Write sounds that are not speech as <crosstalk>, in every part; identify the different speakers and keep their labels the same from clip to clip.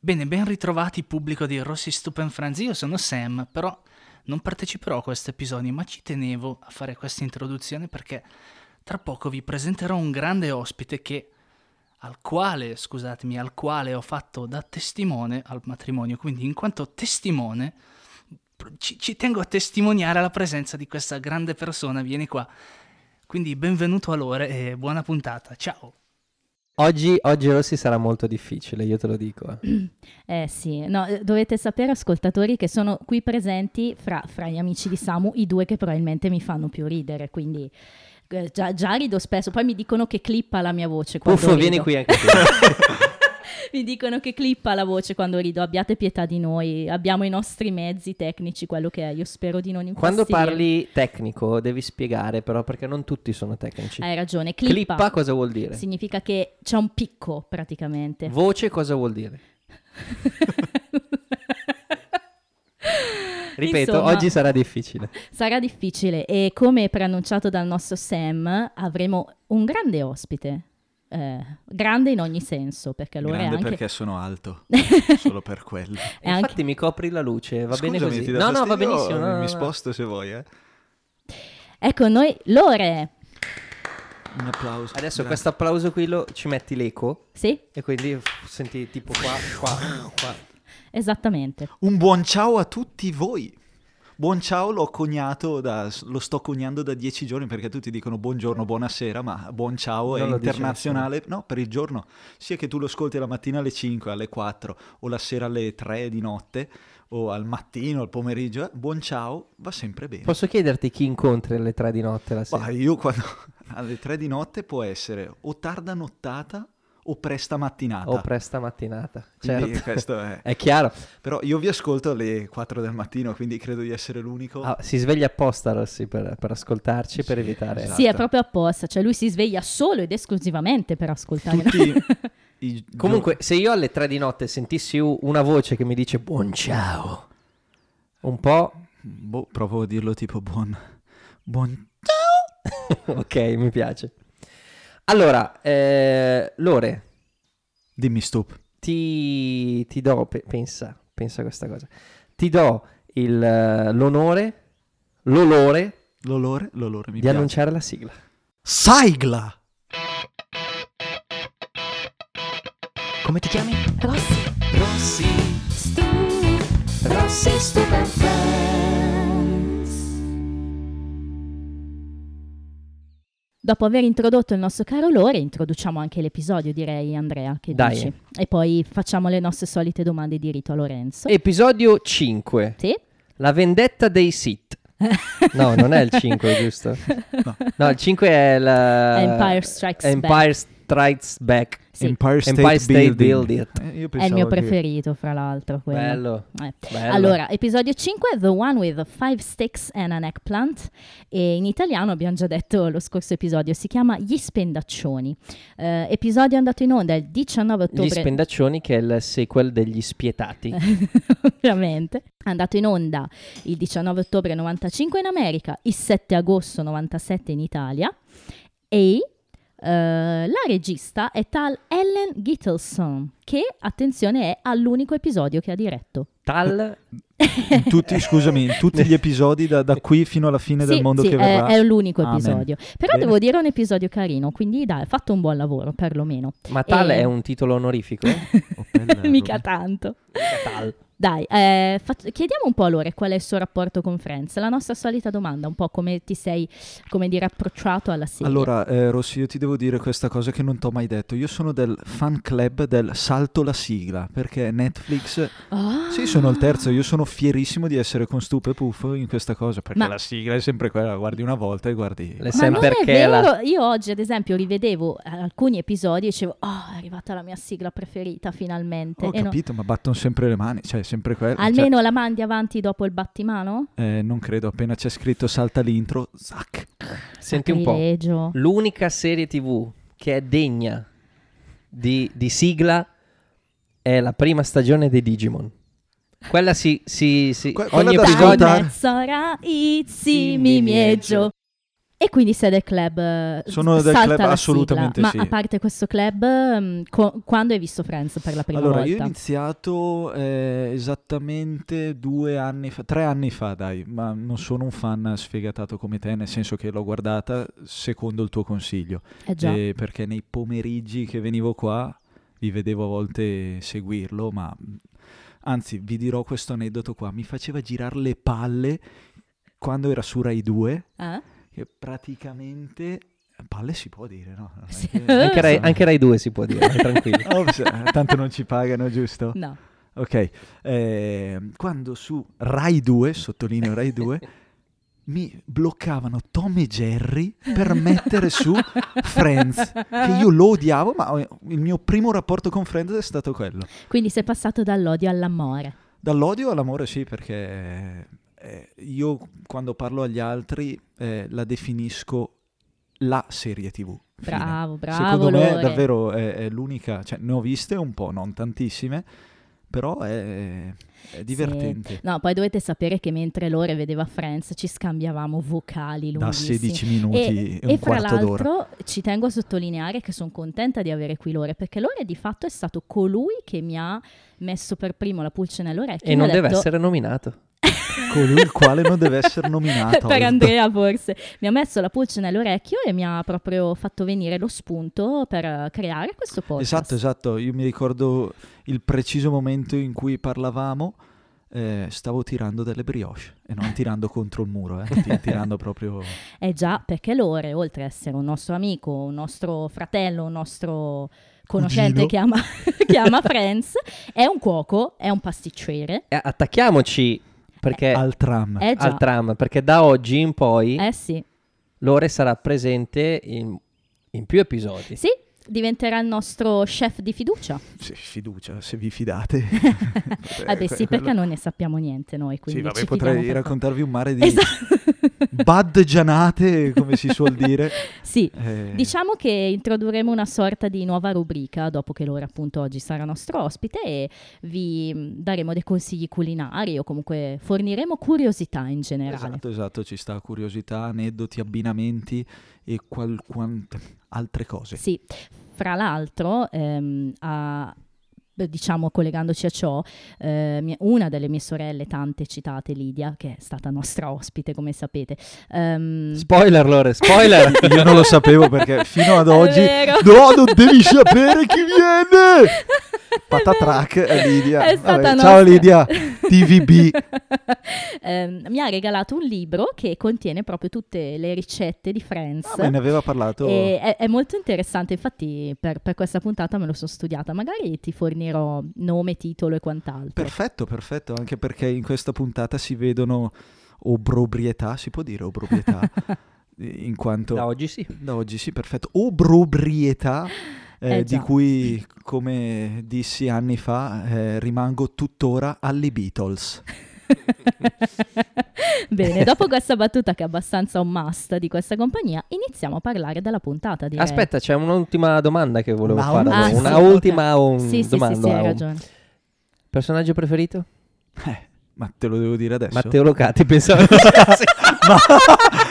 Speaker 1: Bene, ben ritrovati pubblico di Rossi Stupen Franzi, io sono Sam, però non parteciperò a questo episodio, ma ci tenevo a fare questa introduzione perché tra poco vi presenterò un grande ospite che, al quale, scusatemi, al quale ho fatto da testimone al matrimonio, quindi in quanto testimone ci, ci tengo a testimoniare la presenza di questa grande persona, vieni qua. Quindi benvenuto a Lore e buona puntata, ciao!
Speaker 2: Oggi, oggi Rossi sarà molto difficile, io te lo dico. eh.
Speaker 3: Eh sì, no, eh, dovete sapere ascoltatori che sono qui presenti fra, fra gli amici di Samu, i due che probabilmente mi fanno più ridere, quindi eh, già, già rido spesso, poi mi dicono che clippa la mia voce. quando
Speaker 2: Puffo, vieni
Speaker 3: rido.
Speaker 2: qui anche
Speaker 3: <laughs>
Speaker 2: tu.
Speaker 3: Mi dicono che clippa la voce quando rido, abbiate pietà di noi, abbiamo i nostri mezzi tecnici, quello che è, io spero di non
Speaker 2: Quando
Speaker 3: infastidire.
Speaker 2: parli tecnico devi spiegare però perché non tutti sono tecnici.
Speaker 3: Hai ragione,
Speaker 2: Clippa,
Speaker 3: Eh, clippa,
Speaker 2: cosa vuol dire?
Speaker 3: significa che c'è un picco <laughs> praticamente.
Speaker 2: Voce cosa vuol dire? Ripeto,
Speaker 3: Insomma,
Speaker 2: oggi sarà
Speaker 3: <laughs>
Speaker 2: difficile.
Speaker 3: sarà difficile e come preannunciato dal nostro Sam avremo un grande ospite. Eh, grande in ogni senso perché lo è
Speaker 4: Grande
Speaker 3: anche
Speaker 4: perché sono alto, solo per quello.
Speaker 3: <laughs>
Speaker 2: Infatti
Speaker 3: è anche-
Speaker 2: mi copri la luce, va bene
Speaker 4: Scusami,
Speaker 2: così.
Speaker 4: ti dà
Speaker 2: no, no, va
Speaker 4: fastidio?
Speaker 2: benissimo. no, no, no.
Speaker 4: Mi sposto se vuoi, eh.
Speaker 3: ecco noi Lore
Speaker 4: Un applauso.
Speaker 2: Adesso
Speaker 4: Grazie.
Speaker 2: questo applauso qui lo, ci metti l'eco
Speaker 3: sì
Speaker 2: e quindi uff, senti tipo qua, qua, qua.
Speaker 3: esattamente
Speaker 4: Un buon ciao a tutti voi. Buon ciao l'ho cognato, da- lo sto cognando da dieci giorni perché tutti dicono buongiorno, buonasera, ma buon
Speaker 2: Non
Speaker 4: ciao è
Speaker 2: lo dice
Speaker 4: internazionale, no, per il giorno, sia che tu lo ascolti la mattina alle 5, alle 4 o la sera alle 3 di notte o al mattino, al pomeriggio, eh, buon ciao va sempre bene.
Speaker 2: Posso chiederti chi incontri alle tre di notte la sera?
Speaker 4: Ma io quando <laughs> alle 3 di notte può essere o tarda nottata o presta mattinata.
Speaker 2: O presta mattinata.
Speaker 4: Quindi
Speaker 2: Certo.
Speaker 4: questo è.
Speaker 2: <laughs> È chiaro.
Speaker 4: Però io vi ascolto alle 4 del mattino, quindi credo di essere l'unico.
Speaker 2: Ah, si sveglia apposta Rossi per, per ascoltarci, per
Speaker 4: Esatto. Sì,
Speaker 2: evitare...
Speaker 4: esatto.
Speaker 3: sì è proprio apposta cioè lui si sveglia solo ed esclusivamente per ascoltare
Speaker 4: Tutti
Speaker 2: <laughs>
Speaker 4: i gio-
Speaker 2: Comunque, se io alle tre di notte sentissi u- una voce che mi dice buon ciao, un po'... <laughs>
Speaker 4: Boh, provo a dirlo tipo buon. Buon.
Speaker 2: ok, mi piace. Allora, eh, Lore,
Speaker 4: Dimmi, stup.
Speaker 2: ti, ti do, pe- pensa, pensa a questa cosa, ti do il, eh, l'onore, l'olore
Speaker 4: L'olore, l'olore mi
Speaker 2: di
Speaker 4: piace.
Speaker 2: annunciare la sigla.
Speaker 4: Sigla!
Speaker 5: Come ti chiami?
Speaker 6: Rossi,
Speaker 5: Rossi.
Speaker 6: stu, Rossi Stupid Friends.
Speaker 3: dopo aver introdotto il nostro caro Lore introduciamo anche l'episodio direi Andrea che
Speaker 2: Dai.
Speaker 3: dici e poi facciamo le nostre solite domande di rito a Lorenzo
Speaker 2: Episodio 5,
Speaker 3: sì
Speaker 2: la vendetta dei sit. No, non è il 5,
Speaker 3: <laughs>
Speaker 2: giusto? No, il 5 è la...
Speaker 3: Empire Strikes Back.
Speaker 2: Empire Strikes Back.
Speaker 3: Sì.
Speaker 4: Empire State,
Speaker 2: Empire State
Speaker 4: Building.
Speaker 2: Building.
Speaker 4: Eh, io
Speaker 3: è il
Speaker 4: pensavo
Speaker 3: mio
Speaker 4: che-
Speaker 3: preferito fra l'altro quello
Speaker 2: Bello.
Speaker 3: Eh.
Speaker 2: Bello.
Speaker 3: Allora, episodio 5, The One with Five Sticks and an Eggplant. E in italiano abbiamo già detto lo scorso episodio, si chiama Gli Spendaccioni. Eh, episodio andato in onda il 19
Speaker 2: Gli
Speaker 3: <laughs> ottobre.
Speaker 2: Spendaccioni, che è il sequel degli
Speaker 3: <laughs>
Speaker 2: Spietati.
Speaker 3: Ovviamente. È andato in onda il 19 ottobre 95 in America, il 7 agosto 97 in Italia. E eh, la regista è tal Ellen Gittelson, che, attenzione, è all'unico episodio che ha diretto.
Speaker 2: Tal
Speaker 4: In tutti, scusami, in tutti gli episodi da, da qui fino alla fine del
Speaker 3: Sì,
Speaker 4: mondo
Speaker 3: sì,
Speaker 4: che
Speaker 3: è-
Speaker 4: verrà.
Speaker 3: È, l'unico
Speaker 4: Amen.
Speaker 3: episodio. Però
Speaker 4: Bene.
Speaker 3: devo dire è un episodio carino, quindi dai, ha fatto un buon lavoro perlomeno.
Speaker 2: Ma tal
Speaker 3: E-
Speaker 2: è un titolo
Speaker 3: <laughs>
Speaker 2: onorifico?
Speaker 4: Oh, bello.
Speaker 3: Mica tanto.
Speaker 2: tal.
Speaker 3: Dai, eh, fac- chiediamo un po' a Lore qual è il suo rapporto con Friends. La nostra solita domanda, un po' come ti sei, come dire, approcciato alla serie.
Speaker 4: Allora, eh, Rossi, io ti devo dire questa cosa che non t'ho mai detto. Io sono del fan club del Salto la sigla, perché Netflix...
Speaker 3: Ah.
Speaker 4: Sì, sono il terzo, io sono fierissimo di essere con Stupe e Puffo in questa cosa, perché
Speaker 3: Ma-
Speaker 4: la sigla è sempre quella, guardi una volta e guardi...
Speaker 2: Le
Speaker 3: Ma
Speaker 2: Sam,
Speaker 3: non è
Speaker 2: perché
Speaker 3: vero,
Speaker 2: la-
Speaker 3: io oggi ad esempio rivedevo eh, alcuni episodi e dicevo, oh, è arrivata la mia sigla preferita finalmente.
Speaker 4: Ho
Speaker 3: E eh, no-
Speaker 4: capito, ma battono sempre le mani, cioè sempre quello. cioè,
Speaker 3: Almeno la mandi avanti dopo il battimano?
Speaker 4: eh, non credo, appena c'è scritto salta l'intro, zac.
Speaker 2: Senti un po'.
Speaker 3: Sacrilegio.
Speaker 2: L'unica serie tv che è degna di, di sigla è la prima stagione dei Digimon. Quella si... si, si
Speaker 4: Que- quella
Speaker 2: ogni
Speaker 4: da
Speaker 2: episodio...
Speaker 4: ascoltare.
Speaker 3: Dai, mezz'ora, izzi, mi mieggio. E quindi se del club eh,
Speaker 4: Sono del
Speaker 3: salta
Speaker 4: club,
Speaker 3: la
Speaker 4: assolutamente
Speaker 3: sigla.
Speaker 4: sì.
Speaker 3: Ma a parte questo club, ehm, co- quando hai visto Friends per la prima
Speaker 4: Allora, io ho
Speaker 3: volta?
Speaker 4: iniziato eh, esattamente due anni fa, tre anni fa, dai, ma non sono un fan sfegatato come te, nel senso che l'ho guardata secondo il tuo consiglio,
Speaker 3: Eh già.
Speaker 4: Eh, perché nei pomeriggi che venivo qua vi vedevo a volte seguirlo, ma anzi vi dirò questo aneddoto qua, mi faceva girare le palle quando era su Rai 2,
Speaker 3: Eh?
Speaker 4: che praticamente... Palle si può dire, no? Non è
Speaker 3: Eh, Sì.
Speaker 4: che-
Speaker 2: Anche Rai, anche Rai 2 si può dire, eh,
Speaker 3: <laughs>
Speaker 2: tranquillo.
Speaker 4: Ops, tanto non ci pagano, giusto?
Speaker 3: No.
Speaker 4: Ok, ehm, quando su Rai 2, sottolineo Rai 2, mi bloccavano Tom e Jerry per mettere su Friends, che io lo odiavo, ma eh, il mio primo rapporto con Friends è stato quello.
Speaker 3: <laughs> Quindi sei passato dall'odio all'amore.
Speaker 4: Dall'odio all'amore sì, perché eh, io quando parlo agli altri eh, la definisco la serie TV. Fine.
Speaker 3: Bravo, bravo.
Speaker 4: Secondo me
Speaker 3: Lore.
Speaker 4: davvero
Speaker 3: eh.
Speaker 4: è, è l'unica, cioè ne ho viste un po', non tantissime, però è, è divertente.
Speaker 3: Sì. No, poi dovete sapere che mentre Lore vedeva Friends ci scambiavamo vocali
Speaker 4: Da
Speaker 3: lunghissimi.
Speaker 4: 16 minuti e, un
Speaker 3: e fra
Speaker 4: quarto
Speaker 3: l'altro
Speaker 4: d'ora.
Speaker 3: ci tengo a sottolineare che sono contenta di avere qui Lore perché Lore di fatto è stato colui che mi ha messo per primo la pulce nell'orecchio
Speaker 2: E non
Speaker 3: mi ha
Speaker 2: deve
Speaker 3: detto-
Speaker 2: essere nominato.
Speaker 4: <laughs> Colui il quale non deve essere nominato.
Speaker 3: <laughs>
Speaker 4: Esatto,
Speaker 3: per Andrea forse mi ha messo la pulce nell'orecchio e mi ha proprio fatto venire lo spunto per eh, creare questo podcast
Speaker 4: Esatto, esatto. Io mi ricordo il preciso momento in cui parlavamo. eh, stavo tirando delle brioche e
Speaker 3: <laughs>
Speaker 4: non tirando contro il muro, eh, ti- tirando proprio.
Speaker 3: Eh già, perché Lore, oltre ad essere un nostro amico, un nostro fratello, un nostro conoscente
Speaker 4: Cugino.
Speaker 3: che <laughs> ama, che ama Friends, è un cuoco, è un pasticcere.
Speaker 2: Eh, attacchiamoci perché
Speaker 4: al tram.
Speaker 3: Eh già,
Speaker 2: al tram, perché da oggi in poi
Speaker 3: eh sì.
Speaker 2: Lore sarà presente in, in più episodi.
Speaker 3: Sì, diventerà il nostro chef di fiducia.
Speaker 4: Sì, fiducia, se
Speaker 3: <laughs>
Speaker 4: vi fidate.
Speaker 3: Eh beh sì, perché non ne sappiamo niente noi,
Speaker 4: Sì,
Speaker 3: quindi
Speaker 4: vabbè,
Speaker 3: ci fidiamo
Speaker 4: potrei
Speaker 3: per
Speaker 4: raccontarvi un mare di
Speaker 3: quello. Esatto.
Speaker 4: bad gianate, <laughs> come si suol dire.
Speaker 3: <laughs> sì,
Speaker 4: Eh,
Speaker 3: Diciamo che introdurremo una sorta di nuova rubrica dopo che Lore appunto oggi sarà nostro ospite e vi mh, daremo dei consigli culinari o comunque forniremo curiosità in generale.
Speaker 4: Esatto, esatto, ci sta curiosità, aneddoti, abbinamenti e qual- quante altre cose.
Speaker 3: Sì, fra l'altro, ehm, a- beh, diciamo collegandoci a ciò, eh, mia- una delle mie sorelle tante citate, Lidia, che è stata nostra ospite come sapete. ehm,
Speaker 2: Spoiler Lore, spoiler!
Speaker 4: <laughs> Io non lo sapevo perché fino
Speaker 3: <laughs>
Speaker 4: ad
Speaker 3: È
Speaker 4: oggi...
Speaker 3: vero.
Speaker 4: No, non devi sapere chi
Speaker 3: <laughs>
Speaker 4: viene! Patatrac, eh, Lidia.
Speaker 3: È stata
Speaker 4: Vabbè,
Speaker 3: nostra.
Speaker 4: ciao, Lidia, TVB.
Speaker 3: <laughs> Ehm, mi ha regalato un libro che contiene proprio tutte le ricette di Friends.
Speaker 4: Ah, ma ne aveva parlato...
Speaker 3: E è, è molto interessante, infatti per, per questa puntata me lo sono studiata, magari ti fornirò nome, titolo e quant'altro.
Speaker 4: Perfetto, perfetto, anche perché in questa puntata si vedono obrobrietà, si può
Speaker 3: <laughs>
Speaker 4: dire obrobrietà, in quanto...
Speaker 2: da oggi sì.
Speaker 4: Da oggi sì, perfetto. Obrobrietà eh,
Speaker 3: Eh,
Speaker 4: di
Speaker 3: già.
Speaker 4: cui, come dissi anni fa, eh, rimango tuttora alle Beatles.
Speaker 3: <laughs>
Speaker 4: <laughs>
Speaker 3: Bene, dopo questa battuta che è abbastanza un must di questa compagnia, iniziamo a parlare della puntata direi.
Speaker 2: Aspetta, c'è un'ultima domanda che volevo
Speaker 4: Una
Speaker 2: fare.
Speaker 4: ultima?
Speaker 2: a
Speaker 3: Ah,
Speaker 2: Lore.
Speaker 3: sì,
Speaker 2: Una
Speaker 3: ok.
Speaker 2: ultima un-
Speaker 3: Sì, sì,
Speaker 2: domanda.
Speaker 3: sì, sì,
Speaker 2: a
Speaker 3: hai
Speaker 2: un-
Speaker 3: ragione.
Speaker 2: Personaggio preferito?
Speaker 4: Eh, ma te lo devo dire adesso?
Speaker 2: Matteo Locati, pensavo. Sì.
Speaker 4: <laughs>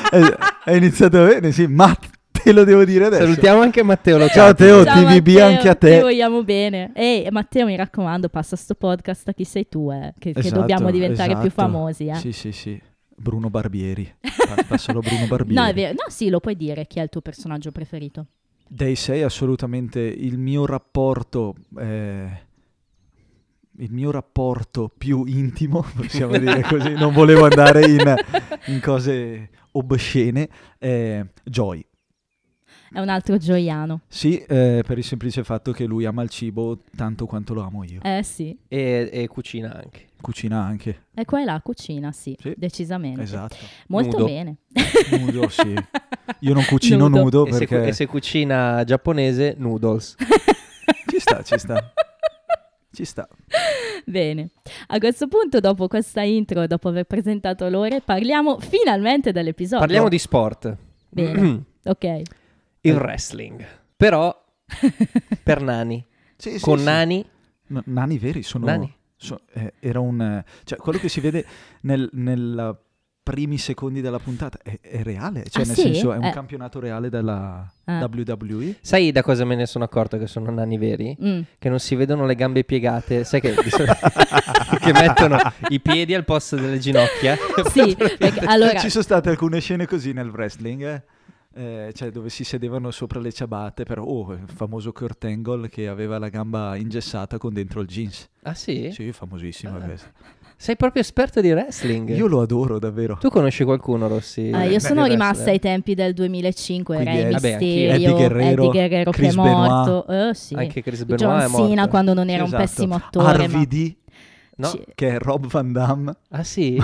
Speaker 4: Eh, è iniziato bene, sì, ma te lo devo dire adesso.
Speaker 2: <laughs> Salutiamo anche Matteo Locati.
Speaker 4: Ciao, Teo. Oh,
Speaker 3: Ciao,
Speaker 4: TVB
Speaker 3: Matteo,
Speaker 4: anche a
Speaker 3: Ti
Speaker 4: te.
Speaker 3: vogliamo bene. Ehi, Matteo, mi raccomando, passa sto podcast a chi sei tu, eh, che, che
Speaker 4: Esatto,
Speaker 3: dobbiamo diventare più
Speaker 4: esatto.
Speaker 3: famosi. eh.
Speaker 4: Sì, sì, sì. Bruno Barbieri. Pa- Passalo Bruno
Speaker 3: <laughs>
Speaker 4: Barbieri.
Speaker 3: No, è vero. No, sì, lo puoi dire chi è il tuo personaggio preferito.
Speaker 4: Dei sei assolutamente il mio rapporto... eh, il mio rapporto più intimo, <laughs> possiamo dire così, non volevo andare in, in cose obscene, è Joy.
Speaker 3: È un altro gioiano.
Speaker 4: Sì, eh, per il semplice fatto che lui ama il cibo tanto quanto lo amo io.
Speaker 3: Eh sì.
Speaker 2: E, e cucina anche.
Speaker 4: Cucina anche.
Speaker 3: E qua e là cucina, sì,
Speaker 4: Sì,
Speaker 3: decisamente.
Speaker 4: Esatto.
Speaker 3: Molto
Speaker 2: Nudo.
Speaker 3: bene.
Speaker 4: Nudo, sì. Io non cucino
Speaker 3: Nudo.
Speaker 4: nudo,
Speaker 2: E se,
Speaker 4: Oh, perché
Speaker 2: e se cucina giapponese, noodles.
Speaker 4: ci sta, ci sta, ci sta.
Speaker 3: Bene, a questo punto, dopo questa intro, dopo aver presentato Lore, parliamo finalmente dell'episodio.
Speaker 2: Parliamo di sport.
Speaker 4: Mm.
Speaker 3: Bene. Ok. <laughs>
Speaker 2: Il
Speaker 4: Eh.
Speaker 2: wrestling. Però per nani.
Speaker 4: Sì, sì,
Speaker 2: Con
Speaker 4: sì.
Speaker 2: nani.
Speaker 4: No, nani veri sono...
Speaker 2: Nani.
Speaker 4: so- eh, era un... eh, Cioè, quello che si vede nel- nella primi secondi della puntata. È, è reale, cioè
Speaker 3: Ah,
Speaker 4: nel
Speaker 3: sì?
Speaker 4: senso è un
Speaker 3: Eh.
Speaker 4: campionato reale della
Speaker 3: Ah.
Speaker 4: WWE.
Speaker 2: Sai da cosa me ne sono accorto che sono nani veri?
Speaker 3: Mm.
Speaker 2: Che non si vedono le gambe piegate, sai che, di <laughs> solito- che mettono i piedi al posto delle ginocchia?
Speaker 3: Sì,
Speaker 4: <laughs>
Speaker 3: perché allora
Speaker 4: eh. Ci sono state alcune scene così nel wrestling. eh. Eh, cioè dove si sedevano sopra le ciabatte però oh il famoso Kurt Angle che aveva la gamba ingessata con dentro il jeans
Speaker 2: <laughs> Ah sì?
Speaker 4: sì famosissimo
Speaker 3: Eh.
Speaker 2: Ah.
Speaker 4: questo.
Speaker 2: Sei proprio esperto di wrestling.
Speaker 4: io lo adoro davvero
Speaker 2: Tu conosci qualcuno, Rossi?
Speaker 3: Ah,
Speaker 4: Beh,
Speaker 3: io sono
Speaker 4: deve
Speaker 3: rimasta
Speaker 2: essere.
Speaker 3: ai tempi del 2005,
Speaker 4: Quindi
Speaker 3: Re
Speaker 4: Eddie-
Speaker 2: Vabbè, anch'io.
Speaker 3: Mysterio,
Speaker 4: Eddie Guerrero,
Speaker 3: Eddie Guerrero che
Speaker 4: Chris
Speaker 3: è morto, eh, sì.
Speaker 2: Anche Chris Benoit è
Speaker 3: John
Speaker 2: morto.
Speaker 3: Cena quando non era
Speaker 4: Esatto.
Speaker 3: un pessimo attore. ma-
Speaker 4: RVD
Speaker 2: No?
Speaker 3: Ci-
Speaker 4: che è Rob Van Damme
Speaker 2: Ah <laughs> sì?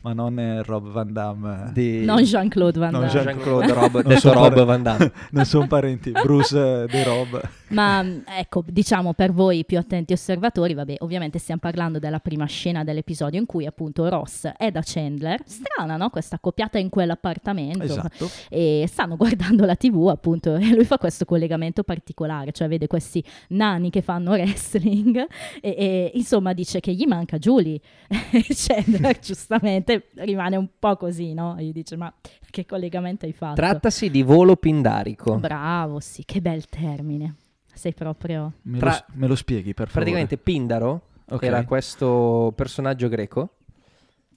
Speaker 4: ma non è Rob Van Damme eh.
Speaker 2: Di...
Speaker 3: Non Jean-Claude Van
Speaker 4: Non
Speaker 3: Damme.
Speaker 4: Jean- <laughs>
Speaker 2: Jean-Claude Rob,
Speaker 4: Non
Speaker 2: detto
Speaker 4: so
Speaker 2: Rob
Speaker 4: fare-
Speaker 2: Van Damme.
Speaker 4: <laughs> non sono parenti Bruce eh, di Rob
Speaker 3: Ma mh, ecco, diciamo per voi più attenti osservatori, vabbè, ovviamente stiamo parlando della prima scena dell'episodio in cui appunto Ross è da Chandler. Strana, no? Questa accoppiata in quell'appartamento.
Speaker 4: esatto
Speaker 3: e stanno guardando la tv appunto e lui fa questo collegamento particolare cioè vede questi nani che fanno wrestling e, e, insomma dice che gli manca Julie <laughs> e Chandler giustamente rimane un po' così no? E gli dice ma che collegamento hai fatto?
Speaker 2: Trattasi di volo
Speaker 4: Ecco.
Speaker 2: pindarico.
Speaker 3: bravo sì che bel termine
Speaker 2: <laughs>
Speaker 3: sei proprio
Speaker 4: me,
Speaker 2: Tra-
Speaker 4: lo, me lo spieghi per favore
Speaker 2: Praticamente Pindaro
Speaker 4: Ok.
Speaker 2: era questo personaggio greco.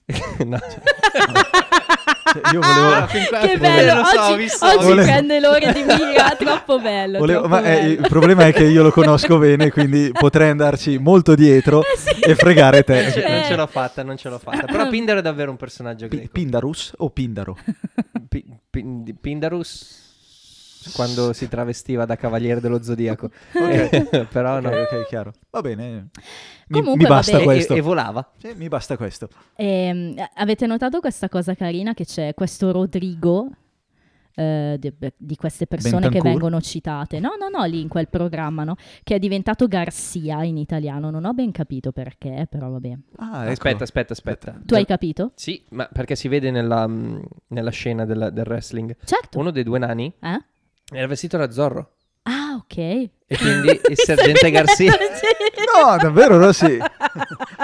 Speaker 2: <laughs> no,
Speaker 4: Cioè,
Speaker 2: <laughs>
Speaker 4: io volevo
Speaker 2: Ah,
Speaker 3: che bello
Speaker 2: lo so, ho
Speaker 3: oggi,
Speaker 2: visto-
Speaker 3: oggi
Speaker 4: Volevo-
Speaker 3: prende l'ore di
Speaker 4: <laughs>
Speaker 3: mira troppo bello,
Speaker 4: Volevo-
Speaker 3: troppo
Speaker 4: ma eh,
Speaker 3: bello.
Speaker 4: il problema è che io lo conosco
Speaker 3: <laughs>
Speaker 4: bene, quindi potrei andarci molto dietro
Speaker 3: Eh sì.
Speaker 4: e fregare te.
Speaker 2: non ce- non
Speaker 3: Eh.
Speaker 2: ce l'ho fatta, non ce l'ho fatta.
Speaker 3: <laughs>
Speaker 2: Però Pindaro è davvero un personaggio
Speaker 4: Pi-
Speaker 2: greco.
Speaker 4: Pindarus
Speaker 2: <laughs>
Speaker 4: o Pindaro?
Speaker 2: Pi- pin- Pindarus quando si travestiva da cavaliere dello zodiaco. Eh, Però
Speaker 4: ok,
Speaker 2: no.
Speaker 4: ok, chiaro. Va bene. Mi,
Speaker 3: Comunque,
Speaker 4: mi basta
Speaker 3: vabbè.
Speaker 2: E-
Speaker 4: questo. Ecco.
Speaker 2: E, e volava.
Speaker 4: Sì, mi basta questo.
Speaker 3: Ehm, avete notato questa cosa carina che c'è questo Rodrigo eh, di, di queste persone che
Speaker 4: Bentancur?
Speaker 3: vengono citate? No, no, no, lì in quel programma, no? Che è diventato Garcia in italiano. Non ho ben capito perché, però vabbè. Tu
Speaker 4: Ah, ecco.
Speaker 2: Aspetta, aspetta, aspetta.
Speaker 3: hai capito?
Speaker 2: Sì, ma perché si vede nella, mh, nella scena della- del wrestling.
Speaker 3: Certo.
Speaker 2: Uno dei due nani
Speaker 3: Eh?
Speaker 2: era vestito da Zorro.
Speaker 3: Ah, ok. E <laughs>
Speaker 2: E quindi il sergente Garcia.
Speaker 4: No,
Speaker 2: <laughs>
Speaker 4: davvero, Rossi.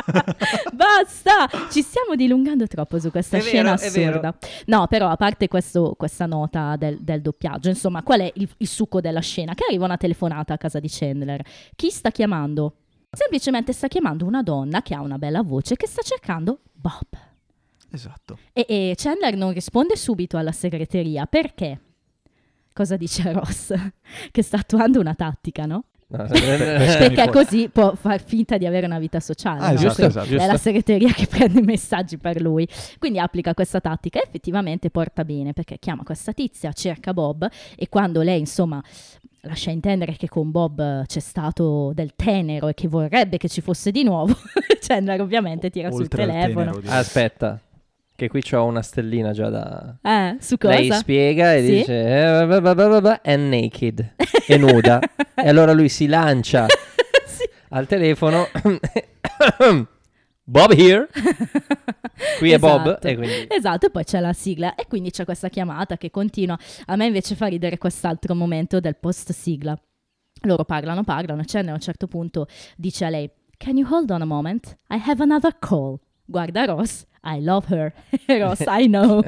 Speaker 3: <laughs> Basta, ci stiamo dilungando troppo su questa
Speaker 2: È
Speaker 3: scena
Speaker 2: vero, è
Speaker 3: assurda. No, però a parte questo- questa nota del, del doppiaggio, insomma, qual è il, il succo della scena? Che arriva una telefonata a casa di Chandler. Chi sta chiamando? Semplicemente sta chiamando una donna che ha una bella voce che sta cercando Bob.
Speaker 4: Esatto.
Speaker 3: E, e Chandler non risponde subito alla segreteria perché? Cosa dice <laughs> Ross? che sta attuando una tattica, no?
Speaker 2: No, Eh,
Speaker 3: Perché così può far finta di avere una vita sociale.
Speaker 4: Ah,
Speaker 3: no?
Speaker 4: esatto,
Speaker 3: Quindi-
Speaker 4: esatto.
Speaker 2: Giusto.
Speaker 3: è la segreteria che prende i messaggi per lui. Quindi applica questa tattica e effettivamente porta bene perché chiama questa tizia, cerca Bob e quando lei insomma lascia intendere che con Bob eh, c'è stato del tenero e che vorrebbe che ci fosse di nuovo, <laughs> Chandler ovviamente tira sul
Speaker 4: Oltre al
Speaker 3: telefono.
Speaker 4: tenero di-
Speaker 2: Aspetta, che qui c'ho una stellina già da...
Speaker 3: Eh, su cosa?
Speaker 2: Lei spiega e
Speaker 3: Sì.
Speaker 2: dice eh, bla bla bla bla bla, è naked, è nuda. e allora lui si lancia
Speaker 3: <laughs> Sì.
Speaker 2: al telefono. <coughs> Bob here. Qui è Bob,
Speaker 3: Esatto.
Speaker 2: e quindi-
Speaker 3: Esatto, e poi c'è la sigla e quindi c'è questa chiamata che continua. A me invece fa ridere quest'altro momento del post sigla. Loro parlano, parlano, Chandler a un certo punto dice a lei Can you hold on a moment? I have another call. Guarda Ross, I love her. <laughs> E Ross, I know.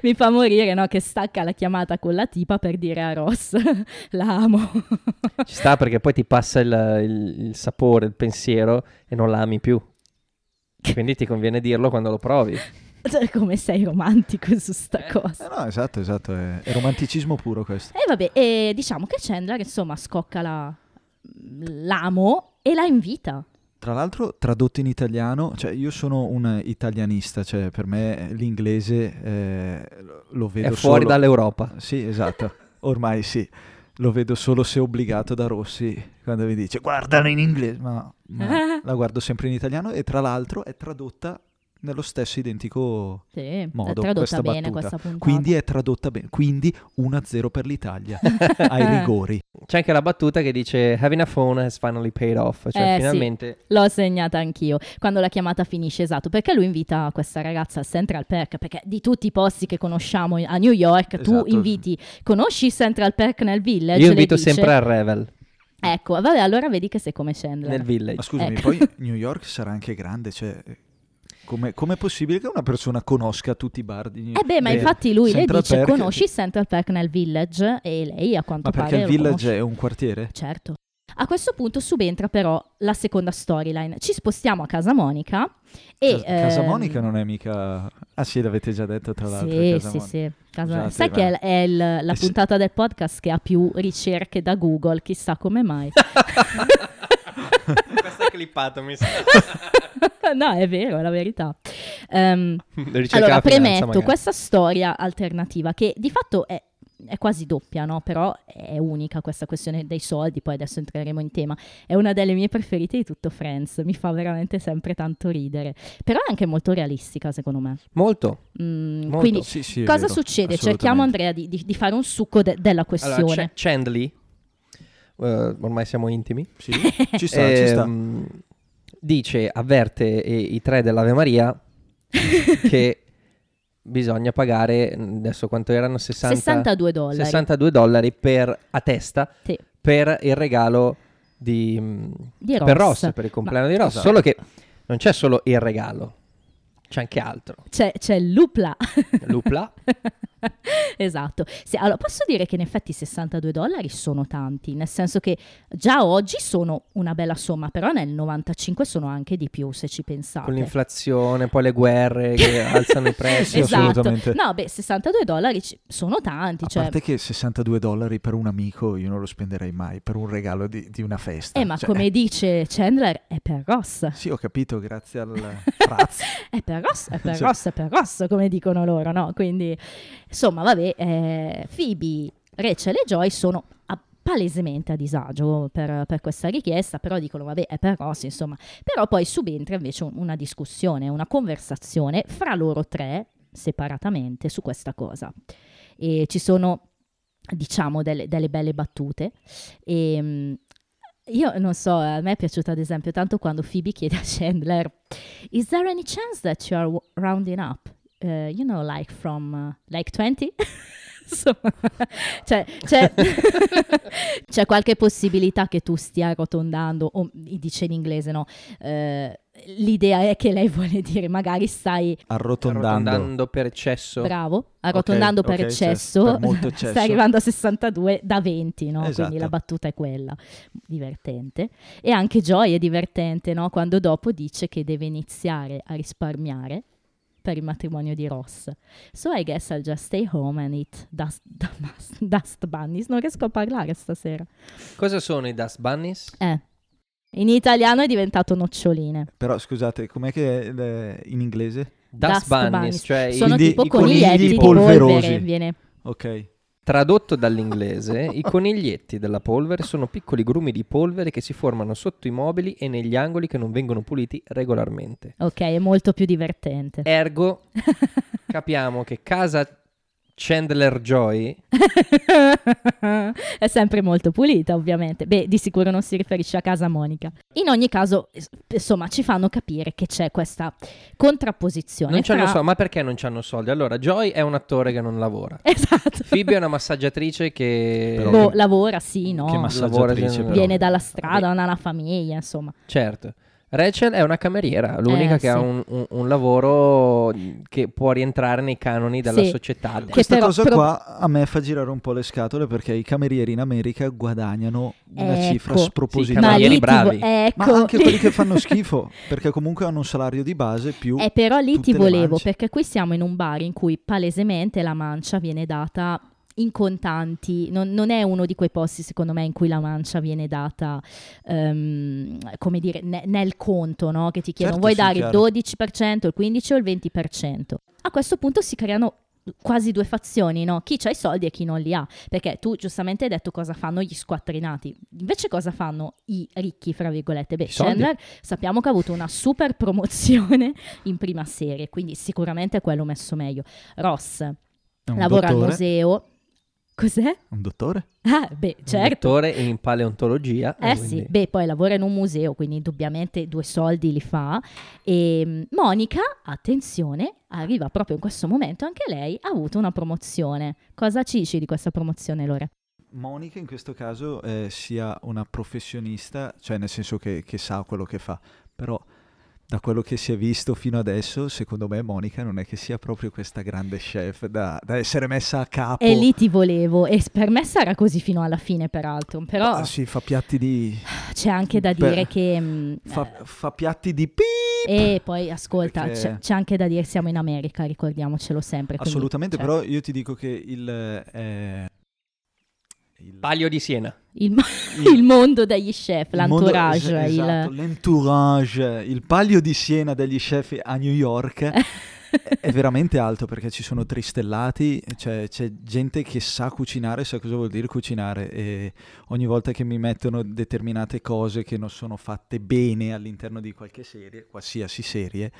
Speaker 3: Mi fa morire, no? Che stacca la chiamata con la tipa per dire a Ross, <laughs> la amo. <laughs>
Speaker 2: Ci sta perché poi ti passa il, il- il sapore, il pensiero e non la ami più. Quindi ti conviene dirlo quando lo provi.
Speaker 3: Cioè, Come sei romantico su sta cosa.
Speaker 4: Eh no, esatto, esatto. È, è romanticismo puro questo.
Speaker 2: Eh,
Speaker 3: E vabbè, e diciamo che Chandler insomma scocca la- l'amo e la invita.
Speaker 4: Tra l'altro, tradotto in italiano, cioè io sono un italianista, cioè per me l'inglese eh, lo- lo vedo
Speaker 2: è fuori
Speaker 4: solo...
Speaker 2: dall'Europa.
Speaker 4: Sì, esatto. Ormai sì. Lo vedo solo se obbligato da Rossi quando mi dice guardalo in inglese. Ma,
Speaker 2: <laughs>
Speaker 4: ma la guardo sempre in italiano e tra l'altro è tradotta nello stesso identico.
Speaker 3: <laughs> Sì,
Speaker 4: Modo,
Speaker 3: è tradotta
Speaker 4: questa
Speaker 3: bene
Speaker 4: battuta.
Speaker 3: questa puntata.
Speaker 4: Quindi è tradotta bene. Quindi 1-0 per l'Italia ai
Speaker 2: <laughs>
Speaker 4: rigori.
Speaker 2: C'è anche la battuta che dice Having a phone has finally paid off. Cioè
Speaker 3: Eh, sì.
Speaker 2: finalmente...
Speaker 3: L'ho segnata anch'io quando la chiamata finisce, esatto, perché lui invita questa ragazza al Central Perk, perché di tutti i posti che conosciamo a New York, tu
Speaker 4: Esatto.
Speaker 3: inviti, conosci il Central Perk nel village?
Speaker 2: Io
Speaker 3: Le
Speaker 2: invito
Speaker 3: dice.
Speaker 2: sempre al Revel
Speaker 3: Ecco, vabbè, allora vedi che sei come Chandler.
Speaker 2: nel village.
Speaker 4: Ma scusami,
Speaker 3: Ecco.
Speaker 4: poi New York sarà anche grande, cioè Come, com'è possibile che una persona conosca tutti i bar di
Speaker 3: Eh beh, ma
Speaker 4: del-
Speaker 3: infatti lui le
Speaker 4: Central
Speaker 3: dice
Speaker 4: Perk?
Speaker 3: conosci Central Perk nel Village e lei a quanto
Speaker 4: Ma perché
Speaker 3: pare
Speaker 4: il
Speaker 3: lo
Speaker 4: village
Speaker 3: conosce.
Speaker 4: è un quartiere?
Speaker 3: Certo. A questo punto subentra però la seconda storyline. Ci spostiamo a casa Monica e...
Speaker 4: Cas- Casa
Speaker 3: ehm,
Speaker 4: Monica non è mica... Ah sì, l'avete già detto tra l'altro.
Speaker 3: Sì,
Speaker 4: Casa
Speaker 3: sì,
Speaker 4: Monica.
Speaker 3: sì. Casa-
Speaker 4: Scusate,
Speaker 3: Sai
Speaker 4: ma-
Speaker 3: che è, è il- la
Speaker 4: Eh sì.
Speaker 3: puntata del podcast che ha più ricerche da Google, chissà come
Speaker 4: <laughs>
Speaker 3: mai. <laughs>
Speaker 2: <laughs> Questa è clippata, <laughs> mi sa.
Speaker 3: no, è vero, è la verità. Ehm,
Speaker 2: Ricerca
Speaker 3: allora,
Speaker 2: la finanza,
Speaker 3: premetto,
Speaker 2: magari.
Speaker 3: questa storia alternativa che di fatto è, è quasi doppia, no? Però è unica questa questione dei soldi, poi adesso entreremo in tema. È una delle mie preferite di tutto Friends, mi fa veramente sempre tanto ridere. Però è anche molto realistica, secondo me.
Speaker 2: Molto.
Speaker 3: Mm,
Speaker 2: Molto.
Speaker 3: quindi,
Speaker 4: Sì, sì, è
Speaker 3: cosa
Speaker 4: vero,
Speaker 3: succede? Cerchiamo,
Speaker 4: assolutamente.
Speaker 3: Andrea, di, di- di fare un succo de-
Speaker 2: Allora,
Speaker 3: della questione.
Speaker 2: Ch- Chandley, eh, ormai siamo intimi,
Speaker 4: Sì, ci sta,
Speaker 3: <laughs>
Speaker 4: ci sta.
Speaker 2: ehm, dice, avverte i, i tre dell'Ave
Speaker 3: <laughs>
Speaker 2: Maria che bisogna pagare, adesso quanto erano? 60,
Speaker 3: 62 dollari.
Speaker 2: 62 dollari per, a testa
Speaker 3: Sì.
Speaker 2: per il regalo di, mm,
Speaker 3: Di
Speaker 2: per
Speaker 3: Ross.
Speaker 2: Ross, per il compleanno di Ross, solo che non c'è solo il regalo, c'è anche altro.
Speaker 3: C'è, c'è l'upla. <laughs>
Speaker 2: L'upla.
Speaker 3: esatto. Sì, allora, posso dire che in effetti 62 dollari sono tanti, nel senso che già oggi sono una bella somma, però nel 95 sono anche di più se ci
Speaker 2: Con
Speaker 3: pensate.
Speaker 2: l'inflazione, poi le guerre che alzano i prezzi.
Speaker 4: Sì,
Speaker 3: <laughs> esatto.
Speaker 4: assolutamente.
Speaker 3: No, beh, 62 dollari ci- sono tanti,
Speaker 4: A
Speaker 3: cioè
Speaker 4: parte che 62 dollari per un amico io non lo spenderei mai, per un regalo di, di una festa.
Speaker 3: Eh, ma
Speaker 4: Cioè,
Speaker 3: come dice Chandler, è per Ross.
Speaker 4: <laughs> Sì, ho capito,
Speaker 3: <laughs>
Speaker 4: grazie al frazzo.
Speaker 3: È per Ross, è per
Speaker 4: Cioè-
Speaker 3: Ross, è per Ross, come dicono loro, no? Quindi, insomma, vabbè, eh, Phoebe, Rachel e Joy sono a- palesemente a disagio per, per questa richiesta, però dicono, vabbè, è per Ross, insomma. Però poi subentra invece un- una discussione, una conversazione fra loro tre, separatamente, su questa cosa. E ci sono, diciamo, delle, delle belle battute. E... mm, Io non so, a me è piaciuta ad esempio tanto quando Phoebe chiede a Chandler Is there any chance that you are w- rounding up? Uh, you know, like from uh, like <laughs> 20? Insomma, <laughs> cioè, <laughs> c'è, c'è qualche possibilità che tu stia arrotondando, o dice in inglese no. eh, l'idea è che lei vuole dire magari stai
Speaker 4: Arrotondando.
Speaker 2: Arrotondando per eccesso.
Speaker 3: bravo, arrotondando per
Speaker 4: ok, cioè,
Speaker 3: eccesso,
Speaker 4: per molto
Speaker 3: <laughs>
Speaker 4: eccesso.
Speaker 3: stai arrivando a 62 da 20, no?
Speaker 4: Cioè, Esatto.
Speaker 3: quindi la battuta è quella, divertente. E anche Joy è divertente no? quando dopo dice che deve iniziare a risparmiare per il matrimonio di Ross. So I guess I'll just stay home and eat dust, <laughs> dust- dust bunnies. Non riesco a parlare stasera.
Speaker 2: Cosa sono i Dust Bunnies?
Speaker 3: Eh. In italiano è diventato noccioline.
Speaker 4: Però scusate, com'è che è eh, in inglese?
Speaker 2: Dust,
Speaker 3: Dust
Speaker 2: Bunnies,
Speaker 3: bunnies.
Speaker 2: cioè
Speaker 3: Sono
Speaker 4: Quindi
Speaker 3: tipo
Speaker 4: Eh, i conigli
Speaker 3: coniglietti di
Speaker 4: polverosi.
Speaker 3: polvere. Viene
Speaker 4: Ok.
Speaker 2: Tradotto dall'inglese, i coniglietti della polvere sono piccoli grumi di polvere che si formano sotto i mobili e negli angoli che non vengono puliti regolarmente.
Speaker 3: Ok, è molto più divertente.
Speaker 2: Ergo,
Speaker 4: Eh.
Speaker 3: <laughs>
Speaker 2: capiamo che casa Chandler Joy
Speaker 3: <laughs> è sempre molto pulita, ovviamente. Beh, di sicuro non si riferisce a casa Monica. In ogni caso, es- insomma, ci fanno capire che c'è questa contrapposizione.
Speaker 2: non c'hanno
Speaker 3: fra-
Speaker 2: soldi. Ma perché non c'hanno soldi? Allora, Joy è un attore che non lavora.
Speaker 3: <laughs> Esatto.
Speaker 2: Phoebe è una massaggiatrice che
Speaker 3: <laughs>
Speaker 4: Però-
Speaker 3: Boh, lavora, sì, no.
Speaker 4: Che
Speaker 2: Lavora
Speaker 4: massaggiatrice
Speaker 2: gen-
Speaker 4: però.
Speaker 3: Viene dalla strada,
Speaker 2: Vabbè.
Speaker 3: non ha una famiglia, insomma.
Speaker 2: Certo. Rachel è una cameriera, l'unica
Speaker 3: Eh,
Speaker 2: che ha
Speaker 3: sì.
Speaker 2: un, un- un lavoro mm, che può rientrare nei canoni della
Speaker 3: Sì.
Speaker 2: società.
Speaker 3: Che
Speaker 4: Questa
Speaker 3: però-
Speaker 4: cosa
Speaker 3: però-
Speaker 4: qua a me fa girare un po' le scatole perché i camerieri in America guadagnano una
Speaker 3: Ecco.
Speaker 4: cifra
Speaker 3: Sì,
Speaker 4: spropositata.
Speaker 2: Ma
Speaker 3: Ma
Speaker 2: ieri
Speaker 3: lì ti
Speaker 2: bravi.
Speaker 3: vo- ecco.
Speaker 4: Ma anche quelli che
Speaker 3: <laughs>
Speaker 4: fanno schifo, perché comunque hanno un salario di base più...
Speaker 3: Eh, però lì
Speaker 4: tutte
Speaker 3: ti
Speaker 4: le
Speaker 3: volevo,
Speaker 4: mance.
Speaker 3: perché qui siamo in un bar in cui palesemente la mancia viene data in contanti, non, non è uno di quei posti secondo me in cui la mancia viene data, ehm, come dire, ne- nel conto, no? che ti chiedono
Speaker 4: Certo,
Speaker 3: vuoi
Speaker 4: sì,
Speaker 3: dare
Speaker 4: chiaro.
Speaker 3: il 12%, il 15% o il 20%. A questo punto si creano quasi due fazioni, no? chi ha i soldi e chi non li ha, perché tu giustamente hai detto cosa fanno gli squattrinati, invece cosa fanno i ricchi, fra virgolette? Beh,
Speaker 2: I soldi.
Speaker 3: Chandler sappiamo che ha avuto una super promozione <laughs> in prima serie, quindi sicuramente è quello messo meglio. Ross
Speaker 4: È un
Speaker 3: lavora al
Speaker 4: dottore?
Speaker 3: museo. Cos'è?
Speaker 4: Un dottore?
Speaker 3: Ah, beh,
Speaker 2: Un
Speaker 3: certo.
Speaker 2: dottore in paleontologia.
Speaker 3: Eh
Speaker 2: quindi-
Speaker 3: sì, beh, poi lavora in un museo, quindi indubbiamente due soldi li fa. E mm, Monica, attenzione, arriva proprio in questo momento, anche lei ha avuto una promozione. Cosa ci dici di questa promozione, Lore?
Speaker 4: Monica in questo caso eh, è sia una professionista, cioè nel senso che, che sa quello che fa, però da quello che si è visto fino adesso, secondo me Monica non è che sia proprio questa grande chef da, da essere messa a capo.
Speaker 3: E lì ti volevo, e s- per me sarà così fino alla fine, peraltro. Però
Speaker 4: Ah, sì, fa piatti di...
Speaker 3: c'è anche da
Speaker 4: Beh,
Speaker 3: dire che. mh,
Speaker 4: fa, fa piatti di... pip.
Speaker 3: Eh. E poi ascolta,
Speaker 4: Perché-
Speaker 3: c'è, c'è anche da dire siamo in America, ricordiamocelo sempre. quindi,
Speaker 4: Assolutamente,
Speaker 3: cioè,
Speaker 4: però io ti dico che il... eh, il-
Speaker 2: Palio di Siena.
Speaker 3: Il, <laughs> il mondo degli chef,
Speaker 4: il mondo-
Speaker 3: l'entourage,
Speaker 4: es-
Speaker 3: il-
Speaker 4: esatto,
Speaker 3: <laughs>
Speaker 4: l'entourage, il palio di Siena degli chef a New
Speaker 3: <laughs>
Speaker 4: York è- è veramente alto perché ci sono tristellati, cioè c'è gente che sa cucinare, sa cosa vuol dire cucinare e ogni volta che mi mettono determinate cose che non sono fatte bene all'interno di qualche serie, qualsiasi serie,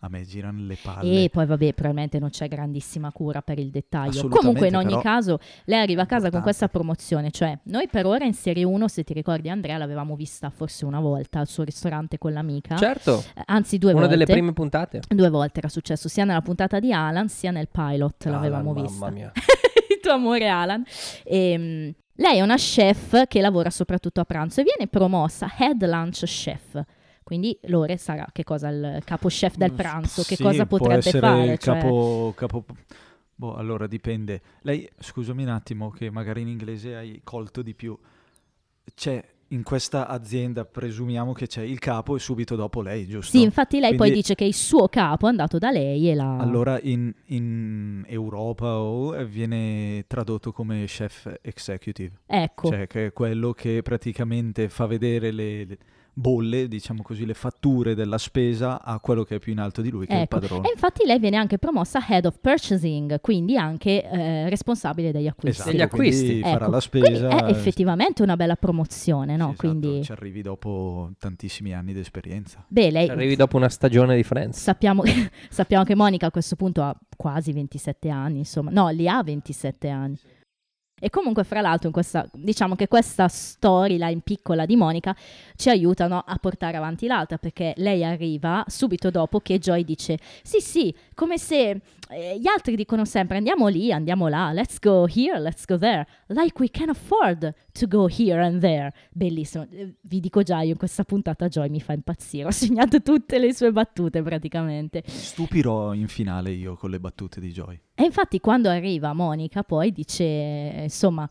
Speaker 4: a me girano le palle.
Speaker 3: E poi vabbè, probabilmente non c'è grandissima cura per il dettaglio.
Speaker 4: Assolutamente,
Speaker 3: Comunque in ogni
Speaker 4: però,
Speaker 3: caso lei arriva a casa con
Speaker 4: importante.
Speaker 3: questa promozione, cioè noi per ora in Serie 1, se ti ricordi Andrea, l'avevamo vista forse una volta al suo ristorante con l'amica,
Speaker 4: Cioè,
Speaker 2: Certo,
Speaker 3: Eh, anzi due
Speaker 2: una
Speaker 3: volte.
Speaker 2: delle prime puntate.
Speaker 3: Due volte era successo, sia nella puntata di Alan sia nel pilot l'avevamo
Speaker 2: Ah,
Speaker 3: vista.
Speaker 2: Mamma
Speaker 3: <laughs>
Speaker 2: mia.
Speaker 3: il tuo amore Alan. Ehm, lei è una chef che lavora soprattutto a pranzo e viene promossa head lunch chef. Quindi Lore sarà che cosa il capo chef del pranzo, che
Speaker 4: Mm, Sì,
Speaker 3: cosa
Speaker 4: può
Speaker 3: potrebbe
Speaker 4: essere
Speaker 3: fare.
Speaker 4: il
Speaker 3: cioè-
Speaker 4: capo, capo- Boh, allora dipende. Lei, scusami un attimo, che magari in inglese hai colto di più. C'è in questa azienda, presumiamo che c'è il capo e subito dopo lei, giusto?
Speaker 3: Sì, infatti lei poi
Speaker 4: Quindi-
Speaker 3: dice che il suo capo è andato da lei e la...
Speaker 4: Allora in, in Europa o, eh, viene tradotto come chef executive,
Speaker 3: ecco,
Speaker 4: cioè che è quello che praticamente fa vedere le, le bolle, diciamo così, le fatture della spesa a quello che è più in alto di lui, che è il
Speaker 3: ecco.
Speaker 4: padrone.
Speaker 3: E infatti lei viene anche promossa head of purchasing, quindi anche eh, responsabile degli acquisti.
Speaker 4: Esatto,
Speaker 2: Degli acquisti.
Speaker 4: quindi farà
Speaker 3: Ecco,
Speaker 4: la
Speaker 3: Quindi
Speaker 4: spesa.
Speaker 3: è
Speaker 4: eh,
Speaker 3: effettivamente una bella promozione, no?
Speaker 4: sì, esatto,
Speaker 3: Quindi,
Speaker 4: Ci arrivi dopo tantissimi anni di esperienza.
Speaker 3: beh, lei
Speaker 2: cioè, Arrivi dopo una stagione di Friends.
Speaker 3: Sappiamo, sappiamo che <laughs> Monica a questo punto ha quasi 27 anni, insomma, no, li ha 27 anni. E comunque, fra l'altro, in questa, diciamo che questa storyline piccola di Monica ci aiutano a portare avanti l'altra, perché lei arriva subito dopo che Joy dice: Sì, sì, come se eh, gli altri dicono sempre andiamo lì, andiamo là, let's go here, let's go there, like we can afford to go here and there. Bellissimo, Eh, vi dico già, io in questa puntata Joy mi fa impazzire, <laughs> ho segnato tutte le sue battute praticamente.
Speaker 4: Stupirò in finale io con le battute di Joy.
Speaker 3: E infatti quando arriva Monica poi dice, eh, insomma,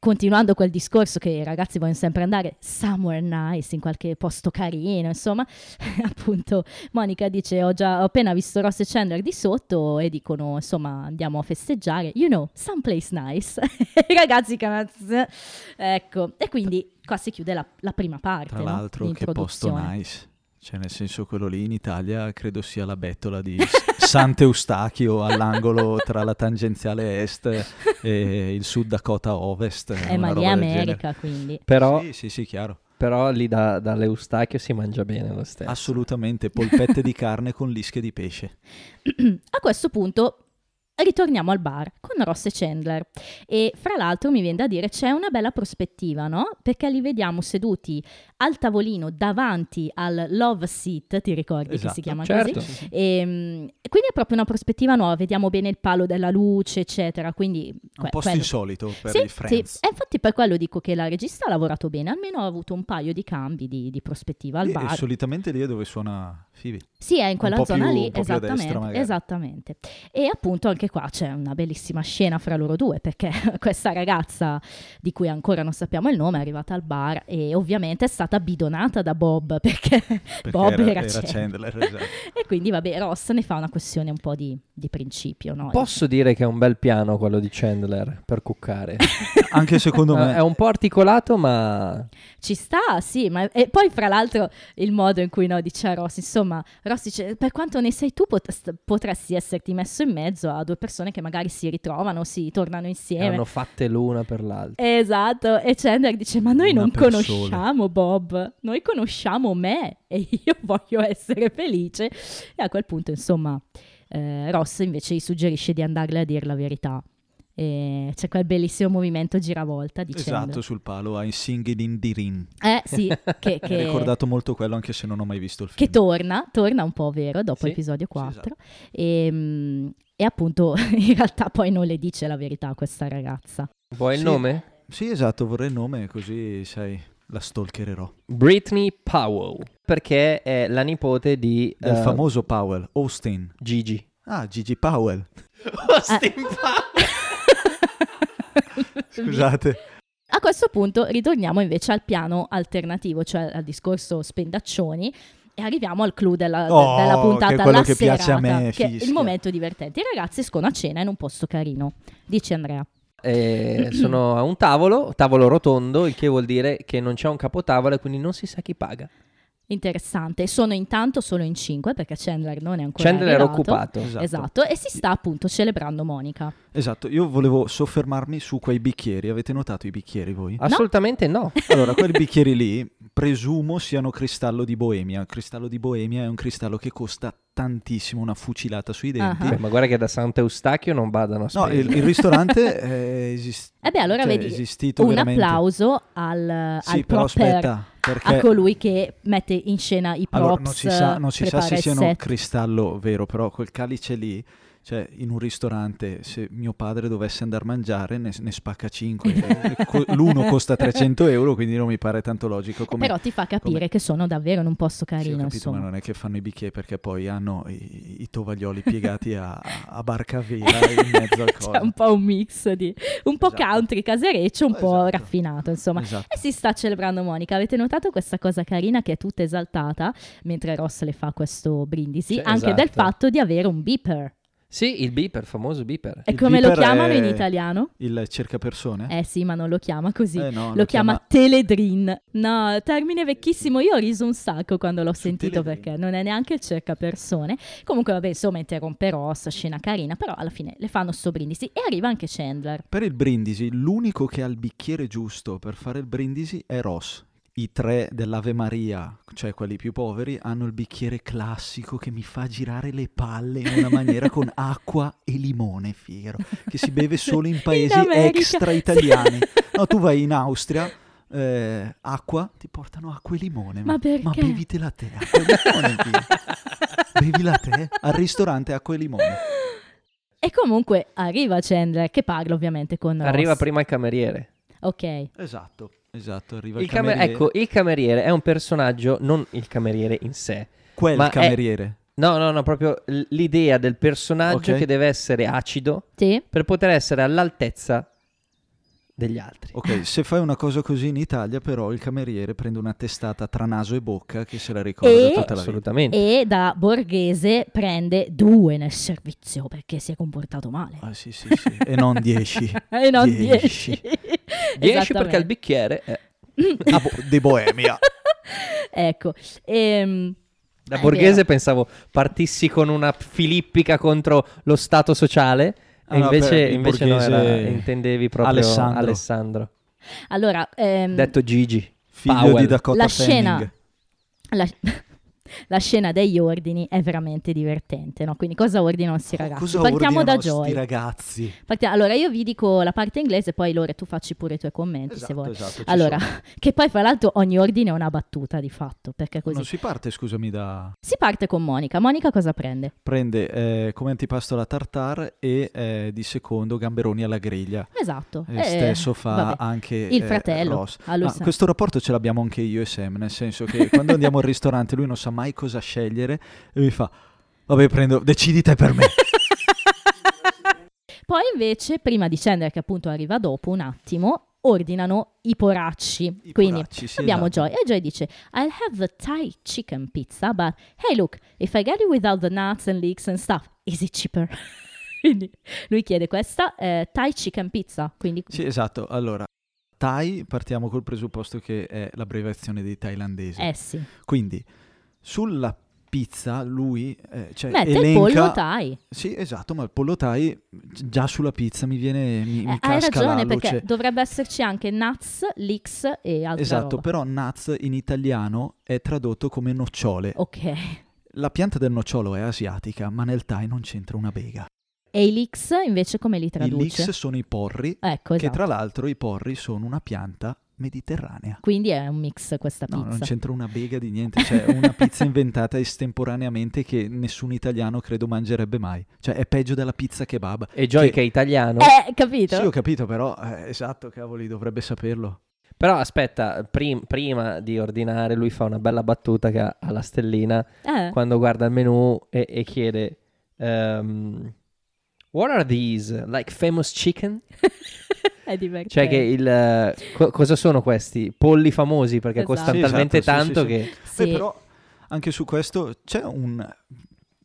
Speaker 3: continuando quel discorso che i ragazzi vogliono sempre andare somewhere nice, in qualche posto carino, insomma, <laughs> appunto Monica dice ho, già, ho appena visto Ross e Chandler di sotto e dicono insomma andiamo a festeggiare, you know, someplace nice. <laughs> I ragazzi cazzo. eh, Ecco, e quindi qua si chiude la, la prima parte.
Speaker 4: Tra
Speaker 3: no?
Speaker 4: l'altro, che posto
Speaker 3: L'introduzione.
Speaker 4: nice. Cioè, nel senso, quello lì in Italia credo sia la bettola di <laughs> S-
Speaker 3: <laughs>
Speaker 4: Sant'Eustachio all'angolo tra la tangenziale est e il Sud Dakota Ovest.
Speaker 3: Eh, ma lì
Speaker 4: eh, una
Speaker 3: è
Speaker 4: roba del genere.
Speaker 3: America, quindi.
Speaker 2: Però,
Speaker 4: Sì, sì, sì, chiaro.
Speaker 2: però lì da- dall'Eustachio si mangia bene lo stesso.
Speaker 4: Assolutamente, polpette di carne con lische di pesce.
Speaker 3: A questo punto ritorniamo al bar con Ross e Chandler e fra l'altro mi viene da dire c'è una bella prospettiva, no? Perché li vediamo seduti al tavolino davanti al love seat, ti ricordi che si
Speaker 4: Esatto,
Speaker 3: chiama
Speaker 2: certo.
Speaker 3: così? Ehm, E, quindi è proprio una prospettiva nuova, vediamo bene il palo della luce, eccetera, quindi
Speaker 4: Un
Speaker 3: que-
Speaker 4: posto
Speaker 3: quello-
Speaker 4: insolito per
Speaker 3: sì,
Speaker 4: i Friends.
Speaker 3: sì. E infatti per quello dico che la regista ha lavorato bene, almeno ha avuto un paio di cambi di, di prospettiva al
Speaker 4: E- E
Speaker 3: bar.
Speaker 4: solitamente lì è dove suona Phoebe.
Speaker 3: Sì, è in quella
Speaker 4: po'
Speaker 3: zona
Speaker 4: più-
Speaker 3: lì,
Speaker 4: un po' più a destra,
Speaker 3: esattamente,
Speaker 4: magari.
Speaker 3: esattamente. E appunto anche qua c'è una bellissima scena fra loro due, perché <laughs> questa ragazza di cui ancora non sappiamo il nome è arrivata al bar e ovviamente è stata bidonata da Bob, <laughs> perché,
Speaker 4: Perché
Speaker 3: Bob era,
Speaker 4: era,
Speaker 3: Chandler. <laughs>
Speaker 4: Chandler, esatto.
Speaker 3: E quindi vabbè, Ross ne fa una questione un po' di, di principio, no?
Speaker 2: Posso dire che è un bel piano quello di Chandler per cuccare.
Speaker 4: Anche secondo
Speaker 2: Eh,
Speaker 4: me.
Speaker 2: è un po' articolato, ma
Speaker 3: Ci sta, sì, ma e poi fra l'altro il modo in cui no, dice a Ross, insomma, Ross dice, per quanto ne sei tu pot- potresti esserti messo in mezzo a due persone che magari si ritrovano, si tornano
Speaker 2: ne
Speaker 3: insieme.
Speaker 2: hanno fatte l'una per l'altra.
Speaker 3: Esatto, e Chandler dice: Ma noi
Speaker 4: Una
Speaker 3: non
Speaker 4: per
Speaker 3: conosciamo Bob, noi conosciamo me e io <laughs> voglio essere felice. E a quel punto, insomma, eh, Ross invece gli suggerisce di andarle a dire la verità. E c'è quel bellissimo movimento giravolta di
Speaker 4: Esatto,
Speaker 3: Chandler.
Speaker 4: sul palo, ai Singing in the Ring.
Speaker 3: Eh sì,
Speaker 4: <laughs>
Speaker 3: che,
Speaker 4: Mi ha
Speaker 3: che-
Speaker 4: ricordato molto quello anche se non ho mai visto il
Speaker 3: che
Speaker 4: film.
Speaker 3: torna, torna un po', vero, dopo
Speaker 2: Sì,
Speaker 3: episodio
Speaker 4: sì, esatto.
Speaker 3: 4. E, mm, e appunto, <laughs> in realtà poi non le dice la verità a questa ragazza.
Speaker 2: Vuoi il
Speaker 4: Sì.
Speaker 2: nome?
Speaker 4: Sì, esatto, vorrei il nome così, sai. La stalkererò.
Speaker 2: Britney Powell, perché è la nipote di
Speaker 4: Del
Speaker 2: eh,
Speaker 4: famoso Powell, Austin.
Speaker 2: Gigi.
Speaker 4: Ah,
Speaker 3: <laughs>
Speaker 4: Gigi Powell.
Speaker 3: Eh.
Speaker 4: Scusate.
Speaker 3: A questo punto ritorniamo invece al piano alternativo, cioè al discorso spendaccioni e arriviamo al clou della, de-
Speaker 4: Oh,
Speaker 3: della puntata,
Speaker 4: che è quello
Speaker 3: la
Speaker 4: che piace a
Speaker 3: serata,
Speaker 4: me,
Speaker 3: che è
Speaker 4: fischia.
Speaker 3: il momento divertente. I ragazzi escono a cena in un posto carino, dice Andrea.
Speaker 2: Eh, sono a un tavolo, tavolo rotondo, il che vuol dire che non c'è un capotavola e quindi non si sa chi paga.
Speaker 3: Interessante. Sono intanto solo in cinque perché Chandler non è ancora
Speaker 2: Chandler era
Speaker 3: arrivato.
Speaker 2: occupato.
Speaker 3: Esatto, e si sta appunto celebrando Monica.
Speaker 4: Esatto, io volevo soffermarmi su quei bicchieri. Avete notato i bicchieri voi?
Speaker 2: Assolutamente <laughs> no.
Speaker 4: Allora, quei
Speaker 3: <laughs>
Speaker 4: bicchieri lì presumo siano cristallo di Boemia. Il cristallo di Boemia è un cristallo che costa tantissimo, una fucilata sui denti.
Speaker 3: Ah.
Speaker 2: Beh, ma guarda che da Sant'Eustachio non badano a
Speaker 4: No,
Speaker 2: spese.
Speaker 4: il,
Speaker 3: <laughs>
Speaker 4: il ristorante è, esist-
Speaker 3: Eh beh, allora
Speaker 4: cioè, è
Speaker 3: vedi,
Speaker 4: esistito
Speaker 3: Un
Speaker 4: veramente.
Speaker 3: applauso al,
Speaker 4: Sì,
Speaker 3: al
Speaker 4: però
Speaker 3: proper,
Speaker 4: aspetta, perché
Speaker 3: a colui che mette in scena i props,
Speaker 4: allora, non si sa, non si sa
Speaker 3: prepara
Speaker 4: se
Speaker 3: il
Speaker 4: siano
Speaker 3: set.
Speaker 4: cristallo vero, però quel calice lì, cioè in un ristorante, se mio padre dovesse andare a mangiare ne, ne spacca
Speaker 3: <laughs>
Speaker 4: 5. L'uno costa 300 euro, quindi non mi pare tanto logico come...
Speaker 3: Però ti fa capire
Speaker 4: come-
Speaker 3: che sono davvero in un posto
Speaker 4: Sì, ho
Speaker 3: carino,
Speaker 4: capito, ma
Speaker 3: insomma.
Speaker 4: non è che fanno i bicchieri perché poi hanno i, i
Speaker 3: <laughs>
Speaker 4: tovaglioli piegati a, a barca vera in mezzo al
Speaker 3: C'è un
Speaker 4: collo.
Speaker 3: po' un mix di un po'
Speaker 4: Esatto.
Speaker 3: country casereccio, un po'
Speaker 4: Esatto.
Speaker 3: raffinato, insomma. Eh
Speaker 4: Esatto.
Speaker 3: E si sta celebrando Monica. Avete notato questa cosa carina che è tutta esaltata mentre Ross le fa questo brindisi?
Speaker 2: Sì,
Speaker 4: Cioè,
Speaker 3: anche
Speaker 2: esatto.
Speaker 3: del fatto di avere un beeper.
Speaker 2: Sì, il beeper, famoso beeper.
Speaker 3: E
Speaker 4: Il
Speaker 3: come lo
Speaker 4: beeper
Speaker 3: chiamano
Speaker 4: è-
Speaker 3: in italiano?
Speaker 4: Il cercapersone?
Speaker 3: Eh sì, ma non lo chiama così.
Speaker 4: Eh, no,
Speaker 3: lo, chiama, <laughs> Teledrin. No, termine vecchissimo. Io ho riso un sacco quando l'ho
Speaker 4: Su
Speaker 3: sentito
Speaker 4: Teledrin.
Speaker 3: perché non è neanche il cercapersone. Comunque, vabbè, insomma, interromperò sta scena carina. Però alla fine le fanno sto brindisi. E arriva anche Chandler.
Speaker 4: Per il brindisi, l'unico che ha il bicchiere giusto per fare il brindisi è Ross. I tre dell'Ave Maria, cioè quelli più poveri, hanno il bicchiere classico che mi fa girare le palle in
Speaker 3: <laughs>
Speaker 4: una maniera con acqua e limone, fiero, che
Speaker 3: <laughs>
Speaker 4: si beve solo in paesi
Speaker 3: America. <laughs>
Speaker 4: extra italiani. No, tu vai in Austria, eh, acqua, ti portano acqua e limone.
Speaker 3: Ma perché?
Speaker 4: bevitela te, acqua e
Speaker 3: <laughs>
Speaker 4: limone, fiero. Bevi la te al ristorante acqua e limone.
Speaker 3: E comunque arriva Chandler che parla ovviamente con Ross.
Speaker 2: Arriva prima il cameriere.
Speaker 3: Ok.
Speaker 4: Esatto, esatto, arriva il,
Speaker 2: Il camer-
Speaker 4: cameriere.
Speaker 2: ecco, il cameriere è un personaggio, non il cameriere in sé.
Speaker 4: Quel
Speaker 2: ma è-
Speaker 4: cameriere.
Speaker 2: No, no, no, proprio l- l'idea del personaggio
Speaker 4: Ok.
Speaker 2: che deve essere acido
Speaker 3: Sì.
Speaker 2: per poter essere all'altezza degli altri.
Speaker 4: Ok, se fai una cosa così in Italia, però il cameriere prende una testata tra naso e bocca che se la ricorda
Speaker 3: E-
Speaker 4: tutta la vita.
Speaker 2: Assolutamente.
Speaker 3: E da borghese prende due nel servizio perché si è comportato male.
Speaker 4: Ah, sì, sì, sì. E non 10.
Speaker 3: <laughs> e non
Speaker 4: Dieci.
Speaker 3: 10.
Speaker 2: 10 perché
Speaker 3: <laughs>
Speaker 2: il bicchiere eh, è
Speaker 4: Ah, bo- di Boemia.
Speaker 3: Ecco. Ehm, eh,
Speaker 2: Da
Speaker 3: È
Speaker 2: borghese
Speaker 3: vero.
Speaker 2: pensavo partissi con una filippica contro lo Stato sociale.
Speaker 4: Ah,
Speaker 2: e
Speaker 4: no,
Speaker 2: invece,
Speaker 4: beh, in
Speaker 2: invece no, era-
Speaker 4: borghese-
Speaker 2: intendevi proprio Alessandro.
Speaker 4: Alessandro.
Speaker 3: allora, ehm,
Speaker 2: detto Gigi.
Speaker 4: Figlio
Speaker 2: Powell.
Speaker 4: di Dakota
Speaker 3: La scena.
Speaker 4: Fanning.
Speaker 3: la, <laughs> la scena degli ordini è veramente divertente, no? Quindi cosa ordinano questi ragazzi?
Speaker 4: Cosa
Speaker 3: Partiamo da
Speaker 4: ordinano sti
Speaker 3: Joy.
Speaker 4: ragazzi.
Speaker 3: Parti- allora, io vi dico la parte inglese, poi Lore tu facci pure i tuoi commenti se
Speaker 4: Esatto,
Speaker 3: vuoi.
Speaker 4: esatto. ci
Speaker 3: Allora,
Speaker 4: sono.
Speaker 3: <laughs> che poi fra l'altro ogni ordine è una battuta di fatto, perché così.
Speaker 4: Non si parte, scusami, da...
Speaker 3: Si parte con Monica. Monica cosa prende?
Speaker 4: Prende eh, come antipasto la tartare e eh, di secondo gamberoni alla griglia.
Speaker 3: Esatto.
Speaker 4: E
Speaker 3: eh,
Speaker 4: stesso fa
Speaker 3: vabbè.
Speaker 4: anche
Speaker 3: il
Speaker 4: eh,
Speaker 3: fratello.
Speaker 4: Ross.
Speaker 3: Ah, lui
Speaker 4: Ma
Speaker 3: sa-
Speaker 4: questo rapporto ce l'abbiamo anche io e Sam, nel
Speaker 3: <laughs>
Speaker 4: senso che quando andiamo al ristorante lui non sa mai cosa scegliere e mi fa, vabbè prendo, decidi te
Speaker 3: <laughs>
Speaker 4: per me.
Speaker 3: Poi invece, prima di Chandler, che appunto arriva dopo un attimo, ordinano i poracci.
Speaker 4: I
Speaker 3: Quindi
Speaker 4: poracci, sì,
Speaker 3: abbiamo
Speaker 4: esatto.
Speaker 3: Joy e Joy dice I'll have the Thai chicken pizza, but hey look, if I get it without the nuts and leeks and stuff, is it cheaper? <laughs> Quindi lui chiede questa eh, Thai chicken pizza, quindi
Speaker 4: Sì, esatto. Allora, Thai, partiamo col presupposto che è l'abbreviazione di thailandese.
Speaker 3: eh sì,
Speaker 4: Quindi, sulla pizza lui eh, cioè,
Speaker 3: mette
Speaker 4: elenca...
Speaker 3: il pollo Thai.
Speaker 4: Sì, esatto, ma il pollo Thai già sulla pizza mi viene... Mi,
Speaker 3: Eh,
Speaker 4: mi
Speaker 3: hai
Speaker 4: casca la
Speaker 3: ragione
Speaker 4: luce.
Speaker 3: perché dovrebbe esserci anche nuts, leeks e altre
Speaker 4: Esatto,
Speaker 3: roba.
Speaker 4: però nuts in italiano è tradotto come nocciole.
Speaker 3: Ok.
Speaker 4: La pianta del nocciolo è asiatica, ma nel Thai non c'entra una bega.
Speaker 3: E i leeks invece come li
Speaker 4: I leeks
Speaker 3: traduce?
Speaker 4: sono i porri,
Speaker 3: Ecco,
Speaker 4: che
Speaker 3: esatto.
Speaker 4: tra l'altro i porri sono una pianta mediterranea.
Speaker 3: Quindi è un mix questa
Speaker 4: No,
Speaker 3: pizza.
Speaker 4: non c'entra una bega di niente, cioè una
Speaker 3: <laughs>
Speaker 4: pizza inventata estemporaneamente che nessun italiano credo mangerebbe mai. Cioè è peggio della pizza kebab.
Speaker 2: E Joy che,
Speaker 4: Che-
Speaker 2: è italiano.
Speaker 3: Eh, capito?
Speaker 4: Sì, ho capito, però eh, esatto, cavoli, dovrebbe saperlo.
Speaker 2: Però aspetta, prim- prima di ordinare lui fa una bella battuta che ha ha la stellina
Speaker 3: Eh,
Speaker 2: quando guarda il menu e, e chiede ehm, What are these? Like famous chicken?
Speaker 3: <laughs> è divertente.
Speaker 2: Cioè che il... eh, co- cosa sono questi? Polli famosi perché
Speaker 3: Esatto.
Speaker 2: costano
Speaker 4: Sì,
Speaker 2: talmente
Speaker 4: esatto, sì,
Speaker 2: tanto
Speaker 4: sì, sì.
Speaker 2: che...
Speaker 3: Sì.
Speaker 4: Beh, però anche su questo c'è un-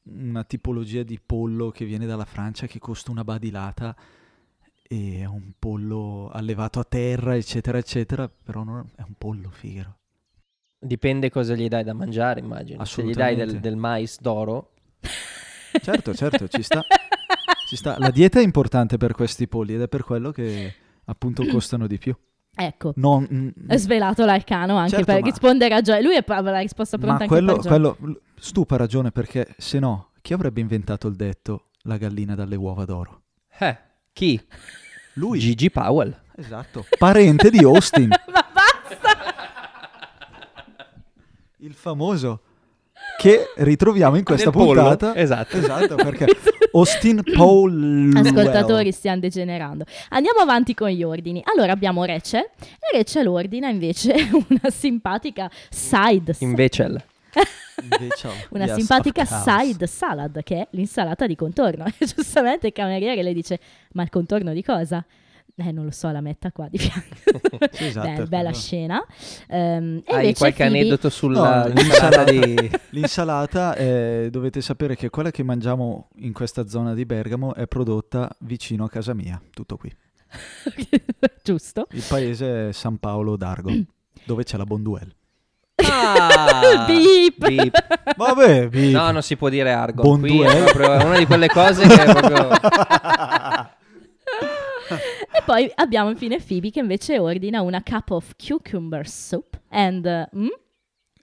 Speaker 4: una tipologia di pollo che viene dalla Francia che costa una badilata e è un pollo allevato a terra, eccetera, eccetera, però non- è un pollo figaro.
Speaker 2: Dipende cosa gli dai da mangiare, immagino. Se gli dai del,
Speaker 4: Assolutamente.
Speaker 2: del mais d'oro,
Speaker 4: Certo, certo, ci sta. Ci sta. La dieta è importante per questi polli ed è per quello che
Speaker 3: <clears throat>
Speaker 4: appunto costano di più.
Speaker 3: <laughs> Ecco,
Speaker 4: Non, mm,
Speaker 3: è svelato l'arcano anche
Speaker 4: Certo,
Speaker 3: per
Speaker 4: ma-
Speaker 3: rispondere a Gioia. Lui è- aveva la risposta pronta
Speaker 4: ma
Speaker 3: anche
Speaker 4: quello,
Speaker 3: per Gioia.
Speaker 4: quello l- stupa ragione perché se no chi avrebbe inventato il detto la gallina dalle uova d'oro?
Speaker 2: eh, chi?
Speaker 4: Lui.
Speaker 2: Gigi Powell.
Speaker 4: Esatto. Parente di Austin,
Speaker 3: <laughs> Ma basta!
Speaker 4: il famoso che ritroviamo in questa
Speaker 2: Del pollo.
Speaker 4: puntata.
Speaker 2: Esatto.
Speaker 4: Esatto, perché
Speaker 3: <laughs>
Speaker 4: Austin
Speaker 2: Mm.
Speaker 4: Paul
Speaker 3: Ascoltatori, stiamo degenerando. Andiamo avanti con gli ordini. Allora abbiamo Rachel. E Rachel ordina invece <laughs> una simpatica side <laughs>
Speaker 2: Invece... il-
Speaker 3: una simpatica side salad che è l'insalata di contorno. <laughs> E giustamente il cameriere le dice: Ma il contorno di cosa? Eh, non lo so, la metta qua di
Speaker 2: <laughs>
Speaker 3: fianco.
Speaker 4: Sì, esatto,
Speaker 3: Beh,
Speaker 4: ecco,
Speaker 3: bella
Speaker 4: no.
Speaker 3: scena. Ehm, e
Speaker 2: Hai
Speaker 3: invece
Speaker 2: qualche
Speaker 3: Phoebe-
Speaker 2: aneddoto
Speaker 4: No,
Speaker 2: sulla <laughs>
Speaker 4: l'insalata,
Speaker 2: l'insalata di...
Speaker 4: l'insalata, eh, dovete sapere che quella che mangiamo in questa zona di Bergamo è prodotta vicino a casa mia, tutto qui.
Speaker 3: <laughs> Giusto.
Speaker 4: Il paese è San
Speaker 3: <clears throat>
Speaker 4: Paolo d'Argo, dove c'è la Bonduel.
Speaker 2: <laughs> Ah!
Speaker 3: <laughs> Beep.
Speaker 2: Beep.
Speaker 4: Vabbè, vi-
Speaker 2: No, non si può dire argo.
Speaker 4: Buon
Speaker 2: Qui
Speaker 4: duello.
Speaker 2: è proprio una di quelle cose che è proprio...
Speaker 3: E poi abbiamo infine Phoebe che invece ordina una cup of cucumber soup and uh, mm,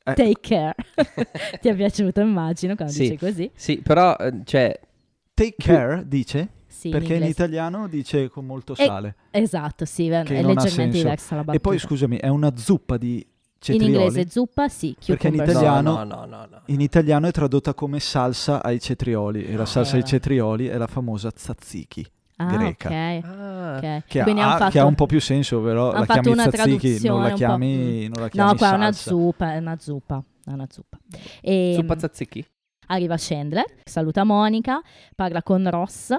Speaker 4: Eh,
Speaker 3: take care. <laughs> Ti è piaciuto, immagino, quando
Speaker 2: Sì.
Speaker 3: dice così.
Speaker 2: Sì, però, eh, cioè,
Speaker 4: take care, dice,
Speaker 3: Sì, in
Speaker 4: perché in
Speaker 3: inglese.
Speaker 4: italiano dice con molto
Speaker 3: E-
Speaker 4: sale.
Speaker 3: Esatto, sì, è
Speaker 4: non ha
Speaker 3: leggermente
Speaker 4: senso.
Speaker 3: diversa la battuta.
Speaker 4: E poi, scusami, è una zuppa di
Speaker 3: in
Speaker 4: cetrioli.
Speaker 3: inglese zuppa, sì,
Speaker 4: Perché in
Speaker 3: cucumber
Speaker 4: italiano-
Speaker 2: No, no, no, no, no.
Speaker 4: In italiano è tradotta come salsa ai cetrioli e la salsa ai
Speaker 3: Eh.
Speaker 4: cetrioli è la famosa tzatziki,
Speaker 3: soup. Ah,
Speaker 4: greca.
Speaker 3: ok.
Speaker 2: Ah,
Speaker 3: ok.
Speaker 4: che,
Speaker 3: Quindi
Speaker 4: ha,
Speaker 3: hanno fatto...
Speaker 4: che ha un po' più senso, però
Speaker 3: hanno
Speaker 4: la
Speaker 3: fatto
Speaker 4: chiami
Speaker 3: una
Speaker 4: tzatziki, non
Speaker 3: traduzione
Speaker 4: la
Speaker 3: un mm.
Speaker 4: chiami, non la chiami
Speaker 3: No, qua è una
Speaker 4: salsa.
Speaker 3: zuppa, è una zuppa, è una zuppa. Ehm, E,
Speaker 2: Zuppa tzatziki.
Speaker 3: Arriva Chandler, saluta Monica, parla con Ross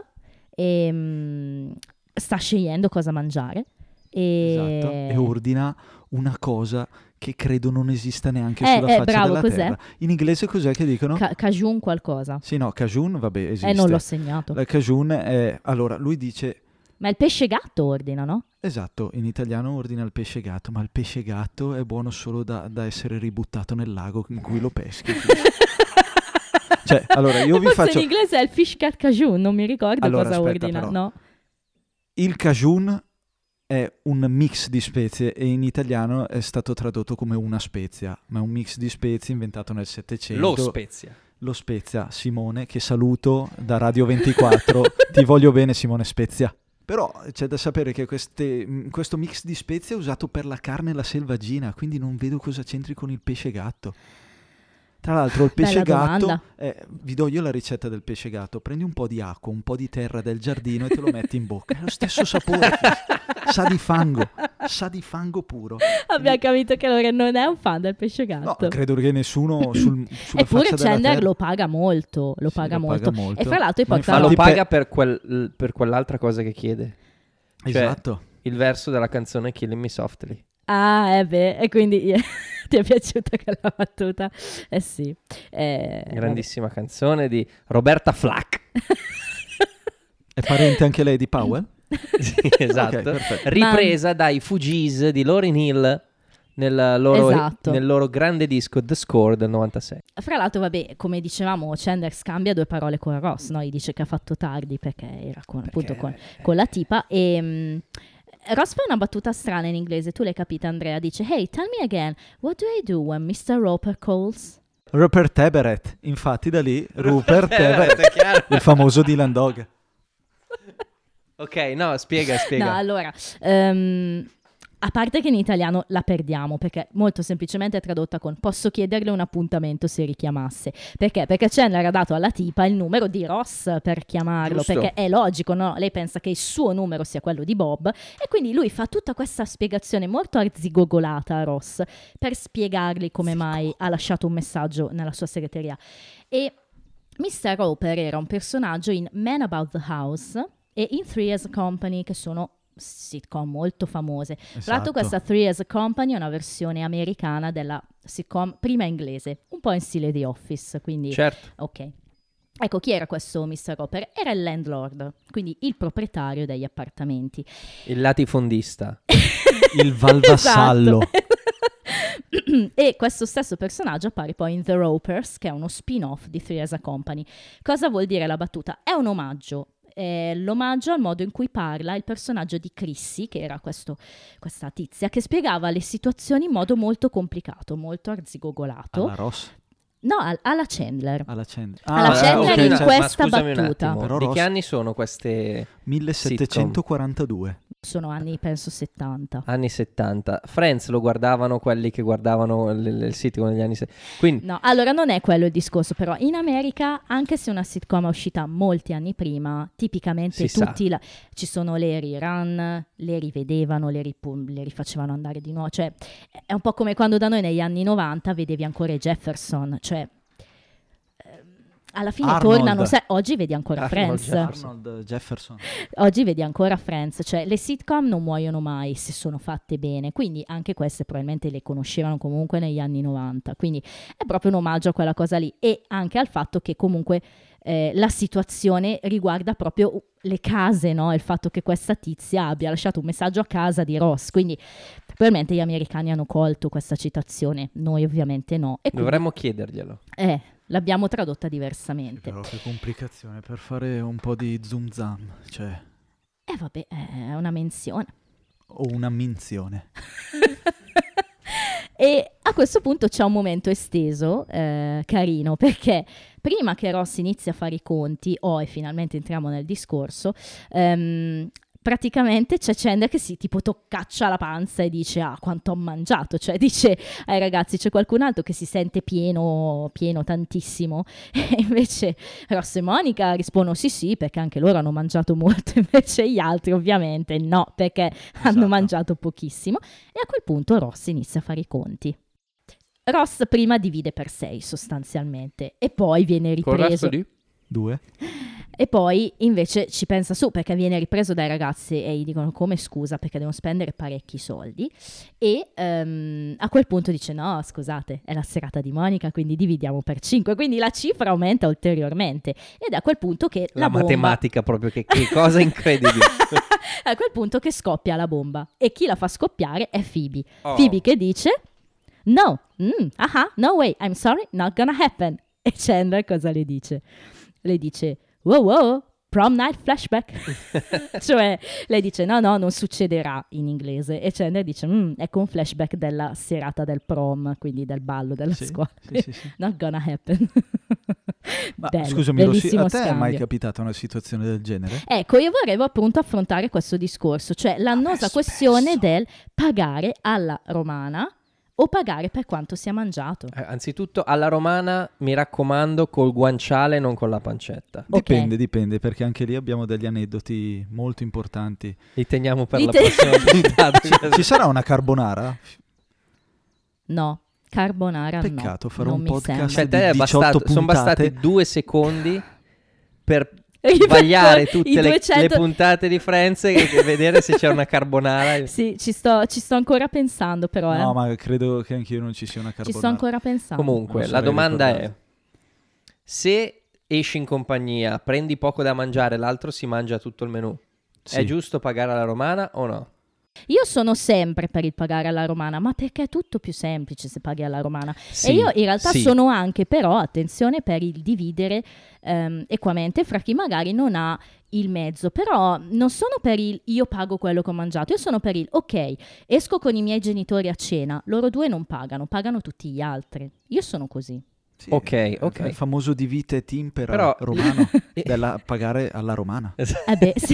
Speaker 3: e mm, sta scegliendo cosa mangiare. E,
Speaker 4: Esatto, e ordina una cosa che credo non esista neanche
Speaker 3: Eh,
Speaker 4: sulla
Speaker 3: eh,
Speaker 4: faccia
Speaker 3: bravo,
Speaker 4: della
Speaker 3: cos'è?
Speaker 4: terra. In inglese cos'è che dicono?
Speaker 3: Ca- Cajun qualcosa.
Speaker 4: sì, no, cajun, vabbè, esiste.
Speaker 3: Eh, non l'ho segnato.
Speaker 4: La cajun è... Allora, lui dice...
Speaker 3: Ma il pesce gatto ordina, no?
Speaker 4: Esatto, in italiano ordina il pesce gatto, ma il pesce gatto è buono solo da, da essere ributtato nel lago in cui
Speaker 3: <laughs>
Speaker 4: lo peschi. Cioè, <laughs> allora, io vi
Speaker 3: Forse
Speaker 4: faccio-
Speaker 3: in inglese è il fish cat cajun, non mi ricordo
Speaker 4: Allora,
Speaker 3: cosa
Speaker 4: aspetta,
Speaker 3: ordina.
Speaker 4: però.
Speaker 3: No.
Speaker 4: Il cajun è un mix di spezie e in italiano è stato tradotto come una spezia, ma è un mix di spezie inventato nel Settecento.
Speaker 2: Lo Spezia.
Speaker 4: Lo Spezia, Simone, che saluto da
Speaker 3: <laughs>
Speaker 4: Radio 24. Ti voglio bene Simone Spezia. Però c'è da sapere che queste- mh, questo mix di spezie è usato per la carne e la selvaggina, quindi non vedo cosa c'entri con il pesce gatto. Tra l'altro il pesce
Speaker 3: Bella
Speaker 4: gatto,
Speaker 3: domanda.
Speaker 4: eh, vi do io la ricetta del pesce gatto, prendi un po' di acqua, un po' di terra del giardino e te lo metti in bocca, è lo
Speaker 3: <laughs>
Speaker 4: stesso sapore, sa di fango, sa di fango puro.
Speaker 3: Abbiamo capito che Loren non è un fan del pesce
Speaker 4: No,
Speaker 3: gatto.
Speaker 4: credo che nessuno sul, sulla
Speaker 3: Esatto. Eppure
Speaker 4: faccia della
Speaker 3: Chandler
Speaker 4: terra-
Speaker 3: lo paga molto, lo,
Speaker 4: Sì,
Speaker 3: paga,
Speaker 4: lo
Speaker 3: molto.
Speaker 4: paga molto.
Speaker 3: E fra l'altro poi
Speaker 4: Ma
Speaker 2: Ma
Speaker 4: Infatti,
Speaker 2: lo
Speaker 3: però-
Speaker 2: paga per, quel- per quell'altra cosa che chiede. Cioè-
Speaker 4: Esatto.
Speaker 2: Il verso della canzone Killing Me Softly.
Speaker 3: Ah, eh beh, e quindi <laughs> ti è piaciuta quella battuta? Eh sì. Eh, <laughs>
Speaker 2: Grandissima canzone di Roberta Flack.
Speaker 4: È parente anche eh? lei di Powell?
Speaker 3: <laughs>
Speaker 2: Sì, esatto.
Speaker 4: Ok, perfetto.
Speaker 2: Ripresa dai Fugees di Lauryn Hill nel loro,
Speaker 3: Esatto.
Speaker 2: nel loro grande disco The Score del 96.
Speaker 3: Fra l'altro, vabbè, come dicevamo, Chandler scambia due parole con Ross, no? Gli dice che ha fatto tardi perché era con, appunto con, con la tipa e... mm, Ross fa una battuta strana in inglese, tu l'hai capita Andrea, dice Hey, tell me again, what do I do when Mr. Roper calls?
Speaker 4: Rupert Everett, infatti da lì
Speaker 2: <laughs>
Speaker 4: Rupert
Speaker 2: Eh, è
Speaker 4: Everett,
Speaker 2: chiaro.
Speaker 4: il famoso Dylan Dog.
Speaker 2: Ok, no, spiega,
Speaker 3: No,
Speaker 2: spiega.
Speaker 3: allora, ehm, A parte che in italiano la perdiamo perché molto semplicemente è tradotta con posso chiederle un appuntamento se richiamasse. Perché? Perché Chandler ha dato alla tipa il numero di Ross per chiamarlo,
Speaker 2: Giusto.
Speaker 3: perché è logico, no? Lei pensa che il suo numero sia quello di Bob e quindi lui fa tutta questa spiegazione molto arzigogolata a Ross per spiegargli come mai ha lasciato un messaggio nella sua segreteria. E Mr. Roper era un personaggio in Man About the House e in Three as a Company, che sono sitcom molto famose. Tra
Speaker 4: Esatto.
Speaker 3: l'altro questa Three as a Company è una versione americana della sitcom prima inglese, un po' in stile di Office, quindi
Speaker 2: Certo.
Speaker 3: ok. Ecco, chi era questo Mr. Roper? Era il landlord, quindi il proprietario degli appartamenti.
Speaker 2: Il latifondista.
Speaker 4: Il Valvassallo.
Speaker 3: Esatto. <clears throat> e questo stesso personaggio appare poi in The Ropers, che è uno spin-off di Three as a Company. Cosa vuol dire la battuta? È un omaggio. eh, l'omaggio al modo in cui parla il personaggio di Chrissy, che era questo- questa tizia, che spiegava le situazioni in modo molto complicato, molto arzigogolato.
Speaker 4: Alla Ross?
Speaker 3: No, al- alla Chandler.
Speaker 4: Alla Chandler.
Speaker 3: Alla Chandler
Speaker 4: ok,
Speaker 3: in
Speaker 4: cioè,
Speaker 2: Ah, ma
Speaker 3: questa
Speaker 2: scusami un
Speaker 3: battuta.
Speaker 2: attimo,
Speaker 4: Però
Speaker 2: di
Speaker 4: Ross-
Speaker 2: che anni sono queste
Speaker 4: 1742.
Speaker 3: Sono anni, penso, 70.
Speaker 2: anni 70? Friends lo guardavano quelli che guardavano il, il sitcom degli anni 70. Quindi
Speaker 3: No, allora non è quello il discorso, però in America, anche se una sitcom è uscita molti anni prima, tipicamente
Speaker 2: Si sa.
Speaker 3: tutti la- ci sono le rerun, le rivedevano, le, ripu- le rifacevano andare di nuovo, cioè è un po' come quando da noi negli anni 90 vedevi ancora i Jefferson, cioè ehm, alla fine
Speaker 4: Arnold.
Speaker 3: tornano, sai, oggi vedi ancora
Speaker 2: Arnold
Speaker 3: Friends.
Speaker 2: Jefferson.
Speaker 4: Arnold Jefferson.
Speaker 3: Oggi vedi ancora Friends, cioè le sitcom non muoiono mai se sono fatte bene, quindi anche queste probabilmente le conoscevano comunque negli anni 90, quindi è proprio un omaggio a quella cosa lì e anche al fatto che comunque eh, la situazione riguarda proprio le case, no? il fatto che questa tizia abbia lasciato un messaggio a casa di Ross, quindi probabilmente gli americani hanno colto questa citazione, noi ovviamente no, e quindi
Speaker 2: dovremmo chiederglielo.
Speaker 3: eh, l'abbiamo tradotta diversamente.
Speaker 4: Però che complicazione per fare un po' di zoom zam, cioè
Speaker 3: E vabbè, eh, è una menzione.
Speaker 4: o una minzione.
Speaker 3: <laughs> E a questo punto c'è un momento esteso, eh, carino, perché prima che Ross inizi a fare i conti, oh, e finalmente entriamo nel discorso, ehm, praticamente c'è Chandler che si tipo toccaccia la panza e dice, ah, quanto ho mangiato, cioè dice ai ragazzi, c'è qualcun altro che si sente pieno, pieno tantissimo, <laughs> e invece Ross e Monica rispondono sì sì, perché anche loro hanno mangiato molto, <laughs> invece gli altri ovviamente no, perché <laughs> <laughs> hanno
Speaker 4: Esatto.
Speaker 3: mangiato pochissimo e a quel punto Ross inizia a fare i conti. Ross prima divide per 6 sostanzialmente e poi viene
Speaker 2: Con il resto
Speaker 3: ripreso
Speaker 2: di?
Speaker 4: Due.
Speaker 3: e poi invece ci pensa su perché viene ripreso dai ragazzi e gli dicono come scusa perché devono spendere parecchi soldi e ehm, a quel punto dice no scusate è la serata di Monica quindi dividiamo per 5 quindi la cifra aumenta ulteriormente ed è a quel punto che la,
Speaker 2: La,
Speaker 3: bomba-
Speaker 2: matematica proprio, che, che cosa incredibile.
Speaker 3: è a quel punto che scoppia la bomba e chi la fa scoppiare è Phoebe
Speaker 2: Oh.
Speaker 3: Phoebe che dice No, mm, aha, no way, I'm sorry, not gonna happen. <laughs> E Chandler cosa le dice? Le dice, wow wow, prom night
Speaker 4: <laughs>
Speaker 3: flashback. cioè, lei dice, no no, non succederà in inglese. E Chandler dice, "Mm, ecco un flashback della serata del prom, quindi del ballo della
Speaker 4: Sì,
Speaker 3: scuola.
Speaker 4: sì, sì, sì.
Speaker 3: <laughs> Not gonna happen.
Speaker 4: Ma
Speaker 3: Bello,
Speaker 4: scusami, Rossi,
Speaker 3: bellissimo
Speaker 4: a te è mai
Speaker 3: scambio.
Speaker 4: capitata una situazione del genere?
Speaker 3: Ecco, io volevo appunto affrontare questo discorso, cioè
Speaker 2: Ah,
Speaker 3: l'annosa
Speaker 4: spesso.
Speaker 3: questione del pagare alla romana o pagare per quanto sia mangiato.
Speaker 2: Eh, Anzitutto alla romana, mi raccomando, col guanciale, non con la pancetta.
Speaker 3: Ok.
Speaker 4: Dipende, dipende, perché anche lì abbiamo degli aneddoti molto importanti.
Speaker 2: Li teniamo per
Speaker 3: Li
Speaker 2: la
Speaker 3: te-
Speaker 2: prossima
Speaker 3: <laughs>
Speaker 2: puntata.
Speaker 4: Ci, ci sarà una carbonara?
Speaker 3: No, carbonara no.
Speaker 4: Peccato, farò
Speaker 3: non
Speaker 4: un
Speaker 3: mi
Speaker 4: podcast
Speaker 2: Cioè,
Speaker 3: sembra.
Speaker 4: di
Speaker 2: te è
Speaker 4: 18
Speaker 2: bastato, sono bastati
Speaker 4: puntate.
Speaker 2: due secondi per
Speaker 3: Ripeto,
Speaker 2: sbagliare
Speaker 3: i
Speaker 2: tutte le,
Speaker 3: 200
Speaker 2: le puntate di Friends e e vedere se c'è una
Speaker 3: <laughs>
Speaker 2: carbonara.
Speaker 3: Sì, ci sto, ci sto ancora pensando però, eh.
Speaker 4: No, ma credo che anch'io non ci sia una
Speaker 3: ci sto
Speaker 4: carbonara.
Speaker 3: ancora pensando.
Speaker 2: Comunque,
Speaker 4: Non
Speaker 2: la
Speaker 4: saprei
Speaker 2: domanda è:
Speaker 4: ricordarlo.
Speaker 2: se esci in compagnia, prendi poco da mangiare, l'altro si mangia tutto il menù.
Speaker 4: Sì.
Speaker 2: È giusto pagare alla romana o no?
Speaker 3: Io sono sempre per il pagare alla romana, ma perché è tutto più semplice se paghi alla romana?
Speaker 2: Sì,
Speaker 3: e io in realtà
Speaker 2: sì.
Speaker 3: sono anche però, attenzione, per il dividere ehm, equamente fra chi magari non ha il mezzo, però non sono per il io pago quello che ho mangiato, io sono per il ok, esco con i miei genitori a cena, loro due non pagano, pagano tutti gli altri. Io sono così.
Speaker 4: Sì,
Speaker 2: Ok,
Speaker 4: eh,
Speaker 2: ok.
Speaker 4: Il famoso di vite et impera
Speaker 2: Però- <laughs>
Speaker 4: romano, della pagare alla romana.
Speaker 3: Eh beh, sì, <laughs>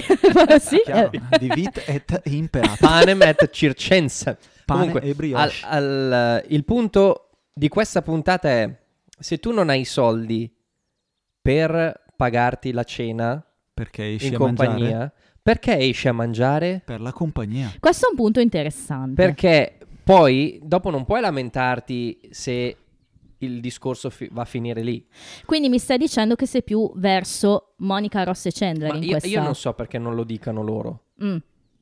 Speaker 3: sì,
Speaker 4: Chiaro,
Speaker 3: eh,
Speaker 4: <laughs> di vit et impera.
Speaker 2: Panem et
Speaker 4: <laughs>
Speaker 2: circense.
Speaker 4: Pane
Speaker 2: Comunque,
Speaker 4: e brioche.
Speaker 2: al- al- il punto di questa puntata è: se tu non hai i soldi per pagarti la cena
Speaker 4: perché esci
Speaker 2: in
Speaker 4: a mangiare?
Speaker 2: compagnia, perché esci a mangiare?
Speaker 4: Per la compagnia.
Speaker 3: questo è un punto interessante.
Speaker 2: Perché poi dopo non puoi lamentarti se il discorso fi- va a finire lì.
Speaker 3: Quindi mi stai dicendo che sei più verso Monica Ross e Chandler
Speaker 2: Ma
Speaker 3: in
Speaker 2: io,
Speaker 3: questa...
Speaker 2: io non so perché non lo dicano loro.
Speaker 3: Mm.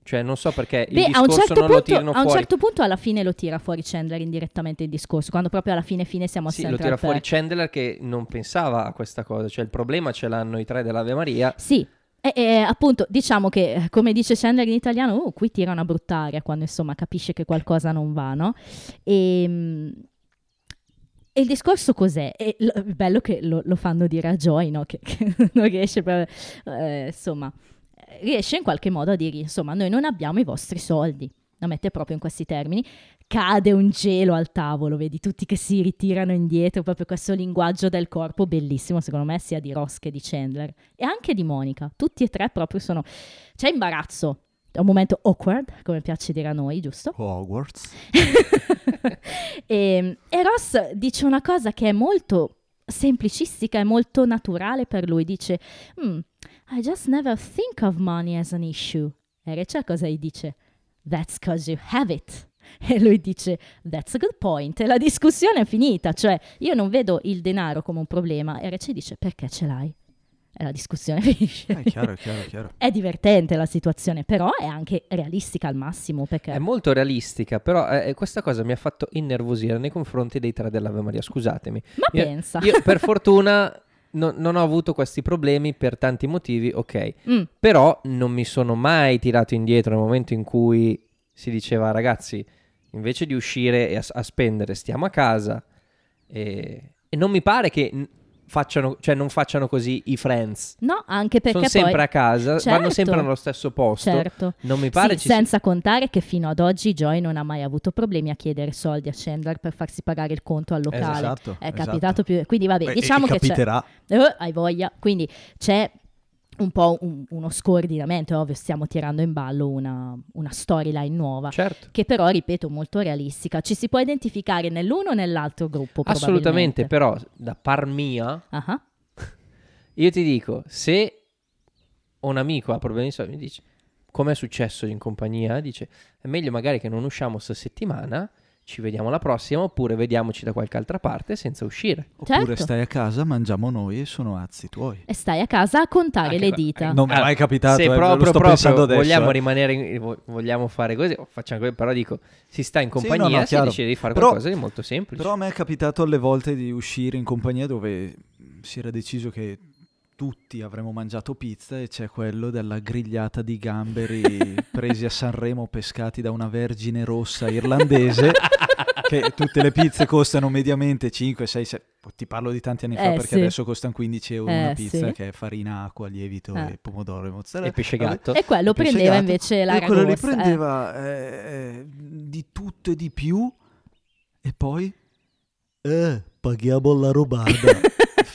Speaker 2: Cioè, non so perché il
Speaker 3: Beh, a
Speaker 2: discorso
Speaker 3: un, certo
Speaker 2: non
Speaker 3: punto,
Speaker 2: lo tirano
Speaker 3: a un
Speaker 2: fuori.
Speaker 3: certo punto alla fine lo tira fuori Chandler indirettamente il discorso, quando proprio alla fine fine siamo a
Speaker 2: Sì, lo
Speaker 3: Central
Speaker 2: tira fuori
Speaker 3: Perk.
Speaker 2: Chandler che non pensava a questa cosa. Cioè, il problema ce l'hanno i tre dell'Ave Maria.
Speaker 3: Sì, e, e, appunto diciamo che eh, come dice Chandler in italiano, "Oh, qui tira una brutta aria quando insomma capisce che qualcosa non va, no? E, mm, e il discorso cos'è? E lo- è bello che lo, lo fanno dire a Joy, no? Che, che <laughs> non riesce proprio, eh, insomma, eh, riesce in qualche modo a dirgli, insomma, noi non abbiamo i vostri soldi. La mette proprio in questi termini. Cade un gelo al tavolo, vedi tutti che si ritirano indietro, proprio questo linguaggio del corpo bellissimo, secondo me, sia di Ross che di Chandler e anche di Monica. Tutti e tre proprio sono... C'è imbarazzo, è un momento awkward, come piace dire a noi, giusto?
Speaker 4: Hogwarts.
Speaker 3: <laughs> e, e Ross dice una cosa che è molto semplicistica e molto naturale per lui. Dice, "Hmm, I just never think of money as an issue. E Rachel cosa gli dice? That's cause you have it. E lui dice, that's a good point. E la discussione è finita. Cioè, io non vedo il denaro come un problema. E Rachel dice, perché ce l'hai? E la discussione <laughs> finisce.
Speaker 4: Eh, È chiaro, è chiaro,
Speaker 2: <laughs>
Speaker 4: è chiaro.
Speaker 3: È divertente la situazione, però è anche realistica al massimo perché
Speaker 2: È molto realistica, però eh, questa cosa mi ha fatto innervosire nei confronti dei tre dell'Ave Maria. Scusatemi.
Speaker 3: ma
Speaker 2: Io-
Speaker 3: pensa.
Speaker 2: Io,
Speaker 3: <laughs>
Speaker 2: per fortuna, no- non ho avuto questi problemi per tanti motivi, ok.
Speaker 3: Mm,
Speaker 2: Però non mi sono mai tirato indietro nel momento in cui si diceva ragazzi, invece di uscire e a, a spendere, stiamo a casa. E, e non mi pare che n- facciano, cioè non facciano così i friends.
Speaker 3: No, anche
Speaker 2: Sono
Speaker 3: perché poi
Speaker 2: sempre a casa, vanno
Speaker 3: Certo.
Speaker 2: sempre nello stesso posto.
Speaker 3: certo.
Speaker 2: Non mi pare
Speaker 3: Sì,
Speaker 2: ci sia-
Speaker 3: senza contare che fino ad oggi Joy non ha mai avuto problemi a chiedere soldi a Chandler per farsi pagare il conto al locale.
Speaker 4: Esatto,
Speaker 3: È
Speaker 4: esatto.
Speaker 3: capitato più. Quindi, vabbè,
Speaker 4: Beh,
Speaker 3: diciamo
Speaker 4: e
Speaker 3: che c'è.
Speaker 4: capiterà.
Speaker 3: Eh, hai voglia. Quindi c'è un po' un- uno scordinamento. È ovvio, stiamo tirando in ballo una, una storyline nuova.
Speaker 2: Certo.
Speaker 3: Che però, ripeto, molto realistica. Ci si può identificare nell'uno o nell'altro gruppo.
Speaker 2: Assolutamente,
Speaker 3: probabilmente.
Speaker 2: però da par mia
Speaker 3: Ah ah.
Speaker 2: Io ti dico, se un amico ha problemi di soldi, mi dice, come è successo in compagnia, dice, è meglio magari che non usciamo sta settimana, ci vediamo la prossima, oppure vediamoci da qualche altra parte senza uscire.
Speaker 4: Oppure
Speaker 3: Certo.
Speaker 4: stai a casa, mangiamo noi e sono azzi tuoi.
Speaker 3: E stai a casa a contare
Speaker 2: Anche
Speaker 3: le
Speaker 2: qua-
Speaker 3: dita.
Speaker 4: Non mi è
Speaker 2: Allora,
Speaker 4: mai capitato,
Speaker 2: se
Speaker 4: eh,
Speaker 2: proprio,
Speaker 4: lo sto
Speaker 2: proprio
Speaker 4: pensando adesso.
Speaker 2: vogliamo
Speaker 4: eh.
Speaker 2: rimanere, in- vo- vogliamo fare così, o facciamo così, però dico, si sta in
Speaker 4: Sì, no,
Speaker 2: compagnia,
Speaker 4: no,
Speaker 2: si
Speaker 4: chiaro.
Speaker 2: decide di fare
Speaker 4: Però-
Speaker 2: qualcosa di molto semplice.
Speaker 4: Però a me è capitato alle volte di uscire in compagnia dove si era deciso che tutti avremmo mangiato pizza e c'è quello della grigliata
Speaker 2: <laughs>
Speaker 4: di gamberi presi a Sanremo pescati da una vergine rossa
Speaker 2: <laughs>
Speaker 3: <laughs>
Speaker 4: irlandese che tutte le pizze costano mediamente 5, 6, 7 ti parlo di tanti anni fa
Speaker 3: Eh,
Speaker 4: perché
Speaker 3: sì.
Speaker 4: adesso costano 15 euro una
Speaker 3: Eh,
Speaker 4: pizza
Speaker 3: sì.
Speaker 4: che è farina, acqua, lievito
Speaker 3: Eh.
Speaker 4: e pomodoro e mozzarella
Speaker 2: e pesce
Speaker 4: Vabbè.
Speaker 2: gatto.
Speaker 3: E quello
Speaker 4: Pesce
Speaker 3: prendeva
Speaker 4: gatto.
Speaker 3: invece la
Speaker 4: E quello lì
Speaker 3: ragosta, eh. <laughs>
Speaker 4: prendeva eh, eh, di tutto e di più e poi... Eh, paghiamo la robada.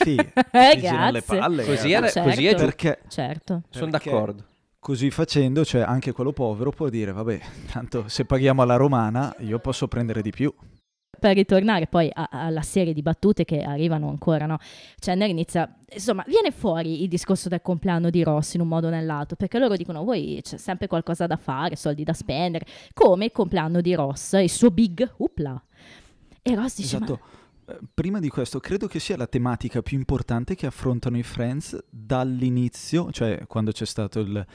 Speaker 4: sì, ti girano le
Speaker 3: Eh, Grazie.
Speaker 4: palle.
Speaker 2: Così,
Speaker 4: eh.
Speaker 2: era-
Speaker 3: certo.
Speaker 2: così è giusto.
Speaker 4: Perché
Speaker 3: Certo.
Speaker 2: Sono
Speaker 4: Perché-
Speaker 2: d'accordo.
Speaker 4: così facendo, cioè anche quello povero può dire, vabbè, tanto se paghiamo alla romana io posso prendere di più.
Speaker 3: Per ritornare poi a- alla serie di battute che arrivano ancora, no? Chandler inizia, insomma, viene fuori il discorso del compleanno di Ross in un modo o nell'altro, perché loro dicono, voi c'è sempre qualcosa da fare, soldi da spendere, come il compleanno di Ross, il suo big upla. E Ross dice, ma
Speaker 4: Esatto. Eh, Prima di questo, credo che sia la tematica più importante che affrontano i Friends dall'inizio, cioè quando c'è stato il-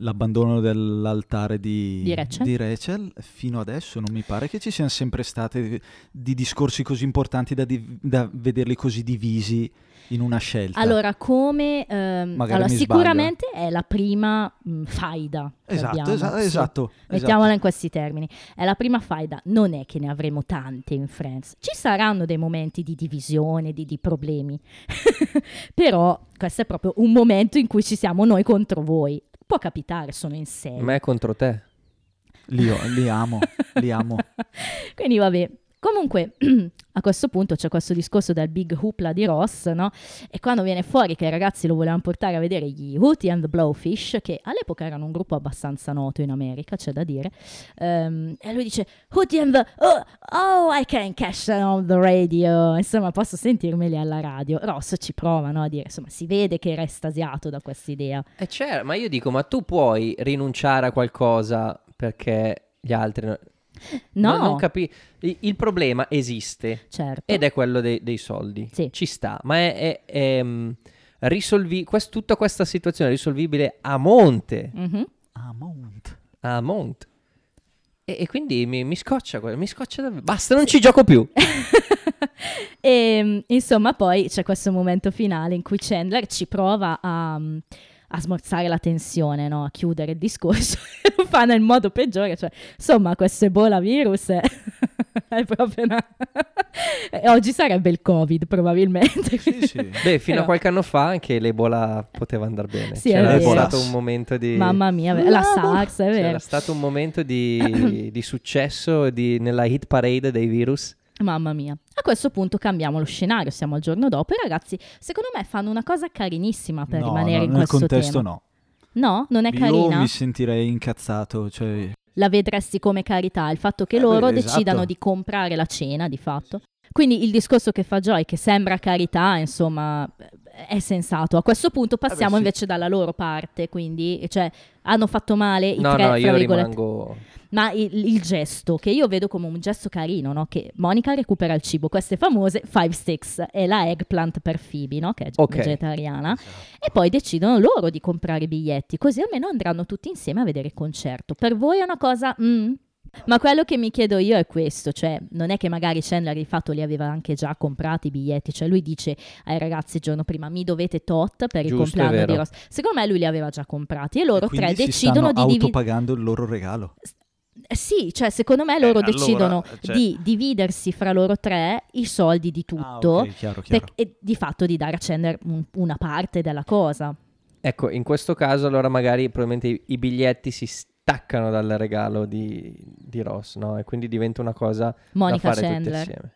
Speaker 4: l'abbandono dell'altare di,
Speaker 3: Di Rachel.
Speaker 4: Rachel, fino adesso non mi pare che ci siano sempre stati di, di discorsi così importanti da, di- da vederli così divisi in una scelta.
Speaker 3: Allora, come... ehm,
Speaker 4: Magari
Speaker 3: allora,
Speaker 4: mi
Speaker 3: sicuramente è la prima mh, faida. che
Speaker 4: esatto,
Speaker 3: abbiamo,
Speaker 4: esatto,
Speaker 3: sì.
Speaker 4: esatto,
Speaker 3: Mettiamola in questi termini. È la prima faida, non è che ne avremo tante in Friends. Ci saranno dei momenti di divisione, di, di problemi, <laughs> però questo è proprio un momento in cui ci siamo noi contro voi. Può capitare, sono in serie.
Speaker 2: Ma è contro te.
Speaker 4: Li, li amo, li amo.
Speaker 3: <laughs> Quindi vabbè, Comunque, <clears throat> a questo punto c'è questo discorso del big hoopla di Ross, no? E quando viene fuori che i ragazzi lo volevano portare a vedere gli Hootie and the Blowfish, che all'epoca erano un gruppo abbastanza noto in America, c'è da dire, ehm, e lui dice Hootie and the... Oh, oh, I can catch them on the radio. Insomma, posso sentirmeli alla radio. Ross ci prova, no? A dire, insomma, si vede che era estasiato da questa idea.
Speaker 2: Eh, c'è, ma io dico, ma tu puoi rinunciare a qualcosa perché gli altri... no-
Speaker 3: No,
Speaker 2: Non, non capi- i- Il problema esiste.
Speaker 3: certo.
Speaker 2: Ed è quello dei, dei soldi.
Speaker 3: Sì.
Speaker 2: Ci sta, ma è, è- è, mm, risolvi- quest- tutta questa situazione è risolvibile a monte.
Speaker 3: Mhm.
Speaker 4: Amount.
Speaker 2: A monte. E, e quindi mi, mi scoccia, quello, mi scoccia davvero. Basta, non ci gioco
Speaker 3: <laughs>
Speaker 2: più.
Speaker 3: E mh, Ehm, insomma, poi c'è questo momento finale in cui Chandler ci prova a, mh, a smorzare la tensione, no? a chiudere il discorso. <laughs> e Lo fa nel modo peggiore, cioè, insomma, questo Ebola virus è, <laughs> è proprio una. <laughs> e oggi sarebbe il Covid, probabilmente.
Speaker 4: Sì, sì.
Speaker 2: Beh, fino
Speaker 3: Però-
Speaker 2: a qualche anno fa anche l'Ebola poteva andare bene.
Speaker 3: Sì, è
Speaker 2: c'era
Speaker 4: vero.
Speaker 2: stato un momento di...
Speaker 3: Mamma mia, ve- la SARS, è
Speaker 2: C'era
Speaker 3: vero.
Speaker 2: stato un momento
Speaker 3: <coughs>
Speaker 2: di, di successo di- nella hit parade dei virus.
Speaker 3: Mamma mia. A questo punto cambiamo lo scenario, siamo al giorno dopo. I ragazzi, secondo me, fanno una cosa carinissima per
Speaker 4: No,
Speaker 3: rimanere
Speaker 4: no,
Speaker 3: in
Speaker 4: nel
Speaker 3: questo
Speaker 4: contesto
Speaker 3: tema.
Speaker 4: no.
Speaker 3: No, non è
Speaker 4: Io
Speaker 3: carina.
Speaker 4: mi sentirei incazzato, cioè
Speaker 3: la vedresti come carità, il fatto che
Speaker 4: Eh,
Speaker 3: loro
Speaker 4: beh, esatto.
Speaker 3: decidano di comprare la cena, di fatto. Quindi il discorso che fa Joy, che sembra carità, insomma, eh, è sensato. A questo punto passiamo
Speaker 4: sì.
Speaker 3: invece dalla loro parte, quindi, cioè, hanno fatto male i
Speaker 2: No,
Speaker 3: tre,
Speaker 2: no,
Speaker 3: fra
Speaker 2: io
Speaker 3: virgolette.
Speaker 2: rimango...
Speaker 3: Ma il, il gesto, che io vedo come un gesto carino, no? Che Monica recupera il cibo, queste famose five sticks e la eggplant per Phoebe, no? Che è
Speaker 2: Ok.
Speaker 3: vegetariana. E poi decidono loro di comprare i biglietti, così almeno andranno tutti insieme a vedere il concerto. Per voi è una cosa... mm? Ma quello che mi chiedo io è questo, cioè non è che magari Chandler di fatto li aveva anche già comprati i biglietti, cioè lui dice ai ragazzi il giorno prima mi dovete tot per il
Speaker 2: Giusto, è
Speaker 3: compleanno di
Speaker 2: vero.
Speaker 3: Ross. Secondo me lui li aveva già comprati e loro
Speaker 4: E
Speaker 3: tre
Speaker 4: quindi si
Speaker 3: decidono di
Speaker 4: stanno
Speaker 3: dividere...
Speaker 4: autopagando il loro regalo.
Speaker 3: Eh, Sì, cioè secondo
Speaker 2: Eh,
Speaker 3: me loro
Speaker 4: allora,
Speaker 3: decidono
Speaker 4: cioè-
Speaker 3: di dividersi fra loro tre i soldi di tutto
Speaker 4: Ah, ok, chiaro, chiaro.
Speaker 3: per- e di fatto di dare a Chandler un- una parte della cosa.
Speaker 2: Ecco, in questo caso allora magari probabilmente i, i biglietti si staccano dal regalo di, di Ross, no? E quindi diventa una cosa
Speaker 3: Monica
Speaker 2: da fare tutte
Speaker 3: Chandler.
Speaker 2: insieme.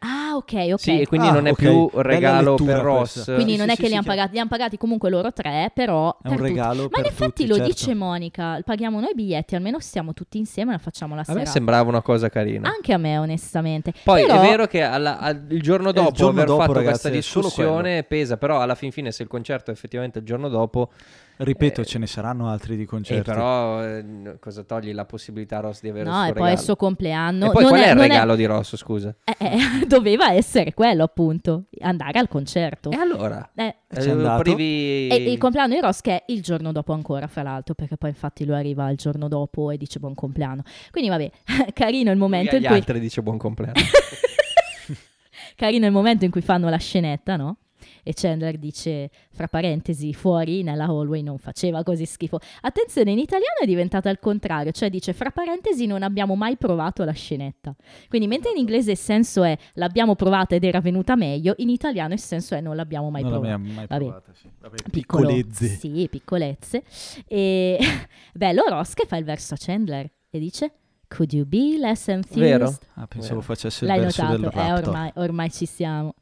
Speaker 3: Ah, ok, ok.
Speaker 2: Sì, e quindi eh,
Speaker 4: Ah,
Speaker 2: non è
Speaker 4: ok.
Speaker 2: più un
Speaker 4: Bella
Speaker 2: regalo
Speaker 4: lettura
Speaker 2: per Ross.
Speaker 4: questa.
Speaker 3: quindi
Speaker 4: sì,
Speaker 3: non
Speaker 4: sì,
Speaker 3: è
Speaker 4: sì,
Speaker 3: che li
Speaker 4: sì,
Speaker 3: hanno
Speaker 4: chiaro.
Speaker 3: pagati, li hanno pagati comunque loro tre, però
Speaker 4: È
Speaker 3: per
Speaker 4: un
Speaker 3: tutti.
Speaker 4: regalo
Speaker 3: Ma
Speaker 4: per
Speaker 3: infatti
Speaker 4: tutti,
Speaker 3: lo
Speaker 4: certo.
Speaker 3: dice Monica, paghiamo noi i biglietti, almeno stiamo tutti insieme e la facciamo la
Speaker 2: A me
Speaker 3: serata.
Speaker 2: sembrava una cosa carina.
Speaker 3: Anche a me, onestamente.
Speaker 2: Poi
Speaker 3: Ah, Però-
Speaker 2: è vero che alla- al- il giorno dopo
Speaker 4: giorno
Speaker 2: aver
Speaker 4: dopo,
Speaker 2: fatto
Speaker 4: ragazzi,
Speaker 2: questa
Speaker 4: è solo
Speaker 2: discussione pesa, però alla fin fine se il concerto è effettivamente il giorno dopo,
Speaker 4: Ripeto,
Speaker 2: eh,
Speaker 4: ce ne saranno altri di
Speaker 2: eh,
Speaker 4: concerti.
Speaker 2: però eh, n- cosa togli la possibilità a Ross di avere il
Speaker 3: No,
Speaker 2: suo
Speaker 3: e poi è
Speaker 2: regalo?
Speaker 3: il suo compleanno.
Speaker 2: E poi
Speaker 3: non
Speaker 2: qual è, il
Speaker 3: non
Speaker 2: regalo di Ross, scusa?
Speaker 3: Eh, eh, <laughs> doveva essere quello, appunto, andare al concerto.
Speaker 2: E allora?
Speaker 3: Eh,
Speaker 4: E c'è
Speaker 2: Eh,
Speaker 4: andato?
Speaker 2: privi-
Speaker 3: E il compleanno di Ross che è il giorno dopo ancora, fra l'altro, perché poi infatti lui arriva il giorno dopo e dice buon compleanno. Quindi vabbè, <laughs> carino il
Speaker 2: Lui
Speaker 3: momento in
Speaker 2: agli
Speaker 3: cui...
Speaker 2: altri dice buon compleanno.
Speaker 3: <laughs> carino il momento in cui fanno la scenetta, no? E Chandler dice, fra parentesi, fuori nella hallway non faceva così schifo. Attenzione, in italiano è diventata al contrario, cioè dice, fra parentesi, non abbiamo mai provato la scenetta. Quindi mentre in inglese il senso è l'abbiamo provata ed era venuta meglio, in italiano il senso è non l'abbiamo mai
Speaker 4: non
Speaker 3: provata.
Speaker 4: l'abbiamo mai
Speaker 3: Vabbè.
Speaker 4: provata, sì. Vabbè,
Speaker 3: Piccolo-
Speaker 4: piccolezze.
Speaker 3: Sì, piccolezze. E <laughs> bello Ross che fa il verso a Chandler e dice Could you be less enthused?
Speaker 2: Vero.
Speaker 4: Ah,
Speaker 2: Vero.
Speaker 4: pensavo facesse il
Speaker 3: L'hai
Speaker 4: verso del
Speaker 3: notato, eh,
Speaker 4: raptor.
Speaker 3: ormai, ormai ci siamo.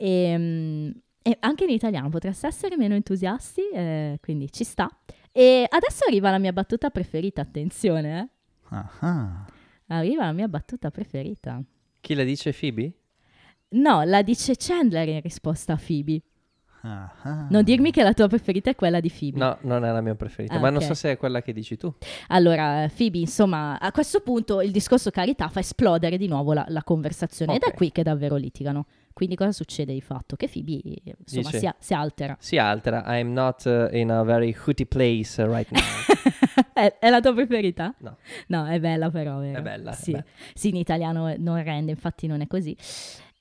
Speaker 3: Ehm, E, anche in italiano potreste essere meno entusiasti, eh, quindi ci sta. E adesso arriva la mia battuta preferita, attenzione, eh.
Speaker 4: Ah, ah.
Speaker 3: Arriva la mia battuta preferita.
Speaker 2: Chi la dice Phoebe?
Speaker 3: No, la dice Chandler in risposta a Phoebe.
Speaker 4: Ah, ah.
Speaker 3: Non dirmi che la tua preferita è quella di Phoebe.
Speaker 2: No, non è la mia preferita,
Speaker 3: Ah,
Speaker 2: ma non
Speaker 3: ok.
Speaker 2: so se è quella che dici tu.
Speaker 3: Allora, Phoebe, insomma, a questo punto il discorso carità fa esplodere di nuovo la, la conversazione ed
Speaker 2: Ok.
Speaker 3: è qui che davvero litigano. Quindi cosa succede di fatto? Che Phoebe, eh, insomma,
Speaker 2: Dice-
Speaker 3: si, a- si altera. <laughs>
Speaker 2: Si altera, I'm not uh, in a very hooty place eh, right now.
Speaker 3: <laughs> è, è la tua preferita?
Speaker 2: No.
Speaker 3: No, è bella però, vero?
Speaker 2: È bella, è
Speaker 3: Sì.
Speaker 2: bella.
Speaker 3: Sì, in italiano non rende, infatti non è così.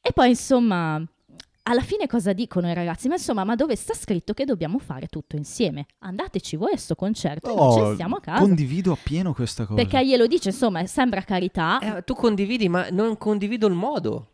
Speaker 3: E poi, insomma, alla fine cosa dicono i ragazzi? Ma insomma, ma dove sta scritto che dobbiamo fare tutto insieme? Andateci voi a sto concerto e noi
Speaker 4: Oh,
Speaker 3: ci stiamo a casa.
Speaker 4: Condivido appieno questa cosa.
Speaker 3: Perché glielo dice, insomma, sembra carità,
Speaker 2: Eh, tu condividi, ma non condivido il modo.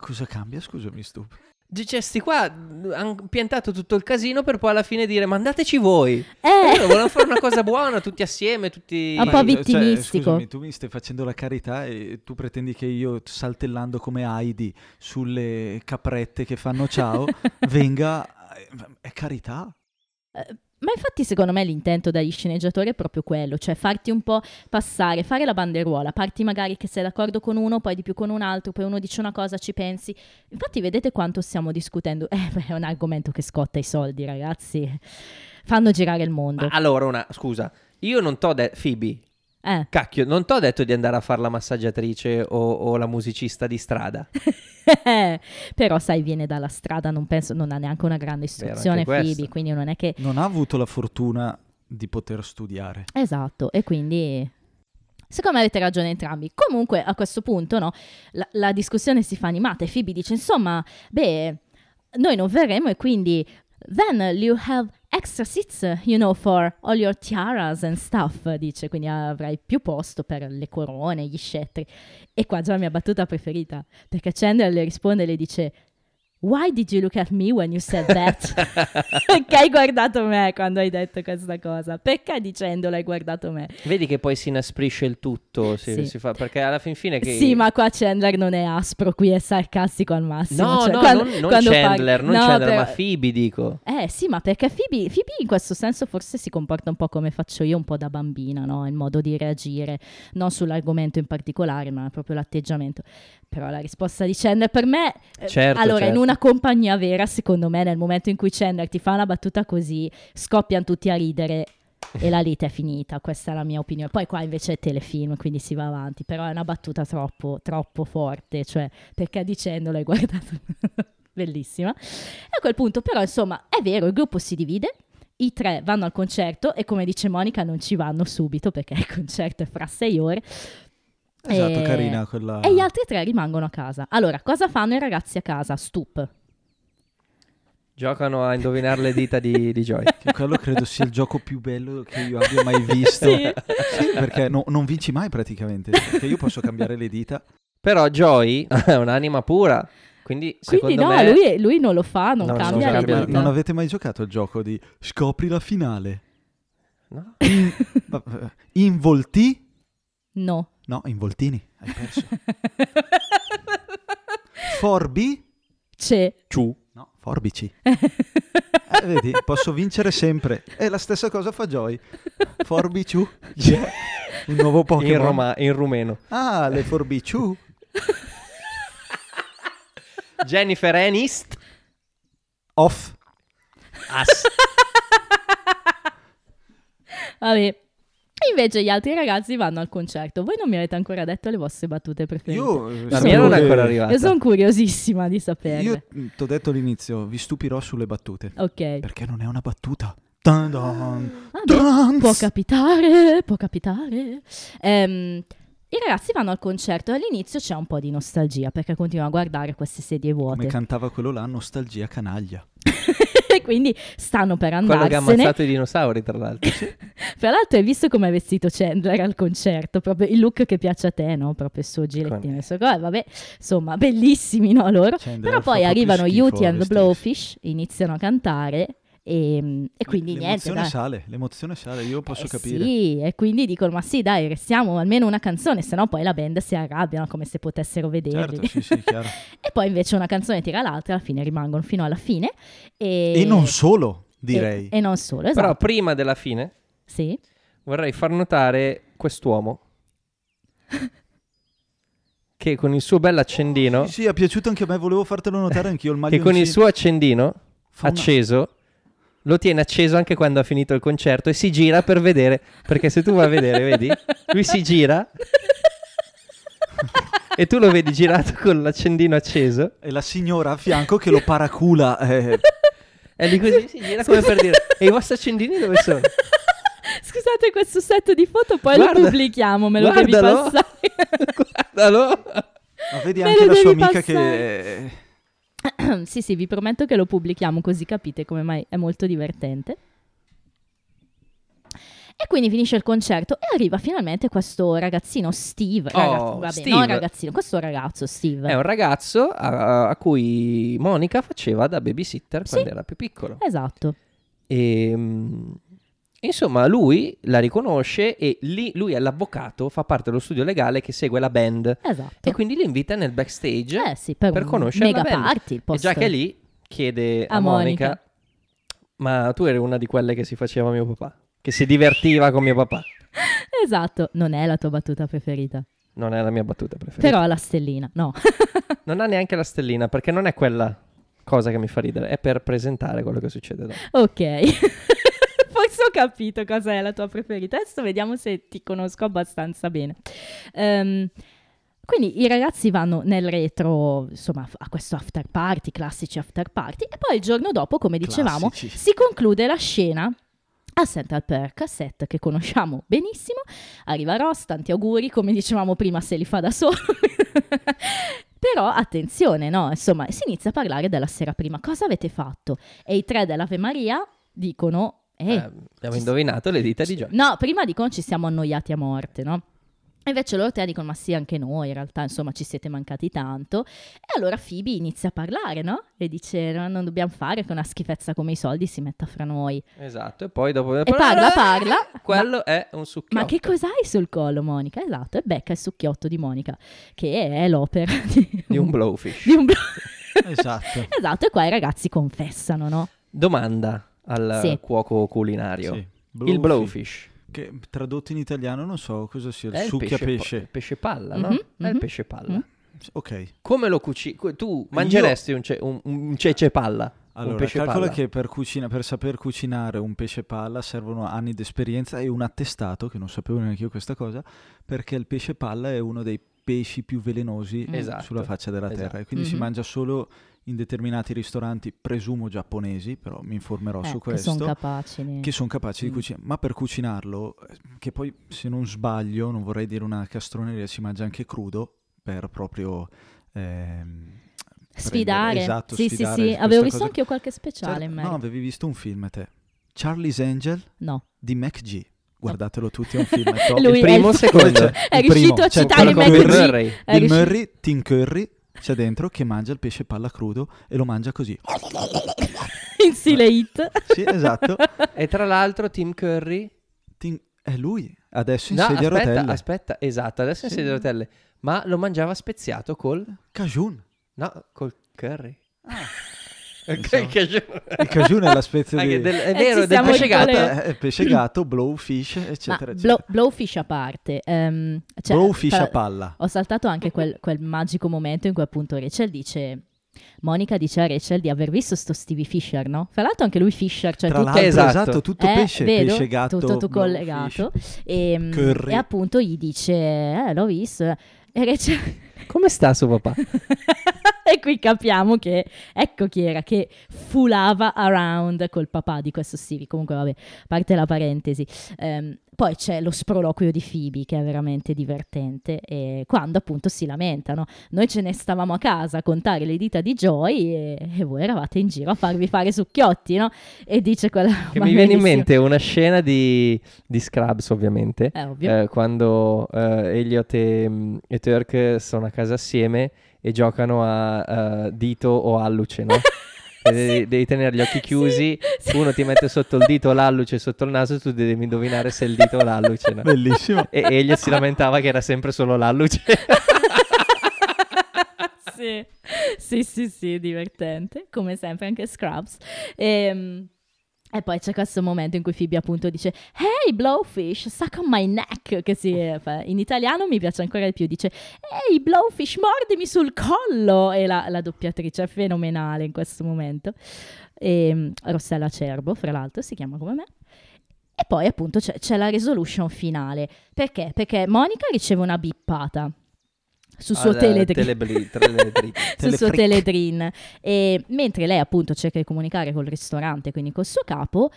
Speaker 4: Cosa cambia? Scusami, stupido.
Speaker 2: Dice, sti qua hanno piantato tutto il casino per poi alla fine dire mandateci voi.
Speaker 3: Eh,
Speaker 2: Loro volevano fare una
Speaker 3: <laughs>
Speaker 2: cosa buona tutti assieme, tutti...
Speaker 3: Un po' vittimistico.
Speaker 4: cioè, scusami, tu mi stai facendo la carità e tu pretendi che io, saltellando come Heidi sulle caprette che
Speaker 3: <laughs>
Speaker 4: fanno ciao,
Speaker 3: Eh,
Speaker 4: venga... eh, È carità?
Speaker 3: Ma infatti secondo me l'intento dagli sceneggiatori è proprio quello, cioè farti un po' passare, fare la banderuola, parti magari che sei d'accordo con uno, poi di più con un altro, poi uno dice una cosa, ci pensi. Infatti vedete quanto stiamo discutendo, eh, beh, è un argomento che scotta i soldi ragazzi, fanno girare il
Speaker 2: Ma
Speaker 3: mondo.
Speaker 2: allora, una, scusa, io non t'ho detto... Phoebe,
Speaker 3: Eh. <laughs>
Speaker 2: cacchio, non t'ho detto di andare a fare la massaggiatrice o, o la musicista di strada.
Speaker 3: Però sai, viene dalla strada, non penso, non ha neanche una grande
Speaker 2: Vero,
Speaker 3: istruzione
Speaker 2: anche questo.
Speaker 3: Phoebe, quindi non è che...
Speaker 4: Non ha avuto la fortuna di poter studiare.
Speaker 3: Esatto, e quindi secondo me avete ragione entrambi. Comunque a questo punto no, la, la discussione si fa animata e Phoebe dice insomma, beh, noi non verremo e quindi then you have extra seats, you know, for all your tiaras and stuff, dice, quindi avrai più posto per le corone, gli scettri. E qua già la mia battuta preferita, perché Chandler le risponde e le dice Why did you look at me when you said
Speaker 2: <laughs>
Speaker 3: that? Perché hai guardato me quando hai detto questa cosa? Perché dicendolo hai guardato me?
Speaker 2: <laughs> Vedi che poi si inasprisce il tutto, si-
Speaker 3: Sì.
Speaker 2: si fa- perché alla fin fine che...
Speaker 3: Sì, ma qua Chandler non è aspro, qui è sarcastico al massimo.
Speaker 2: No,
Speaker 3: cioè,
Speaker 2: no,
Speaker 3: quando-
Speaker 2: non, non
Speaker 3: quando
Speaker 2: Chandler,
Speaker 3: parli-
Speaker 2: non
Speaker 3: No,
Speaker 2: Chandler,
Speaker 3: però-
Speaker 2: ma Phoebe dico.
Speaker 3: Eh sì, ma perché Phoebe, Phoebe in questo senso forse si comporta un po' come faccio io un po' da bambina, no? Il modo di reagire, non sull'argomento in particolare, ma proprio l'atteggiamento. Però la risposta di Chandler per me... eh,
Speaker 2: Certo,
Speaker 3: allora, in
Speaker 2: certo.
Speaker 3: una compagnia vera, secondo me, nel momento in cui Chandler ti fa una battuta così, scoppiano tutti a ridere e la lite è finita. Questa è la mia opinione. Poi qua invece è telefilm, quindi si va avanti, però è una battuta troppo, troppo forte, cioè perché <laughs> dicendolo hai guardato... Bellissima. E a quel punto, però, insomma, è vero, il gruppo si divide. I tre vanno al concerto e come dice Monica non ci vanno subito perché il concerto è fra sei ore.
Speaker 4: Esatto,
Speaker 3: E-
Speaker 4: carina quella...
Speaker 3: Eh, E gli altri tre rimangono a casa. Allora, cosa fanno i ragazzi a casa? Stup.
Speaker 2: Giocano a indovinare le dita di, di
Speaker 3: <laughs>
Speaker 2: Joy.
Speaker 4: Che quello credo sia il gioco più bello che io abbia mai visto. <laughs>
Speaker 3: Sì.
Speaker 4: Sì, <laughs> perché no- non vinci mai
Speaker 3: <laughs>
Speaker 4: praticamente. Perché io posso cambiare le dita.
Speaker 2: Però Joy <laughs> è un'anima pura, quindi
Speaker 3: Quindi
Speaker 2: secondo
Speaker 3: no,
Speaker 2: me...
Speaker 3: lui, lui non lo fa, non
Speaker 2: No, non
Speaker 3: cambia
Speaker 2: lo
Speaker 3: le
Speaker 2: cambia.
Speaker 4: Ma
Speaker 3: dita.
Speaker 4: non avete mai giocato al gioco di scopri la finale?
Speaker 3: <laughs>
Speaker 2: No?
Speaker 4: Ma- eh, Involti?
Speaker 3: No.
Speaker 4: No, involtini.
Speaker 3: <laughs>
Speaker 4: Hai perso. Forbi?
Speaker 3: C'è.
Speaker 2: Ciu.
Speaker 4: No, forbici. Eh, vedi, posso vincere sempre. E la stessa cosa fa Joy. Forbiciu. Il nuovo Pokémon.
Speaker 2: In, Roma- in rumeno.
Speaker 4: Ah, le forbiciu.
Speaker 2: Jennifer Anist.
Speaker 4: Off.
Speaker 3: Vabbè. Invece gli altri ragazzi vanno al concerto. Voi non mi avete ancora detto le vostre battute preferite.
Speaker 4: Io... eh,
Speaker 2: La
Speaker 4: sono-
Speaker 2: mia non è ancora
Speaker 3: Io
Speaker 2: arrivata.
Speaker 3: sono curiosissima di saperle.
Speaker 4: Io ti ho detto all'inizio, vi stupirò sulle battute.
Speaker 3: Ok.
Speaker 4: Perché non è una battuta. Dun dun.
Speaker 3: Vabbè,
Speaker 4: Trans.
Speaker 3: Può capitare, può capitare. Ehm, I ragazzi vanno al concerto e all'inizio c'è un po' di nostalgia perché continuano a guardare queste sedie
Speaker 4: Come
Speaker 3: vuote.
Speaker 4: cantava quello là, nostalgia canaglia.
Speaker 3: E <laughs> quindi stanno per
Speaker 2: Quello che ha
Speaker 3: andarsene.
Speaker 2: ammazzato i dinosauri, tra l'altro.
Speaker 3: Esatto. Fra l'altro hai visto come è vestito Chandler al concerto, proprio il look che piace a te, no? Proprio il suo gilettino, il suo co- eh, vabbè, insomma, bellissimi, no, loro?
Speaker 4: Chandler
Speaker 3: Però
Speaker 4: fa
Speaker 3: poi
Speaker 4: proprio
Speaker 3: arrivano
Speaker 4: schifo
Speaker 3: Yuti
Speaker 4: a
Speaker 3: and the
Speaker 4: vestirsi.
Speaker 3: Blowfish, iniziano a cantare e, e quindi niente,
Speaker 4: l'emozione
Speaker 3: dai.
Speaker 4: sale, l'emozione sale, io posso
Speaker 3: Eh
Speaker 4: capire.
Speaker 3: Sì, e quindi dicono, ma sì dai, restiamo almeno una canzone, sennò poi la band si arrabbiano come se potessero vederli.
Speaker 4: Certo, sì, sì, chiaro.
Speaker 3: <laughs> e poi invece una canzone tira l'altra, alla fine rimangono fino alla fine. E,
Speaker 4: E non solo,
Speaker 3: e-
Speaker 4: direi.
Speaker 3: E, non solo, esatto.
Speaker 2: Però prima della fine
Speaker 3: Sì.
Speaker 2: vorrei far notare quest'uomo che con il suo bel accendino,
Speaker 4: Oh, Sì, sì, è piaciuto anche a me, volevo fartelo notare anch'io il
Speaker 2: che
Speaker 4: maglioncino.
Speaker 2: con il suo accendino
Speaker 4: Fa una-
Speaker 2: acceso lo tiene acceso anche quando ha finito il concerto e si gira per vedere, perché se tu vai a vedere, vedi? Lui si
Speaker 3: <laughs>
Speaker 2: gira e tu lo vedi girato con l'accendino acceso
Speaker 4: E la signora a fianco che lo
Speaker 3: <laughs>
Speaker 4: paracula. eh.
Speaker 2: e lì così si gira come per dire "E i vostri accendini dove sono?"
Speaker 3: <laughs> Scusate questo set di foto, poi lo
Speaker 2: Guarda-
Speaker 3: pubblichiamo, me lo
Speaker 2: guardalo.
Speaker 3: devi passare.
Speaker 2: <laughs>
Speaker 3: <coughs>
Speaker 2: Guardalo.
Speaker 4: Ma vedi
Speaker 3: Me
Speaker 4: anche
Speaker 3: lo
Speaker 4: la sua
Speaker 3: devi
Speaker 4: amica
Speaker 3: passare.
Speaker 4: che... eh,
Speaker 3: sì, sì, vi prometto che lo pubblichiamo così capite come mai è molto divertente. E quindi finisce il concerto e arriva finalmente questo ragazzino Steve.
Speaker 2: Oh,
Speaker 3: ragazzo- vabbè,
Speaker 2: Steve.
Speaker 3: no ragazzino, questo ragazzo Steve.
Speaker 2: È un ragazzo a, a cui Monica faceva da babysitter
Speaker 3: Sì.
Speaker 2: quando era più piccolo.
Speaker 3: Esatto.
Speaker 2: E, mm, insomma, lui la riconosce e lì lui è l'avvocato, fa parte dello studio legale che segue la band.
Speaker 3: Esatto.
Speaker 2: E quindi li invita nel backstage
Speaker 3: eh sì, per,
Speaker 2: per
Speaker 3: un
Speaker 2: conoscere
Speaker 3: mega
Speaker 2: la band.
Speaker 3: party. il
Speaker 2: E
Speaker 3: posto-
Speaker 2: già che è lì chiede a,
Speaker 3: A
Speaker 2: Monica,
Speaker 3: Monica.
Speaker 2: ma tu eri una di quelle che si faceva mio papà, che si divertiva con mio papà.
Speaker 3: Esatto, non è la tua battuta preferita.
Speaker 2: Non è la mia battuta preferita.
Speaker 3: Però ha la stellina, no. <laughs>
Speaker 2: Non ha neanche la stellina perché non è quella cosa che mi fa ridere, è per presentare quello che succede dopo.
Speaker 3: Eh, ok. <laughs> Forse ho capito cosa è la tua preferita. Adesso vediamo se ti conosco abbastanza bene. Ehm, quindi i ragazzi vanno nel retro, insomma, f- a questo after party, classici after party, e poi il giorno dopo, come dicevamo,
Speaker 4: Classici.
Speaker 3: si conclude la scena a Central Perk, set che conosciamo benissimo. Arriva Ross, tanti auguri, come dicevamo prima, se li fa da solo. <laughs> Però attenzione, no? Insomma, si inizia a parlare della sera prima. Cosa avete fatto? E i tre dell'Ave Maria dicono... Eh,
Speaker 2: Eh, abbiamo indovinato le dita di Johnny.
Speaker 3: No, prima dicono ci siamo annoiati a morte, no? E invece loro te dicono, ma sì, anche noi, in realtà, insomma, ci siete mancati tanto. E allora Phoebe inizia a parlare, no? E dice, no, non dobbiamo fare che una schifezza come i soldi si metta fra noi.
Speaker 2: Esatto, e poi dopo... E
Speaker 3: parla, parla.
Speaker 2: <laughs> Quello è un succhiotto.
Speaker 3: Ma che cos'hai sul collo, Monica? Esatto, e becca il succhiotto di Monica, che è l'opera <laughs> di,
Speaker 2: Di un blowfish.
Speaker 3: di un blo-
Speaker 4: Esatto.
Speaker 3: <laughs> Esatto, e qua i ragazzi confessano, no?
Speaker 2: Domanda al
Speaker 3: Sì.
Speaker 2: cuoco culinario.
Speaker 4: Sì.
Speaker 2: Il blowfish.
Speaker 4: Che tradotto in italiano non so cosa sia,
Speaker 2: È
Speaker 4: il
Speaker 2: Eh, il
Speaker 4: succhia
Speaker 2: pesce,
Speaker 4: pesce.
Speaker 2: il pesce palla, no?
Speaker 3: Mhm,
Speaker 2: È il
Speaker 3: mhm,
Speaker 2: pesce palla.
Speaker 3: mhm.
Speaker 4: Ok,
Speaker 2: Come lo cucini? Tu mangeresti un, ce- un- un cece palla?
Speaker 4: allora
Speaker 2: un pesce
Speaker 4: calcola
Speaker 2: palla?
Speaker 4: che per, cucina- per saper cucinare un pesce palla servono anni di esperienza e un attestato, che non sapevo neanche io questa cosa, perché il pesce palla è uno dei pesci più velenosi
Speaker 3: Mm.
Speaker 2: Esatto,
Speaker 4: sulla faccia della
Speaker 2: esatto.
Speaker 4: terra e quindi si
Speaker 3: Mhm.
Speaker 4: mangia solo in determinati ristoranti, presumo giapponesi, però mi informerò Oh, su
Speaker 3: che
Speaker 4: questo.
Speaker 3: sono Ecco, capaci. ne-
Speaker 4: che sono capaci di
Speaker 2: Mm.
Speaker 4: cucinare, ma per cucinarlo, eh, che poi se non sbaglio, non vorrei dire una castroneria, si mangia anche crudo per proprio ehm,
Speaker 3: Sfidare.
Speaker 4: prendere- esatto,
Speaker 3: sì,
Speaker 4: sfidare
Speaker 3: sì, sì.
Speaker 4: questa
Speaker 3: Avevo visto
Speaker 4: cosa.
Speaker 3: anche io qualche speciale in
Speaker 4: Certo,
Speaker 3: merito.
Speaker 4: No, avevi visto un film te, Charlie's Angel
Speaker 3: No.
Speaker 4: di Mac G. Guardatelo tutti, è un film
Speaker 3: <laughs>
Speaker 4: top.
Speaker 3: Lui
Speaker 2: il primo o il
Speaker 3: <laughs>
Speaker 2: secondo?
Speaker 4: Cioè,
Speaker 3: È
Speaker 4: il
Speaker 3: riuscito
Speaker 4: primo,
Speaker 3: a
Speaker 4: c'è
Speaker 3: citare
Speaker 4: quello
Speaker 3: Mac
Speaker 4: con
Speaker 2: Bill
Speaker 4: Bill
Speaker 3: G.
Speaker 2: Murray.
Speaker 3: È
Speaker 4: Bill
Speaker 3: riuscito-
Speaker 4: Murray, Tim Curry, c'è dentro che mangia il pesce palla crudo e lo mangia così. Oh,
Speaker 3: in Sile Hit. <laughs>
Speaker 4: Sì, esatto.
Speaker 2: E tra l'altro Tim Curry...
Speaker 4: Tim- È lui, adesso in
Speaker 2: No,
Speaker 4: sedia a
Speaker 2: aspetta,
Speaker 4: rotelle.
Speaker 2: aspetta, esatto, adesso in
Speaker 4: Sì.
Speaker 2: sedia a rotelle. Ma lo mangiava speziato col...
Speaker 4: Cajun.
Speaker 2: No, col curry.
Speaker 3: Ah.
Speaker 2: <laughs> Ok,
Speaker 4: Pensavo- <laughs>
Speaker 2: cajun.
Speaker 4: Il cajun è la spezia
Speaker 2: Anche
Speaker 4: di...
Speaker 2: del- è
Speaker 3: Eh,
Speaker 2: vero,
Speaker 3: ci
Speaker 2: del
Speaker 3: siamo
Speaker 2: pesce
Speaker 3: ricollegati.
Speaker 2: gatto.
Speaker 4: Eh, pesce gatto, blowfish, eccetera,
Speaker 3: Ma
Speaker 4: eccetera.
Speaker 3: blow- Blowfish a parte. ehm, cioè,
Speaker 4: blowfish
Speaker 3: fa- cioè,
Speaker 4: a palla.
Speaker 3: Ho saltato anche
Speaker 4: Mm-hmm.
Speaker 3: quel, quel magico momento in cui appunto Rachel dice... Monica dice a Rachel di aver visto sto Stevie Fisher, no? Tra l'altro anche lui Fisher, cioè
Speaker 4: Tra
Speaker 3: tutto
Speaker 4: l'altro, esatto,
Speaker 2: esatto,
Speaker 4: tutto
Speaker 3: Eh,
Speaker 4: pesce,
Speaker 3: vedo,
Speaker 4: pesce gatto,
Speaker 3: tutto tu
Speaker 4: blowfish.
Speaker 3: collegato Ehm, e, mm,
Speaker 4: Curry.
Speaker 3: e appunto gli dice eh, l'ho visto e Rachel
Speaker 2: Come sta suo papà?
Speaker 3: <laughs> e qui capiamo che ecco chi era che fulava around col papà di questo Stevie comunque vabbè a parte la parentesi Ehm, poi c'è lo sproloquio di Phoebe che è veramente divertente e quando appunto si lamentano noi ce ne stavamo a casa a contare le dita di Joy e, e voi eravate in giro a farvi fare succhiotti no? e dice quella
Speaker 2: Che
Speaker 3: ma
Speaker 2: mi viene in
Speaker 3: bellissima-
Speaker 2: mente una scena di, di Scrubs, ovviamente.
Speaker 3: eh, ovvio.
Speaker 2: eh, quando eh, Elliot e, mm, e Turk sono a casa assieme e giocano a eh, dito o alluce,
Speaker 3: <laughs>
Speaker 2: no? E devi- devi tenere gli occhi chiusi,
Speaker 3: Sì, sì.
Speaker 2: Uno ti mette sotto il dito l'alluce, sotto il naso, tu devi indovinare se è il dito o l'alluce, no?
Speaker 4: Bellissimo.
Speaker 2: E Elliot si lamentava che era sempre solo l'alluce.
Speaker 3: <laughs> sì. sì, sì, sì, divertente, come sempre anche Scrubs. Ehm, E, poi c'è questo momento in cui Phoebe appunto dice Hey Blowfish, suck on my neck, che si eh, fa- in italiano mi piace ancora di più, dice Hey Blowfish, mordimi sul collo! E la, la doppiatrice è fenomenale in questo momento. Ehm, Rossella Cerbo, fra l'altro, si chiama come me. E poi appunto c'è, c'è la resolution finale. Perché? Perché Monica riceve una bippata sul suo
Speaker 2: Al
Speaker 3: teledri-
Speaker 2: telebli- teledri-
Speaker 3: sul suo
Speaker 4: telefreak.
Speaker 3: teledrin. E mentre lei appunto cerca di comunicare col ristorante, quindi col suo capo,